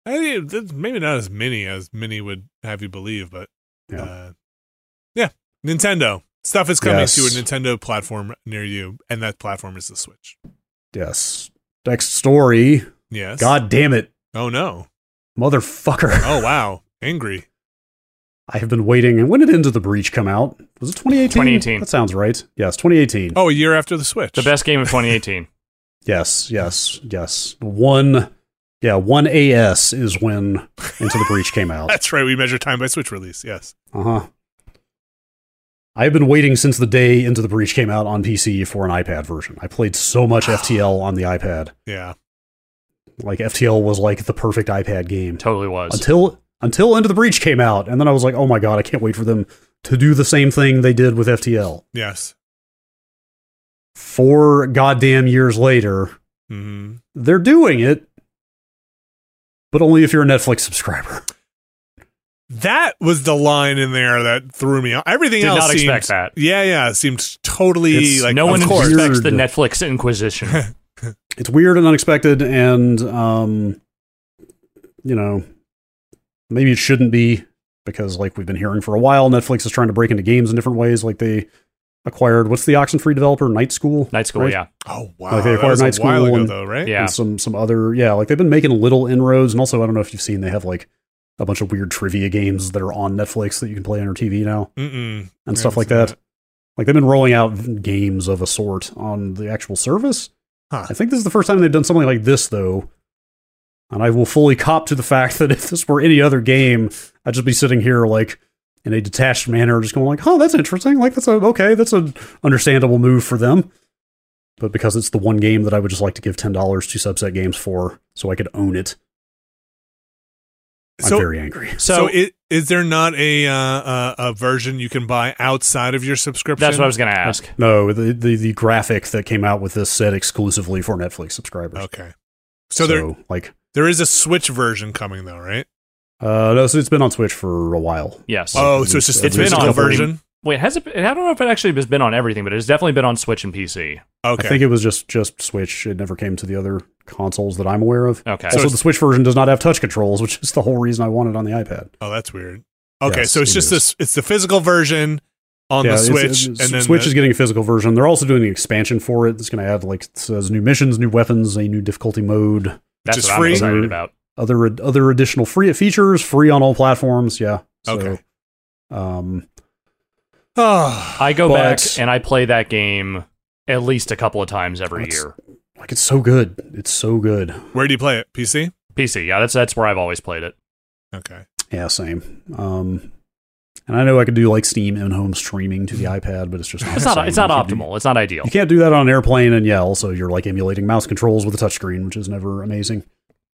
A: I think that's maybe not as many as many would have you believe, but
B: Yeah.
A: uh, yeah, Nintendo stuff is coming
B: Yes.
A: to a Nintendo platform near you, and that platform is the Switch.
B: Yes. Next story.
A: Yes.
B: God damn it,
A: Oh no.
B: motherfucker! (laughs)
A: Oh wow. Angry.
B: I have been waiting. And when did Into the Breach come out? Was it 2018?
C: 2018.
B: That sounds right. Yes, 2018.
A: Oh, a year after the Switch.
C: The best game
B: (laughs)
C: of 2018.
B: Yes, yes, yes. One, yeah, one AS is when Into the Breach came
A: (laughs) (laughs)
B: out.
A: That's right. We measure time by Switch release. Yes.
B: Uh huh. I've been waiting since the day Into the Breach came out on PC for an iPad version. I played so much FTL on the iPad.
A: Yeah.
B: Like FTL was like the perfect iPad game
C: totally was.
B: until until Into the Breach came out, and then I was like, oh my god, I can't wait for them to do the same thing they did with FTL.
A: Yes.
B: Four goddamn years later,
A: hmm
B: they're doing it, but only if you're a Netflix subscriber.
A: That was the line in there that threw me. off. Everything
C: Did
A: else
C: not
A: seemed,
C: expect that.
A: Yeah, yeah, it seemed totally
B: It's-
A: like
C: no
A: of
C: one
A: course.
B: expected-
C: expects the
B: Weird.
C: Netflix Inquisition.
B: it's weird and unexpected and um you know maybe it shouldn't be because like we've been hearing for a while netflix is trying to break into games in different ways like they acquired what's the oxenfree developer night school
C: Night School,
B: Right.
C: yeah.
A: Oh wow,
B: Like, they
A: that
B: acquired
A: was a
B: Night School
A: while ago
B: and-
A: though, right?
C: Yeah.
B: and some some other yeah like they've been making little inroads and also i don't know if you've seen they have like a bunch of weird trivia games that are on netflix that you can play on your tv now
A: Mm-mm.
B: and
A: Yeah,
B: stuff like
A: I've seen
B: that.
A: that.
B: like they've been rolling out games of a sort on the actual service.
A: Huh.
B: I think this is the first time they've done something like this though. And I will fully cop to the fact (laughs) that if this were any other game, I'd just be sitting here like in a detached manner, just going like, "Oh, that's interesting. Like that's a okay, that's an understandable move for them." But because it's the one game that I would just like to give ten dollars to Subset Games for, so I could own it, I'm
A: So,
B: very angry.
A: so
C: So,
A: i- is there not a uh, uh, a version you can buy outside of your subscription?
C: that's what I was going to ask.
B: No, the, the the graphic that came out with this said exclusively for Netflix subscribers.
A: Okay, so, there
B: like
A: there is a Switch version coming though, right?
B: Uh, no, so it's been on Switch for a while.
C: Yes.
A: oh, so it's just
B: It's
A: it's
B: been
A: been
B: on
A: a
B: pretty-
A: version.
C: Wait, has it? I don't know if it actually has been on everything, but it's definitely been on Switch and PC.
A: Okay,
B: I think it was just just Switch. It never came to the other consoles that I'm aware of.
C: Okay.
B: also,
A: it's-
B: the Switch version does not have touch controls, which is the whole reason I wanted on the iPad.
A: oh, that's weird. Okay,
B: Yes,
A: so it's
B: it
A: just
B: is.
A: this. It's the physical version on the
B: it's-
A: Switch,
B: it's-
A: and then
B: Switch
A: the-
B: is getting a physical version. They're also doing an expansion for it. It's going to add like it says new missions, new weapons, a new difficulty mode,
C: that's
A: just
C: what
A: free?
C: I'm excited about.
B: other other additional free features, free on all platforms. Yeah. So,
A: Okay.
B: Um,
A: Oh,
C: I go
B: But-
C: back and I play that game at least a couple of times every
B: Let's-
C: year.
B: like it's so good. It's so good.
A: (sighs) where do you play it? PC.
C: PC, yeah, that's that's where I've always played it.
A: Okay.
B: Yeah, same. Um, and I know I could do like Steam in home streaming to the iPad, but it's just not
C: Hmm. It's
B: the
C: not
B: same.
C: it's not
B: You can't do-
C: optimal. It's not ideal.
B: You can't do that on an airplane, and yeah, also you're like emulating mouse controls with a touchscreen, which is never amazing.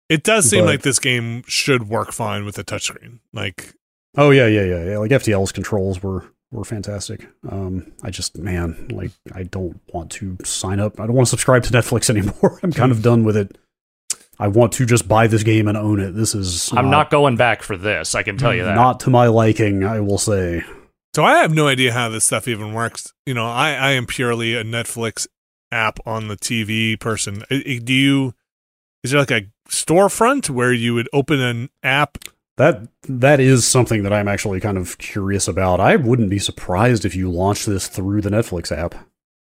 A: It does seem
B: But-
A: like this game should work fine with a touchscreen. Like,
B: Oh yeah, yeah, yeah, yeah. Like FTL's controls were were fantastic. Um, I just man, like I don't want to sign up. I don't want to subscribe to Netflix (laughs) anymore. I'm kind of done with it. I want to just buy this game and own it. This is
C: I'm not going back for this. I can tell you that.
B: not to my liking. I will say.
A: so I have no idea how this stuff even works. You know, I, I am purely a Netflix app on the TV person. I- I- Do you, is there like a storefront where you would open an app?
B: That that is something that I'm actually kind of curious about. I wouldn't be surprised if you launched this through the Netflix app.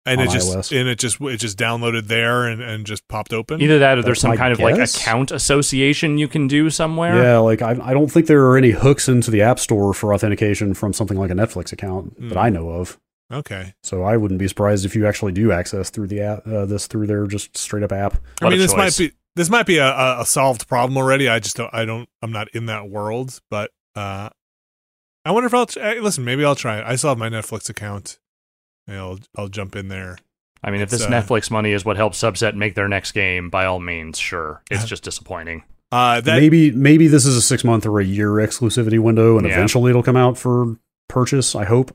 A: And
B: On
A: it just
B: iOS.
A: and it just it just downloaded there and, and just popped open.
C: Either that or
B: That's
C: there's some
B: my
C: kind of like
B: guess.
C: account association you can do somewhere.
B: Yeah, like I, I don't think there are any hooks into the App Store for authentication from something like a Netflix account
A: Hmm.
B: that I know of.
A: Okay,
B: So I wouldn't be surprised if you actually do access through the app, uh, this through their just straight up app.
A: I
C: What a
A: mean this might
C: choice.
A: be this might be a, a, a solved problem already. I just don't I don't I'm not in that world, but uh, I wonder if I'll tr- hey, listen. Maybe I'll try it. I still have my Netflix account. Maybe I'll I'll jump in there.
C: I mean, if
A: It's,
C: this
A: uh,
C: Netflix money is what helps Subset make their next game, by all means, sure. It's just disappointing.
A: Uh, that
B: maybe maybe this is a six month or a year exclusivity window, and
C: Yeah.
B: eventually it'll come out for purchase. I hope.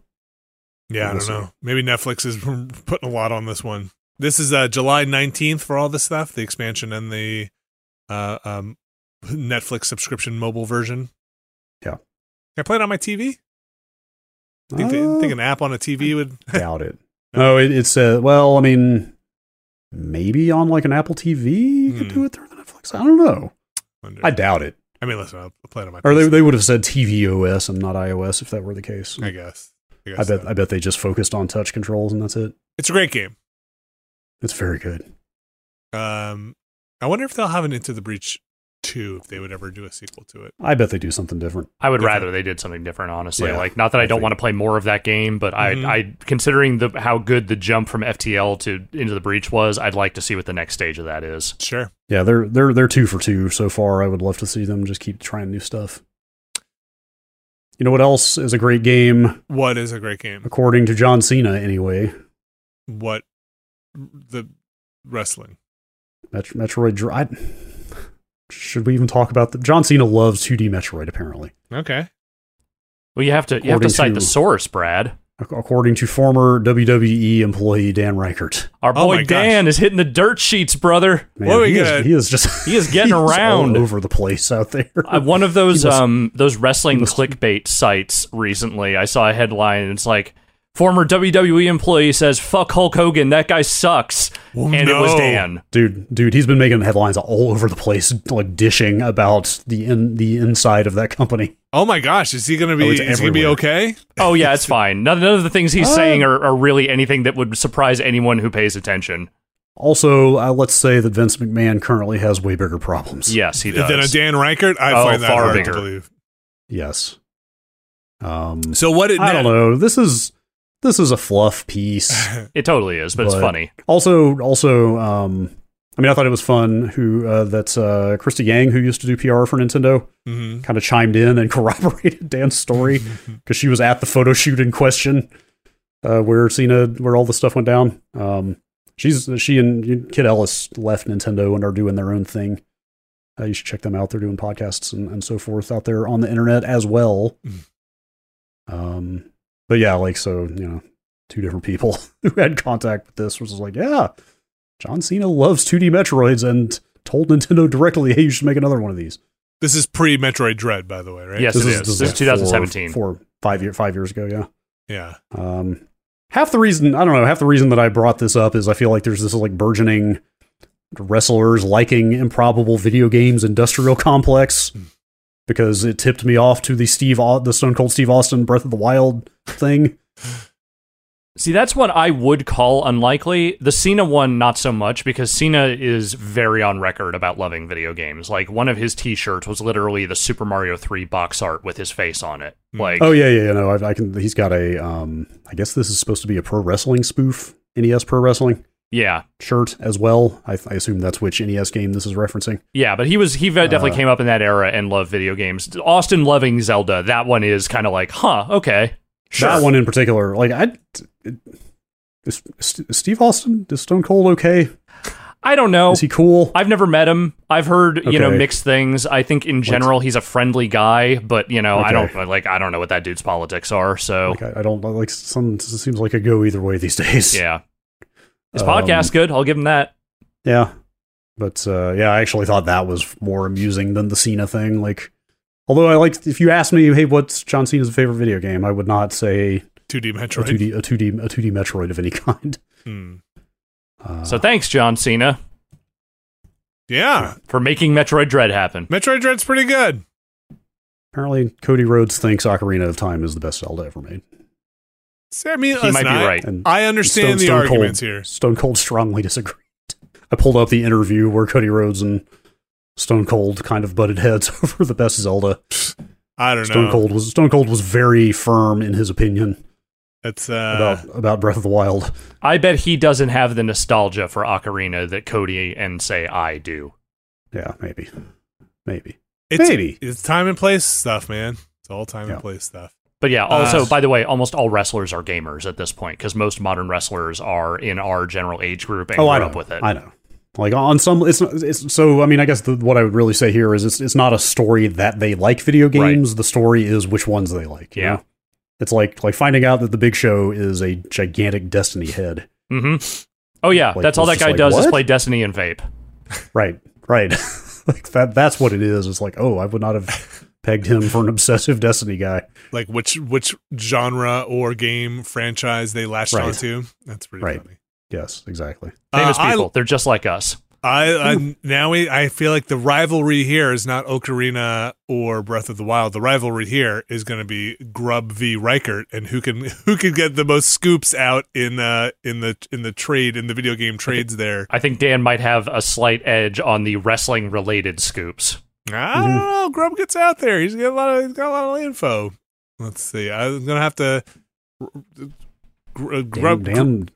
A: Yeah, I
B: We'll
A: don't know. Maybe Netflix is (laughs) putting a lot on this one. This is uh, July 19th for all this stuff, the expansion and the uh, um, Netflix subscription mobile version.
B: Yeah.
A: Can I play it on my TV? Think, they-
B: Uh,
A: think an app on a TV would. (laughs)
B: doubt it. No, it, it's uh, well, I mean, maybe on like an Apple TV you could
A: Hmm.
B: do it through the Netflix. I don't know.
A: Wonder.
B: I doubt it.
A: I mean, listen, I'll play it on my.
B: Or they
A: PC,
B: they would have said tvOS and not iOS if that were the case.
A: I
B: I,
A: guess. I, guess
B: bet
A: so.
B: I bet they just focused on touch controls and that's it.
A: it's a great game.
B: It's very good.
A: Um, I wonder if they'll have an Into the Breach two if they would ever do a sequel to it.
B: I bet they do something different.
C: I would
A: Different.
C: rather they did something different, honestly.
B: Yeah,
C: like, not that I,
B: I
C: don't
B: think-
C: want to play more of that game, but
A: Mhm.
C: I, I, considering the how good the jump from FTL to Into the Breach was, I'd like to see what the next stage of that is.
A: Sure.
B: Yeah, they're they're they're two for two so far. I would love to see them just keep trying new stuff. You know what else is a great game
A: What is a great game?
B: according to John Cena anyway?
A: What the wrestling?
B: Met- Metroid Dr- I- Should we even talk about the John Cena loves 2D Metroid apparently.
A: Okay.
C: Well, you have to you have to
B: According
C: cite the
B: to-
C: source, Brad.
B: Ac- According to former WWE employee Dan Reichert.
C: Our
A: Oh
C: boy
A: my gosh.
C: Dan is hitting the dirt sheets, brother.
B: Man,
A: What are we
B: he,
A: gonna-
B: is, he is just
C: (laughs) He is
B: (laughs)
C: getting
B: all
C: around.
B: over the place out there.
C: Uh, one of those
B: He must-
C: um those wrestling
B: he must-
C: clickbait sites recently. I saw a headline and it's like former WWE employee says fuck Hulk Hogan, that guy sucks,
A: Well,
C: and it was
A: Oh, no.
C: Dan.
B: dude, dude, he's been making headlines all over the place, like dishing about the in, the inside of that company.
A: Oh my gosh, is he gonna be?
B: Oh,
A: is
B: it's
A: he gonna be
B: everywhere.
A: okay?
C: Oh yeah, it's fine. None, none of the things he's
A: Uh,
C: saying are, are really anything that would surprise anyone who pays attention.
B: Also, uh, let's say that Vince McMahon currently has way bigger problems.
C: Yes, he does.
A: Then a Dan Reichert, I
C: Oh,
A: find that
C: far
A: hard
C: bigger.
A: to believe.
B: Yes. Um,
A: So what? It,
B: I
A: (laughs)
B: don't know. This is this is a fluff
C: (laughs)
B: piece.
C: it totally is, but, it's
B: But-
C: funny.
B: Also, also, um, I mean, I thought it was fun. Who uh, that's uh, Christy Yang, who used to do PR for Nintendo,
A: hmm
B: kind of chimed in and (laughs) corroborated Dan's story because she was at the photo shoot in question, uh, where Cena, where all the stuff went down. Um, she's she and Kid Ellis left Nintendo and are doing their own thing. Uh, you should check them out. They're doing podcasts and, and so forth out there on the internet as well.
A: Mm.
B: Um, but yeah, like so, you know, two different people (laughs) who had contact with this was just like, yeah, John Cena loves 2D Metroids and told Nintendo directly, hey, you should make another one of these.
A: This is pre Metroid Dread, by the way, right?
C: Yes, it is. This is
B: like
C: 2017.
B: Four, four five year, five years ago. Yeah.
A: Yeah.
B: Um, half the reason I don't know. Half the reason that I brought this up is I feel like there's this like burgeoning wrestlers liking improbable video games industrial complex
C: Hmm.
B: because it tipped me off to the Steve Au- the Stone Cold Steve Austin Breath of the Wild thing.
C: See, that's what I would call unlikely. The Cena one, not so much, because Cena is very on record about loving video games. Like, one of his t shirts was literally the Super Mario 3 box art with his face on it.
A: Mm.
C: Like,
B: Oh yeah, yeah, yeah, no, I, I can. He's got a. Um, I guess this is supposed to be a pro wrestling spoof NES pro wrestling
C: yeah.
B: shirt as well. I, I assume that's which NES game this is referencing.
C: Yeah, but he was, he ve- definitely
B: Uh,
C: came up in that era and loved video games. Austin loving Zelda, that one is kind of like, huh, okay.
B: That one in particular, like I, it- is, is Steve Austin is Stone Cold okay?
C: I don't know.
B: Is he cool?
C: I've never met him. I've heard, you know,
B: Okay.
C: mixed things. I think in general he's a friendly guy, but you know, I
B: Okay.
C: don't like I don't know what that dude's politics are, so
B: like I, I don't like some. It seems like I go either way these (laughs) days.
C: yeah. His
B: Um,
C: podcast's good. I'll give him that.
B: yeah. But uh, yeah, I actually thought that was more amusing than the Cena thing. Like, although I like if you asked me, hey, what's John Cena's favorite video game? I would not say
A: Two D
B: a two
A: Metroid.
B: D a two D a two D Metroid of any (laughs) kind.
A: Hmm.
B: Uh,
C: So thanks, John Cena,
A: Yeah,
C: for making Metroid Dread happen.
A: Metroid Dread's pretty good.
B: apparently, Cody Rhodes thinks Ocarina of Time is the best Zelda ever made.
A: So, I mean,
C: he
A: listen,
C: might be
A: I,
C: right.
B: And
A: I understand the
B: Stone
A: arguments
B: Cold,
A: here.
B: Stone Cold strongly disagreed. I pulled up the interview where Cody Rhodes and Stone Cold kind of butted heads (laughs) over the best Zelda.
A: I don't
B: Stone
A: know.
B: Cold was Stone Cold was very firm in his opinion
A: That's uh,
B: about about Breath of the Wild.
C: I bet he doesn't have the nostalgia for Ocarina that Cody and say I do.
B: Yeah, maybe, maybe.
A: it's,
B: maybe.
A: it's time and place stuff, man. It's all time and
B: Yeah.
A: place stuff.
C: But yeah, also
A: Uh,
C: by the way, almost all wrestlers are gamers at this point because most modern wrestlers are in our general age group and
B: oh,
C: grew
B: I know.
C: up with it.
B: I know. Like on some, it's, not- it's so. I mean, I guess the, what I would really say here is it's it's not a story that they like video
C: Right.
B: games. The story is which ones they like. you
C: Yeah.
B: know? It's like like finding out that the Big Show is a gigantic Destiny head.
C: hmm Oh yeah,
B: Like,
C: that's all that
B: it's just
C: guy
B: like,
C: does is
B: what?
C: play Destiny and vape.
B: (laughs) Right, right. like that. That's what it is. It's like, oh, I would not have pegged him for an obsessive Destiny guy.
A: like which which genre or game franchise they latched
B: Right.
A: onto. That's pretty
B: Right.
A: funny.
B: Yes, exactly.
C: Famous
A: Uh, I-
C: people. They're just like us.
A: I, I now we, I feel like the rivalry here is not Ocarina or Breath of the Wild. The rivalry here is going to be Grub v Reichert, and who can (laughs) who can get the most scoops out in uh in the in the trade in the video game trades
B: (laughs)
A: there.
C: I think Dan might have a slight edge on the wrestling related scoops.
A: I don't know. Grub gets out there. He's got a lot of he's got a lot of info. Let's see. I'm gonna have to. Gr-
B: Damn,
A: Grub (laughs)
B: Dan,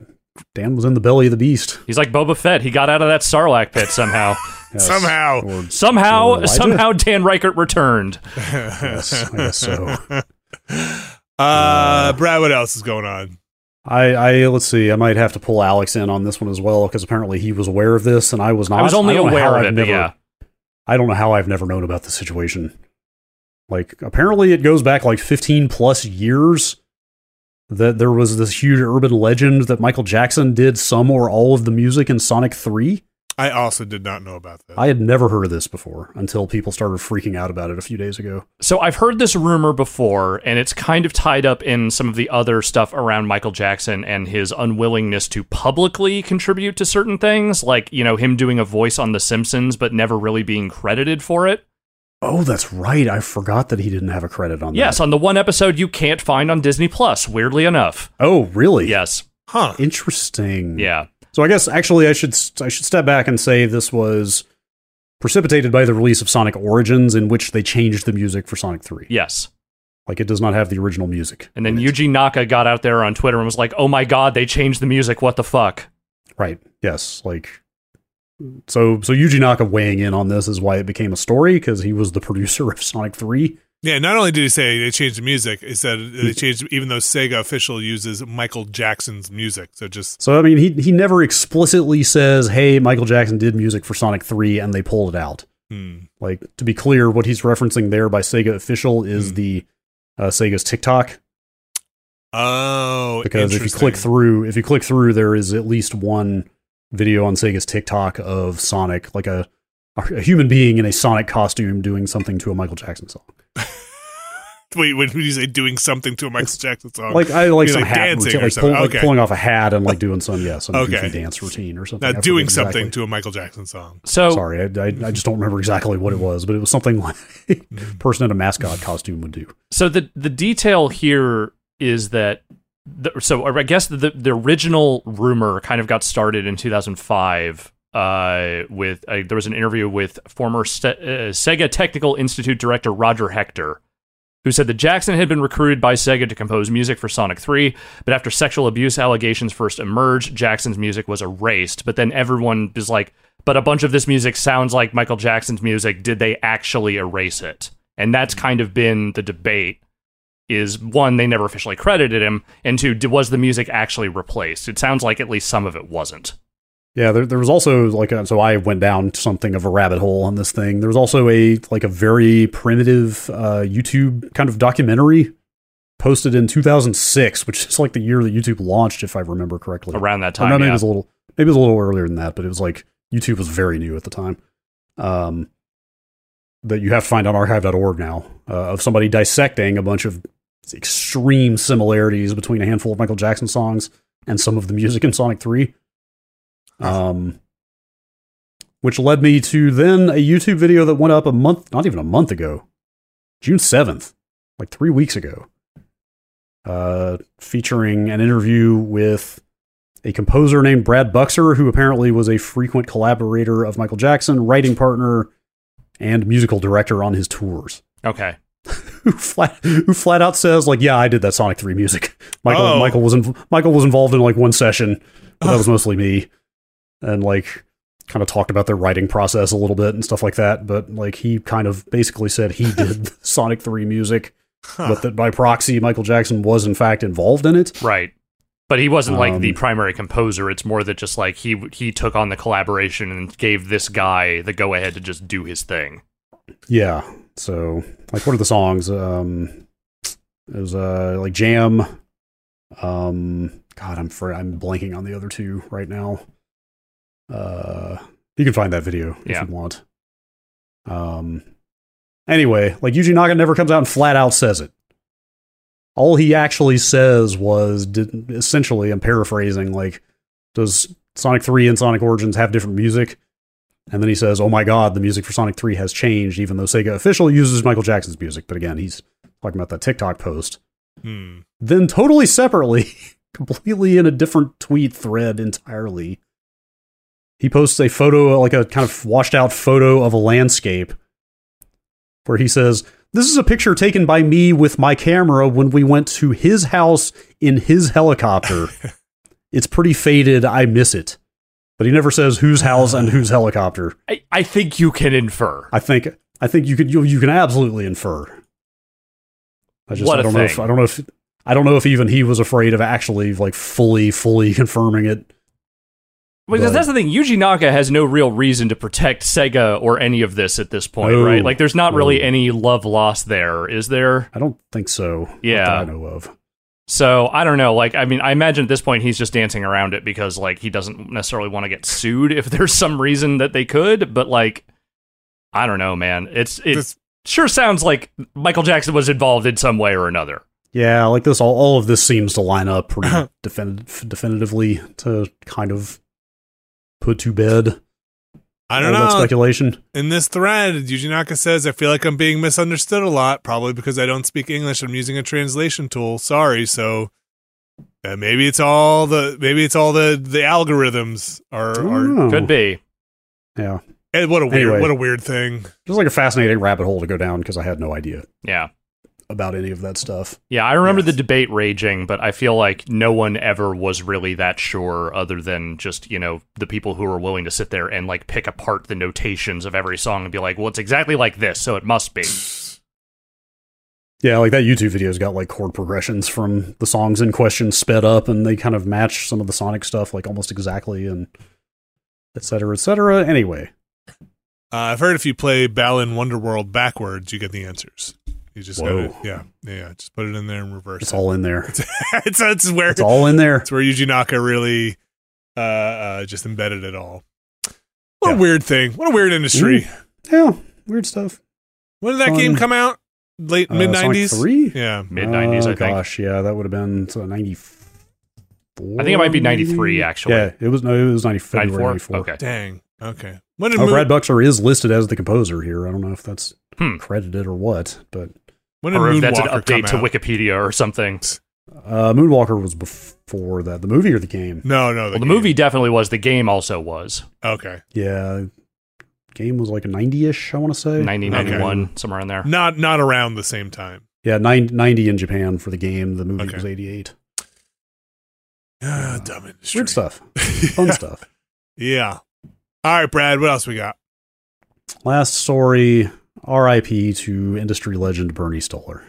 B: Dan was in the belly of the beast.
C: He's like Boba Fett. He got out of that Sarlacc
B: (laughs)
C: pit somehow.
B: Yes.
A: somehow.
B: Or-
C: somehow,
B: Elijah?
C: somehow Dan Reichert returned.
A: yes,
B: I guess so.
A: (laughs) Uh, Brad, what else is going on?
B: I, I let's see. I might have to pull Alex in on this one as well because apparently he was aware of this and I was not.
C: I was only
B: don't know
C: aware
B: how
C: of
B: I've
C: it, but
B: Never,
C: yeah.
B: I don't know how I've never known about the situation. Like apparently it goes back like 15 plus years that there was this huge urban legend that Michael Jackson did some or all of the music in Sonic 3.
A: I also did not know about this.
B: I had never heard of this before until people started freaking out about it a few days ago.
C: So I've heard this rumor before, and it's kind of tied up in some of the other stuff around Michael Jackson and his unwillingness to publicly contribute to certain things, like, you know, him doing a voice on The Simpsons but never really being credited for it.
B: Oh, that's right. I forgot that he didn't have a credit on
C: Yes,
B: that.
C: on the one episode you can't find on Disney Plus, weirdly enough.
B: Oh, really?
C: Yes.
A: huh?
B: Interesting.
C: Yeah.
B: So I guess actually I should I should step back and say this was precipitated by the release of Sonic Origins in which they changed the music for Sonic 3.
C: Yes.
B: Like it does not have the original music.
C: And then Yuji Naka got out there on Twitter and was like, "Oh my god, they changed the music. What the fuck?"
B: Right. Yes, like so so Yuji Naka weighing in on this is why it became a story cuz he was the producer (laughs) of Sonic 3.
A: Yeah. Not only did he say they changed the music, he said they changed even though Sega official uses Michael Jackson's music. So just
B: So I mean he he never explicitly says, "Hey, Michael Jackson did music for Sonic 3 and they pulled it out."
A: hmm.
B: Like to be clear, what he's referencing there by Sega official is
A: Hmm.
B: the uh, Sega's TikTok
A: oh,
B: because if you
A: interesting. (laughs)
B: click through if you click through there is at least one video on sega's tiktok of sonic like a a human being in a sonic costume doing something to a michael jackson song
A: wait, when you say doing something to a Michael Jackson song,
B: like i like
A: He's,
B: some
A: like,
B: hat
A: dancing
B: routine,
A: or
B: like,
A: something.
B: pull- like
A: Okay.
B: pulling off a hat and like doing some yeah some
A: Okay.
B: goofy dance routine or something I
A: not
B: forget
A: doing
B: exactly.
A: something to a Michael Jackson song.
C: So
B: sorry I, I, I just don't remember exactly what it was but it was something like (laughs)
A: Mm-hmm.
B: person in a mascot costume would do
C: So the the detail here is that the, so I guess the the original rumor kind of got started in 2005 uh, with uh, there was an interview with former Se- uh, Sega Technical Institute director Roger Hector who said that Jackson had been recruited by Sega to compose music for Sonic 3, but after sexual abuse allegations first emerged, Jackson's music was erased, but then everyone was like, but a bunch of this music sounds like Michael Jackson's music, did they actually erase it? And that's kind of been the debate is one they never officially credited him and two d- was the music actually replaced it sounds like at least some of it wasn't
B: Yeah, there, there was also like a, so I went down something of a rabbit hole on this thing. There was also a like a very primitive uh, YouTube kind of documentary posted in 2006, which is like the year that YouTube launched, if I remember correctly.
C: around that
B: Or no,
C: time
B: maybe
C: yeah.
B: it was a little maybe it was a little earlier than that, but it was like YouTube was very new at the time. Um, that you have to find on archive.org now uh, of somebody dissecting a bunch of extreme similarities between a handful of Michael Jackson songs and some of the music in Sonic 3. Um, which led me to then a YouTube video that went up a month, not even a month ago, June 7th, like three weeks ago, uh, featuring an interview with a composer named Brad Buxer, who apparently was a frequent collaborator of Michael Jackson, writing partner, and musical director on his tours. (laughs)
C: okay
B: Who flat who flat out says like, yeah, I did that Sonic Three music. (laughs) Michael
A: Oh.
B: Michael was in, Michael was involved in like one session, but that was mostly me, and like kind of talked about their writing process a little bit and stuff like that. But like he kind of basically
A: (laughs)
B: said he did Sonic Three music,
A: Huh.
B: but that by proxy Michael Jackson was in fact involved in it.
C: right but he wasn't like the
B: Um,
C: primary composer it's more that just like he he took on the collaboration and gave this guy the go ahead to just do his thing
B: Yeah. So, like, what are the songs? Um, there's uh, like Jam. Um, God, I'm fr- I'm blanking on the other two right now. Uh, you can find that video if
C: Yeah.
B: you want. Um, Anyway, like Yuji Naka never comes out and flat out says it. All he actually says was d- essentially, I'm paraphrasing, like, does Sonic 3 and Sonic Origins have different music? And then he says, oh my god, the music for Sonic 3 has changed, even though Sega official uses Michael Jackson's music. But again, he's talking about that TikTok post.
A: Hmm.
B: Then, totally separately, (laughs) completely in a different tweet thread entirely, he posts a photo, like a kind of washed out photo of a landscape, where he says, This is a picture taken by me with my camera when we went to his house in his helicopter. it's pretty faded. I miss it. But he never says whose house and whose helicopter.
C: I, I think you can infer.
B: I think I think you could you, you can absolutely infer. I just
C: What
B: I
C: a
B: don't know if
C: thing.
B: I don't know if I don't know if even he was afraid of actually like fully fully (laughs) confirming it.
C: Because
B: But-
C: that's the thing, Yuji Naka has no real reason to protect Sega or any of this at this point,
B: No.
C: right? Like, there's not really
B: No.
C: any love lost there, is there?
B: I don't think so. not
C: Yeah.
B: that I know of.
C: So I don't know. Like, I mean, I imagine at this point he's just dancing around it because, like, he doesn't necessarily want to get sued if (laughs) there's some reason that they could. But like, I don't know, man. It's it
A: This-
C: sure sounds like Michael Jackson was involved in some way or another.
B: Yeah, like this all all of this seems to line up pretty definitive, definitively to kind of put to bed
A: I don't
B: all that
A: know.
B: speculation.
A: In this thread, Yuji Naka says, I feel like I'm being misunderstood a lot, probably because I don't speak English. I'm using a translation tool. Sorry. So uh, maybe it's all the maybe it's all the the algorithms
B: I
A: are
B: don't
A: are
B: know.
C: Could be.
B: Yeah,
A: Eh, what a weird
B: Anyway.
A: what a weird thing.
B: just like a fascinating rabbit hole to go down because I had no idea
C: Yeah.
B: about any of that stuff.
C: Yeah, I remember
A: Yes.
C: the debate raging, but I feel like no one ever was really that sure, other than just, you know, the people who were willing to sit there and, like, pick apart the notations of every song and be like, well, it's exactly like this, so it must be.
B: Yeah, like that YouTube video's got like chord progressions from the songs in question sped up, and they kind of match some of the Sonic stuff like almost exactly, and et cetera, et cetera. Anyway,
A: Uh, I've heard if you play Balin Wonderworld backwards, you get the answers. You just got
B: Whoa.
A: to yeah, yeah, yeah, just put it in there in reverse.
B: it's all in there.
A: (laughs) it's, it's where
B: It's all in
C: (laughs)
B: there.
A: It's where Yuji Naka really uh, uh, just embedded it all. What
B: Yeah.
A: a weird thing. What a weird industry.
B: Yeah, weird stuff.
A: When did that
B: Sonic-
A: game come out? Late
B: Uh,
A: mid
B: Sonic
A: nineties.
B: three,
A: Yeah.
C: Mid 90s,
B: Oh,
C: I think.
B: Gosh, yeah, that would have been so ninety four.
C: I think it might be 93, actually.
B: Yeah, it was no, it was ninety four.
C: 94?
B: Ninety four.
C: Okay.
A: Dang. Okay. When did
B: Oh,
A: Moon,
B: Brad Buxer is listed as the composer here. I don't know if that's
C: Hmm.
B: credited or what, but
A: when did
C: Or if that's an
A: Moonwalker come
C: update to
A: out?
C: Wikipedia or something.
B: uh, Moonwalker was before that. The movie or the game?
A: no, no. The,
C: Well, the
A: game.
C: movie definitely was. The game also was.
A: Okay.
B: Yeah. Game was like a 90 ish, I want to say.
C: 90,
A: Okay.
C: 91, somewhere in there.
A: Not not around the same time.
B: Yeah, 9 90 in Japan for the game. The movie
A: Okay.
B: was 88.
A: Ah, dumb industry. (laughs)
B: Weird stuff. Fun
A: yeah.
B: stuff.
A: yeah. All right, Brad. What else we got?
B: Last story RIP to industry legend Bernie Stoller.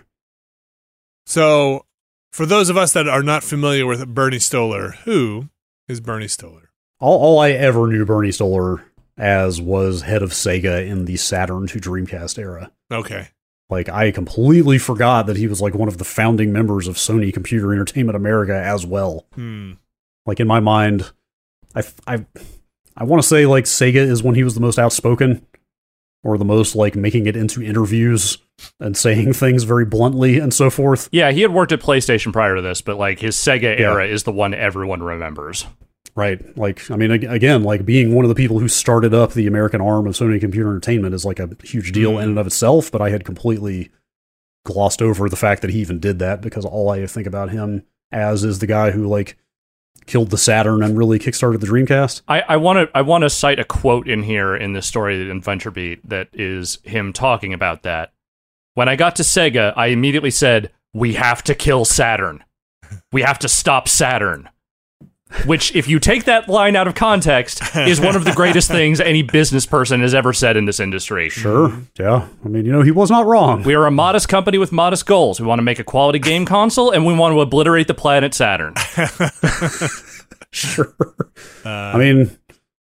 A: So, for those of us that are not familiar with Bernie Stoller, who is Bernie Stoller?
B: All, all I ever knew Bernie Stoller as was head of Sega in the Saturn to Dreamcast era.
A: Okay.
B: Like, I completely forgot that he was like one of the founding members of Sony Computer Entertainment America as well.
A: Hmm.
B: like in my mind i i i want to say like sega is when he was the most outspoken or the most like making it into interviews and saying (laughs) things very bluntly and so forth
C: Yeah, he had worked at PlayStation prior to this, but, like, his Sega
B: Yeah.
C: era is the one everyone remembers.
B: right like i mean ag- again like being one of the people who started up the american arm of sony computer entertainment is like a huge deal in and of itself but i had completely glossed over the fact that he even did that because all i think about him as is the guy who like killed the saturn and really kickstarted the dreamcast
C: I- I want to I want to cite a quote in here in this story in Venture Beat that is him talking about that. When I got to Sega, I immediately said, "We have to kill Saturn. We have to stop Saturn." Which, if you take that line out of context, is one of the
B: (laughs)
C: greatest things any business person has ever said in this industry.
B: sure yeah i mean you know he was not wrong
C: We are a modest company with modest goals. We want to make a quality game console, and we want to obliterate the planet Saturn.
B: (laughs) sure.
A: Uh,
B: I mean,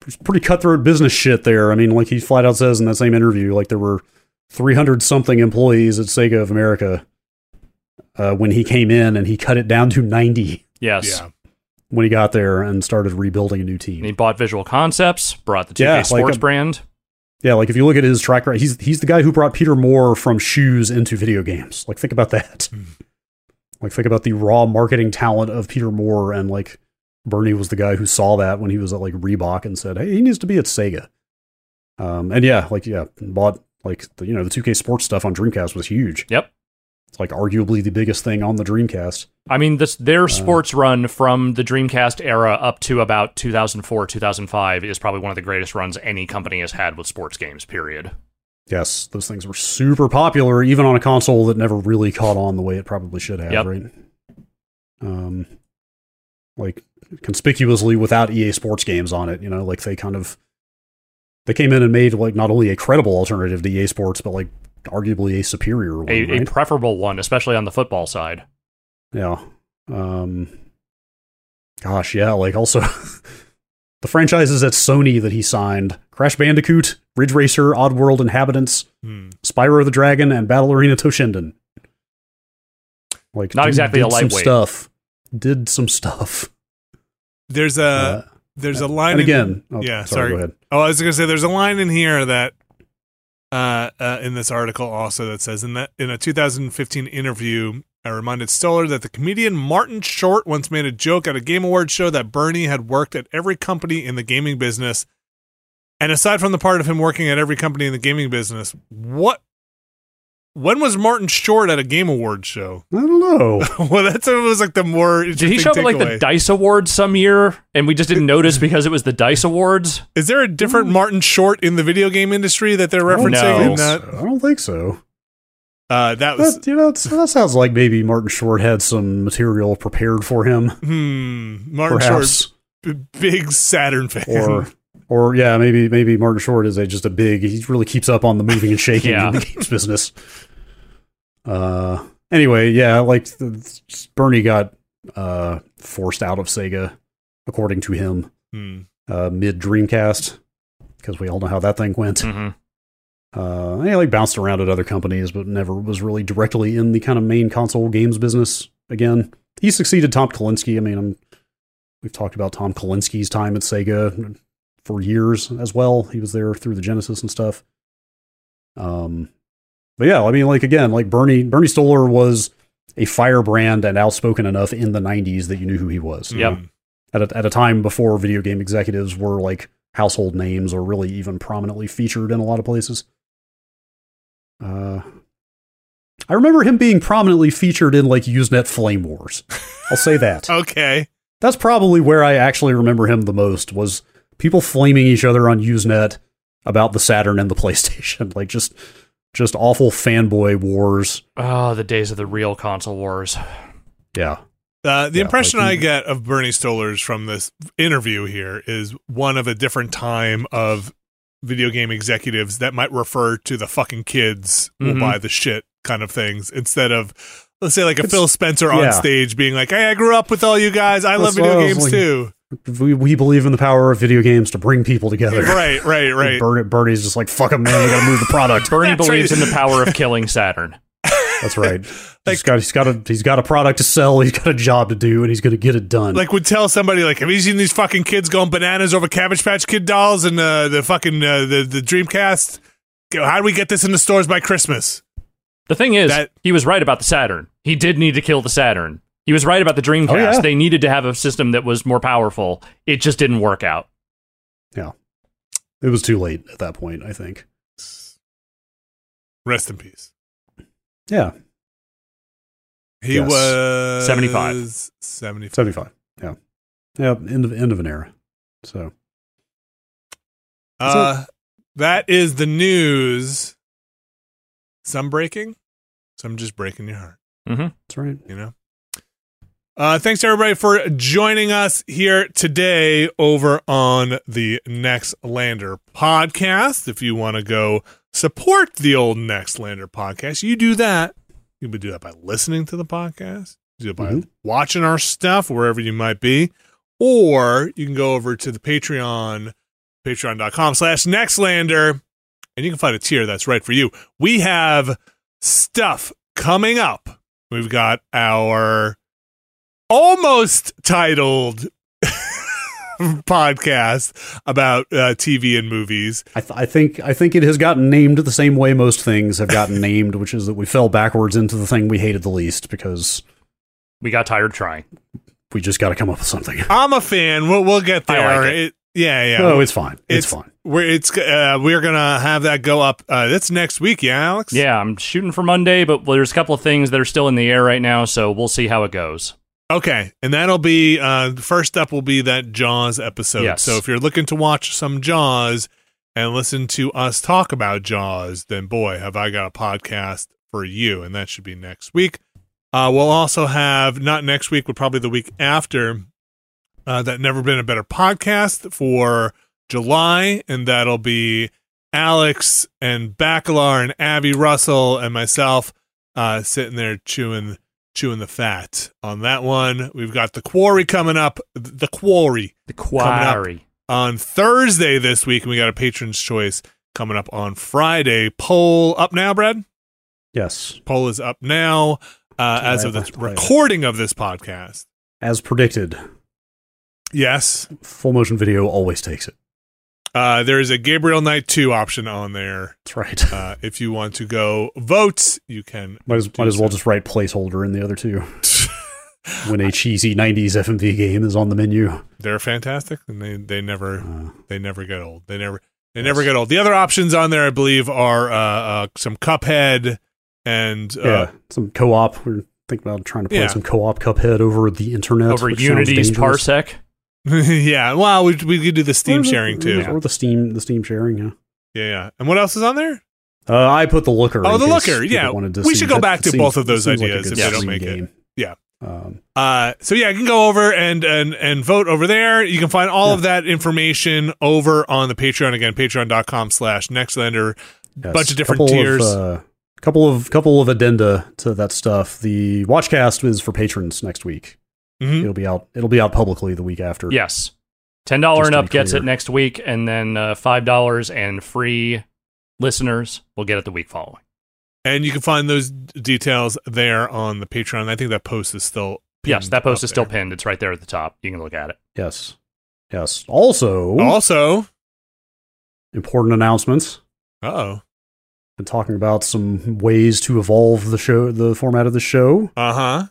B: it's pretty cutthroat business shit there. I mean, like he flat out says in that same interview, like there were 300 something employees at Sega of America uh, when he came in and he cut it down to 90
C: Yes.
A: yeah.
B: when he got there and started rebuilding a new
C: And he
B: team.
C: bought Visual Concepts, brought the 2K
B: Yeah, like
C: Sports
B: a-
C: brand.
B: Yeah, like if you look at his track record, he's he's the guy who brought Peter Moore from shoes into video games. Like think about that. like think about the raw marketing talent of Peter Moore and like Bernie was the guy who saw that when he was at like Reebok and said, "Hey, he needs to be at Sega." Um and yeah, like yeah, bought like the, you know, the 2K sports stuff on Dreamcast was huge.
C: Yep.
B: It's like arguably the biggest thing on the Dreamcast.
C: I mean, this their
B: Uh.
C: sports run from the Dreamcast era up to about 2004, 2005 is probably one of the greatest runs any company has had with sports games. Period.
B: Yes, those things were super popular, even on a console that never really caught on the way it probably should have,
C: Yep.
B: right? Um, like conspicuously without EA Sports games on it, you know, like they kind of they came in and made like not only a credible alternative to EA Sports, but like arguably a superior one.
C: A, a
B: right?
C: preferable one, especially on the football side.
B: Yeah. Um gosh, yeah, like also (laughs) the franchises at Sony that he signed, Crash Bandicoot, Ridge Racer, Oddworld Inhabitants,
A: Hmm.
B: Spyro the Dragon, and Battle Arena Toshinden. Like
C: Not
B: dude
C: exactly a
B: did some
C: lightweight.
B: stuff. Did some stuff.
A: There's a
B: Uh,
A: there's a
B: and-
A: line
B: and
A: in-
B: again. oh,
A: yeah,
B: sorry.
A: sorry.
B: Go ahead.
A: Oh, I was gonna say there's a line in here that uh, uh in this article also that says in that in a 2015 interview, I reminded Stoller that the comedian Martin Short once made a joke at a Game Awards show that Bernie had worked at every company in the gaming business. And aside from the part of him working at every company in the gaming business, what when was Martin Short at a Game Awards show? (laughs)
B: I don't know.
A: well, that's it was like the more
C: Did he show up at like the Dice Awards some year, and
B: (laughs)
C: we just didn't notice because it was the Dice Awards?
A: Is there a different Martin Short in the video game industry that they're
B: I don't
A: referencing?
C: No.
A: in
B: think
A: that?
B: so. I don't think so.
A: Uh, that was
B: That, you know, it's- that sounds like maybe Martin Short had some material prepared for him,
A: hmm, Martin
B: perhaps.
A: Short, b- big Saturn fan.
B: or or yeah, maybe maybe Martin Short is a, just a big. He really keeps up on the moving and shaking
C: Yeah.
B: in the (laughs) games business. Uh, anyway, yeah, like the, Bernie got uh forced out of Sega, according to him,
A: Hmm.
B: uh, mid Dreamcast, because we all know how that thing went.
C: Mm-hmm.
B: Uh, he like bounced around at other companies, but never was really directly in the kind of main console games business again. He succeeded Tom Kalinske. I mean, i we've talked about Tom Kalinske's time at Sega for years as well. He was there through the Genesis and stuff. Um, but yeah, I mean, like again, like Bernie Bernie Stoller was a firebrand and outspoken enough in the '90s that you knew who he was. you
C: Yep.
B: know? At a, at a time before video game executives were like household names or really even prominently featured in a lot of places. Uh, I remember him being prominently featured in like Usenet Flame Wars. I'll
A: (laughs)
B: say
A: Oh.
B: that.
A: Okay.
B: That's probably where I actually remember him the most was people flaming each other on Usenet about the Saturn and the (laughs) PlayStation, like just just awful fanboy wars.
C: Oh, the days of the real
A: (laughs)
C: console wars.
B: Yeah.
A: Uh, the
B: Yeah,
A: impression
B: like
A: I
B: he-
A: get of Bernie Stoller's from this interview here is one of a different time of video game executives that might refer to the fucking kids
C: Mhm.
A: will buy the shit kind of things instead of let's say like a Phil Spencer on
B: yeah.
A: stage being like, "Hey, I grew up with all you guys. I love
B: That's what
A: video
B: I was
A: games
B: like- (laughs)
A: too."
B: We we believe in the power of video games to bring people together.
A: Right, right, right.
B: Bernie, Bernie's just like fuck 'em, man, you gotta move the
A: (laughs)
B: product.
C: Bernie
A: That's
C: believes
A: right.
C: in the power of killing Saturn.
B: That's right.
A: Like-
B: he's got he's got a he's got a product to sell. He's got a job to do, and he's going to get it done.
A: like would tell somebody like have you seen these fucking kids going bananas over cabbage patch kid dolls and uh, the fucking uh, the, the dreamcast Go, how do we get this in the stores by christmas
C: The thing is,
A: That-
C: he was right about the Saturn. He did need to kill the Saturn. He was right about the Dreamcast.
B: Oh, yeah.
C: They needed to have a system that was more powerful. It just didn't work out.
B: it was too late at that point. I think.
A: rest in peace
B: Yeah,
A: he
B: Yes.
A: was
C: 75.
A: 75
B: seventy five. Yeah, yeah. End of end of an era. So That's it.
A: uh, that is the news some breaking some just breaking your heart
B: that's right.
A: you know uh, thanks everybody for joining us here today over on the next lander podcast if you want to go support the old next lander podcast you do that you can do that by listening to the podcast you do it by
B: Mhm.
A: watching our stuff wherever you might be or you can go over to the patreon patreon.com slash nextlander and you can find a tier that's right for you we have stuff coming up We've got our almost titled (laughs) podcast about uh, TV and movies.
B: I, th- I think I think it has gotten named the same way most things
A: (laughs)
B: have gotten named, which is that we fell backwards into the thing we hated the least because
C: We got tired of trying.
B: we just got to come up with something.
A: I'm a fan. We'll, we'll get
C: I
A: there.
C: like it.
A: yeah, yeah.
B: No, it's fine. It's,
A: It's-
B: fine.
A: we're it's uh, we're gonna have that go up. Uh, that's next week, yeah, Alex.
C: Yeah, I'm shooting for Monday, but there's a couple of things that are still in the air right now, so we'll see how it goes.
A: Okay, and that'll be uh, first up will be that Jaws episode.
C: Yes.
A: So if you're looking to watch some Jaws and listen to us talk about Jaws, then boy, have I got a podcast for you, and that should be next week. Uh, we'll also have not next week, but probably the week after. Uh, that never been a better podcast for July, and that'll be Alex and Bacalar and Abby Russell and myself uh, sitting there chewing chewing the fat on that one. We've got the quarry coming up. The quarry
C: The
A: up.
C: quarry.
A: on Thursday this week, and we got a patron's choice coming up on Friday. Poll up now, Brad.
B: Yes,
A: Poll is up now uh, as of the
B: Right, right.
A: recording of this podcast.
B: as predicted,
A: Yes,
B: full motion video always takes it.
A: uh, there is a Gabriel Knight two option on there.
B: That's right.
A: Uh, if you want to go vote, you can.
B: might as
A: do
B: might as well
A: so.
B: just write placeholder in the
A: (laughs)
B: other two. when a cheesy '90s FMV game is on the menu,
A: They're fantastic, and they they never
B: uh,
A: They never get old. They never they never get old. The other options on there, I believe, are uh, uh, some Cuphead and uh,
B: yeah, some co-op. We're thinking about trying to play
A: Yeah.
B: some co-op Cuphead over the internet
C: Over
B: which sounds
C: Unity's
B: dangerous.
C: parsec.
A: (laughs) yeah. Well, we we could do the Steam
B: Or
C: Mm-hmm.
B: the-
A: sharing too. Yeah.
B: or the Steam the Steam sharing. Yeah,
A: yeah. And what else is on there?
B: uh, I put the looker.
A: Oh,
B: in
A: the
B: case
A: Looker,
B: people
A: yeah.
B: wanted to
A: We
B: see-
A: should go
B: that
A: back to
B: seems-
A: both of those
B: seems like a
A: ideas
B: good
A: if they don't
B: Steam
A: make it.
B: game.
A: Yeah.
B: Um,
A: Uh, so yeah, you can go over and and and vote over there. You can find all of that information over on the Patreon again, Patreon.com/slash Nextlander.
B: yes.
A: Bunch of different
B: Couple
A: tiers.
B: uh, couple of couple of addenda to that stuff. The Watchcast is for patrons next week.
A: Mhm.
B: It'll be out. It'll be out publicly the week after.
C: Yes. Ten dollar
B: Just
C: and
B: to
C: up
B: be
C: gets
B: clear.
C: it next week, and then uh, five dollars and free listeners will get it the week following.
A: And you can find those d- details there on the Patreon. I think that post is still
C: yes,
A: pinned
C: that post
A: up
C: is still
A: there.
C: pinned. It's right there at the top. You can look at it.
B: Yes. Yes. Also,
A: Also,
B: important announcements.
A: uh oh,
B: Been talking about some ways to evolve the show, the format of the show.
A: uh huh,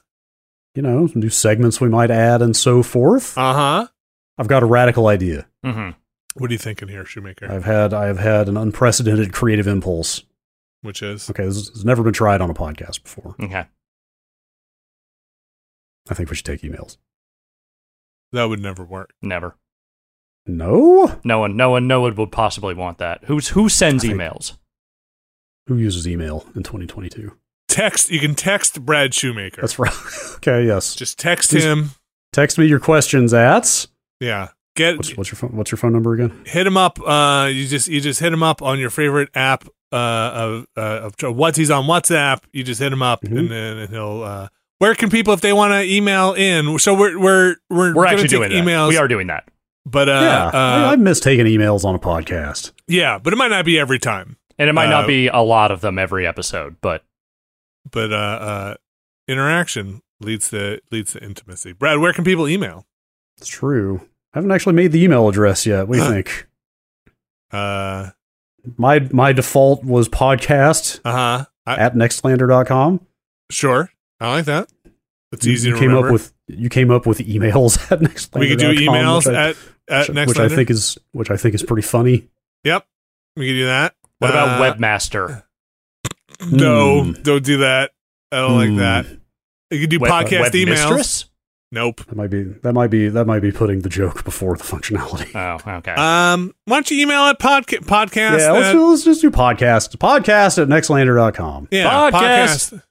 B: You know, some new segments we might add and so forth.
A: uh huh.
B: I've got a radical idea.
C: hmm
A: What are you thinking here, Shoemaker?
B: I've had I have had an unprecedented creative impulse.
A: Which is
B: Okay, this has never been tried on a podcast before.
C: Okay.
B: I think we should take emails.
A: that would never work.
C: Never.
B: No,
C: No one. No one. No one would possibly want that. Who's who sends
B: I think-
C: emails?
B: who uses email in 2022?
A: Text. You can text Brad Shoemaker.
B: That's right. (laughs) okay, yes.
A: Just text
B: He's-
A: him.
B: Text me your questions at
A: Yeah. Get
B: what's, what's your phone, what's your phone number again?
A: hit him up. Uh, you just you just hit him up on your favorite app. Uh, of uh, of what he's on WhatsApp. You just hit him up,
B: Mhm.
A: and then and he'll. Uh, where can people if they want to email in? So we're we're we're,
C: We're
A: gonna
C: actually
A: take
C: doing that.
A: emails.
C: We are doing that.
A: but uh,
B: yeah, I,
A: uh,
B: I miss taking emails on a podcast.
A: yeah, but it might not be every time.
C: And it might
A: Uh,
C: not be a lot of them every episode, but
A: But uh, uh, interaction leads to leads to intimacy. Brad, where can people email?
B: It's true. I haven't actually made the email address yet. What do you think?
A: Uh
B: My my default was podcast
A: huh. Uh-huh. I
B: at nextlander.com.
A: Sure. I like that. It's
B: You-
A: easy
B: you
A: to
B: came
A: remember.
B: up with you came up with emails (laughs) at nextlander.com.
A: we could do emails
B: which I-
A: at, at
B: which I-
A: next
B: which I think is which I think is pretty funny.
A: Yep. We could do that.
C: what
A: Uh,
C: about webmaster?
A: No,
B: Hmm.
A: don't do that. I don't
B: Hmm. uh,
A: like that. You could do
C: Web-
A: podcast
C: web
A: emails.
C: mistress?
A: Nope.
B: That might be that might be that might be putting the joke before
A: (laughs)
B: the functionality.
C: Oh, okay.
A: Um, why don't you email at podca- podcast?
B: yeah, let's,
A: at-
B: do, let's just do podcast. Podcast at nextlander.com.
A: yeah,
C: Podcast.
A: podcast.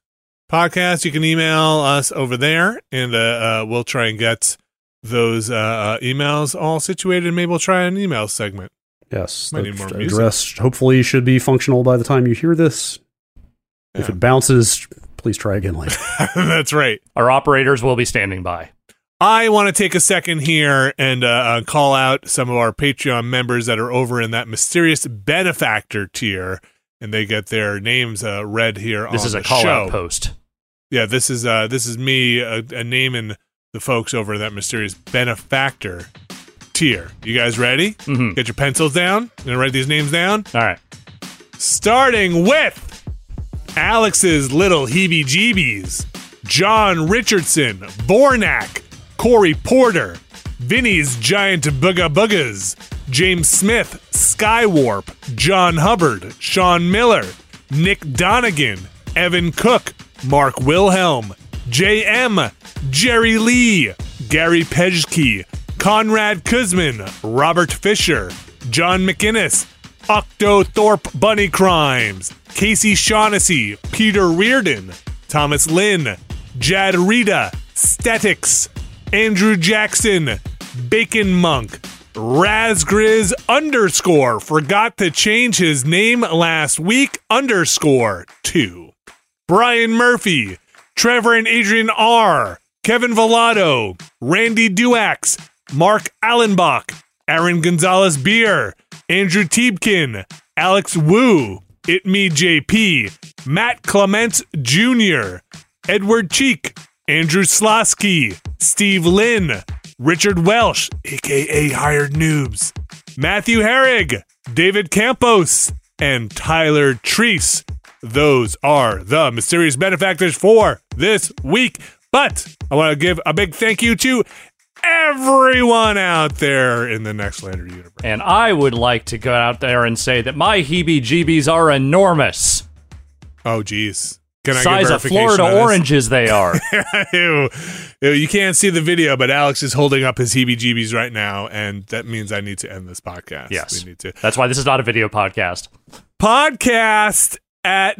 A: Podcast. You can email us over there, and uh, uh, we'll try and get those uh, uh, emails all situated. Maybe we'll try an email segment. (laughs)
B: Yes,
A: Might
B: the
A: need more music.
B: address hopefully should be functional by the time you hear this. If
A: Yeah.
B: it bounces, please try again later.
A: That's right.
C: Our operators will be standing by.
A: I want to take a second here and uh, uh, call out some of our Patreon members that are over in that mysterious benefactor tier, and they get their names uh, read here.
C: This
A: on
C: is a
A: the
C: call
A: show.
C: out post.
A: Yeah, this is uh, this is me uh, uh, naming the folks over in that mysterious benefactor tier. You guys ready?
C: Mhm.
A: Get your pencils down. I'm gonna write these names down.
C: All right.
A: Starting with Alex's Little Heebie Jeebies, John Richardson, Bornak, Corey Porter, Vinny's Giant Booga Boogas, James Smith, Skywarp, John Hubbard, Sean Miller, Nick Donegan, Evan Cook, Mark Wilhelm, JM, Jerry Lee, Gary Pejke, Conrad Kuzmin, Robert Fisher, John McInnes, Octothorpe Bunny Crimes, Casey Shaughnessy, Peter Reardon, Thomas Lynn, Jad Rita, Statics, Andrew Jackson, Bacon Monk, Razgriz underscore forgot to change his name last week underscore two. Brian Murphy, Trevor and Adrian R., Kevin Vallado, Randy Duax, Mark Allenbach, Aaron Gonzalez Beer, Andrew Tiebkin, Alex Wu, It Me JP, Matt Clements Jr., Edward Cheek, Andrew Slosky, Steve Lynn, Richard Welsh, aka Hired Noobs, Matthew Herrig, David Campos, and Tyler Treese. Those are the mysterious benefactors for this week. But I want to give a big thank you to everyone out there in the Next Lander universe.
C: And I would like to go out there and say that my heebie jeebies are enormous.
A: Oh, geez. Can I
C: Size
A: get
C: of
A: verification
C: Florida
A: on this?
C: oranges, they are.
A: (laughs) Ew. Ew, you can't see the video, but Alex is holding up his heebie-jeebies right now, and that means I need to end this podcast.
C: Yes.
A: we need to
C: That's why this is not a video podcast.
A: podcast at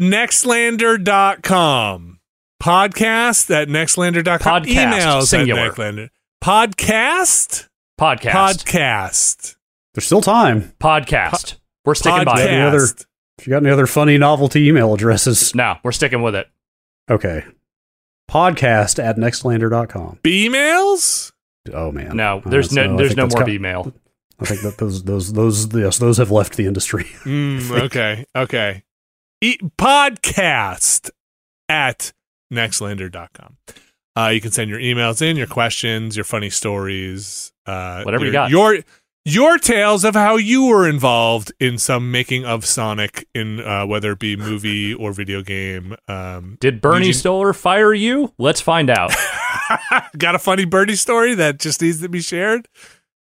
A: nextlander.com. Podcast at nextlander.com.
C: Podcast,
A: Emails
C: singular.
A: at nextlander. Podcast.
C: Podcast.
A: Podcast.
B: There's still time.
C: podcast. we're sticking by it.
B: Podcast. Any other- If you got any other funny novelty email addresses,
C: No, we're sticking with it.
B: okay. Podcast at nextlander.com.
A: B emails?
B: Oh man,
C: No,
B: Uh,
C: there's
B: that's-
C: no,
B: I
C: there's
B: think
C: no
B: that's
C: more
B: co-
C: email.
B: I think that those those those yes those have left the industry.
A: (laughs)
C: Hmm,
A: Mm, okay. Okay. E- podcast at nextlander.com. Uh, you can send your emails in, your questions, your funny stories, uh,
C: Whatever
A: your,
C: you got.
A: Your your tales of how you were involved in some making of Sonic in uh, whether it be movie or video game. Um, (laughs)
C: Did Bernie
A: Eugene-
C: Stoller fire you? Let's find
A: (laughs)
C: out.
A: got a funny birdie story that just needs to be shared?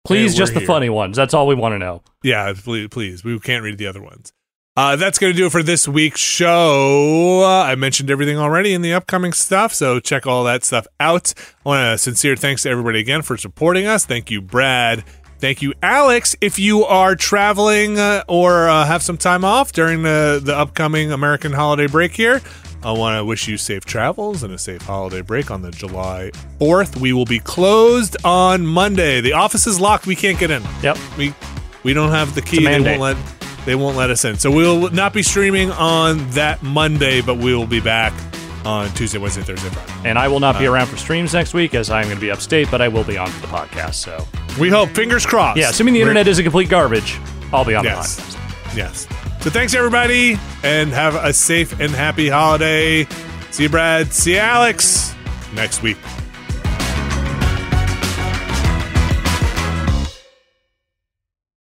C: Please,
A: Hey,
C: just
A: we're
C: the
A: here.
C: funny ones. That's all we want to know.
A: Yeah, please, please. We can't read the other ones. Uh, that's going to do it for this week's show. Uh, I mentioned everything already in the upcoming stuff, so check all that stuff out. I want a sincere thanks to everybody again for supporting us. Thank you, Brad. Thank you, Alex. If you are traveling uh, or uh, have some time off during the, the upcoming American holiday break here, I want to wish you safe travels and a safe holiday break on the July 4th. We will be closed on Monday. The office is locked. We can't get in.
C: Yep.
A: We we don't have the key. They
C: mandate.
A: won't let they won't let us in. So we'll not be streaming on that Monday, but we will be back on Tuesday, Wednesday, Thursday, Friday.
C: And I will not
A: Uh.
C: be around for streams next week as I'm going to be upstate, but I will be on for the podcast. So,
A: We hope. Fingers crossed.
C: yeah, assuming the
A: We're-
C: internet isn't complete garbage, I'll be on
A: Yes.
C: the podcast.
A: Yes. So thanks everybody, and have a safe and happy holiday. See you, Brad. See you, Alex. Next week.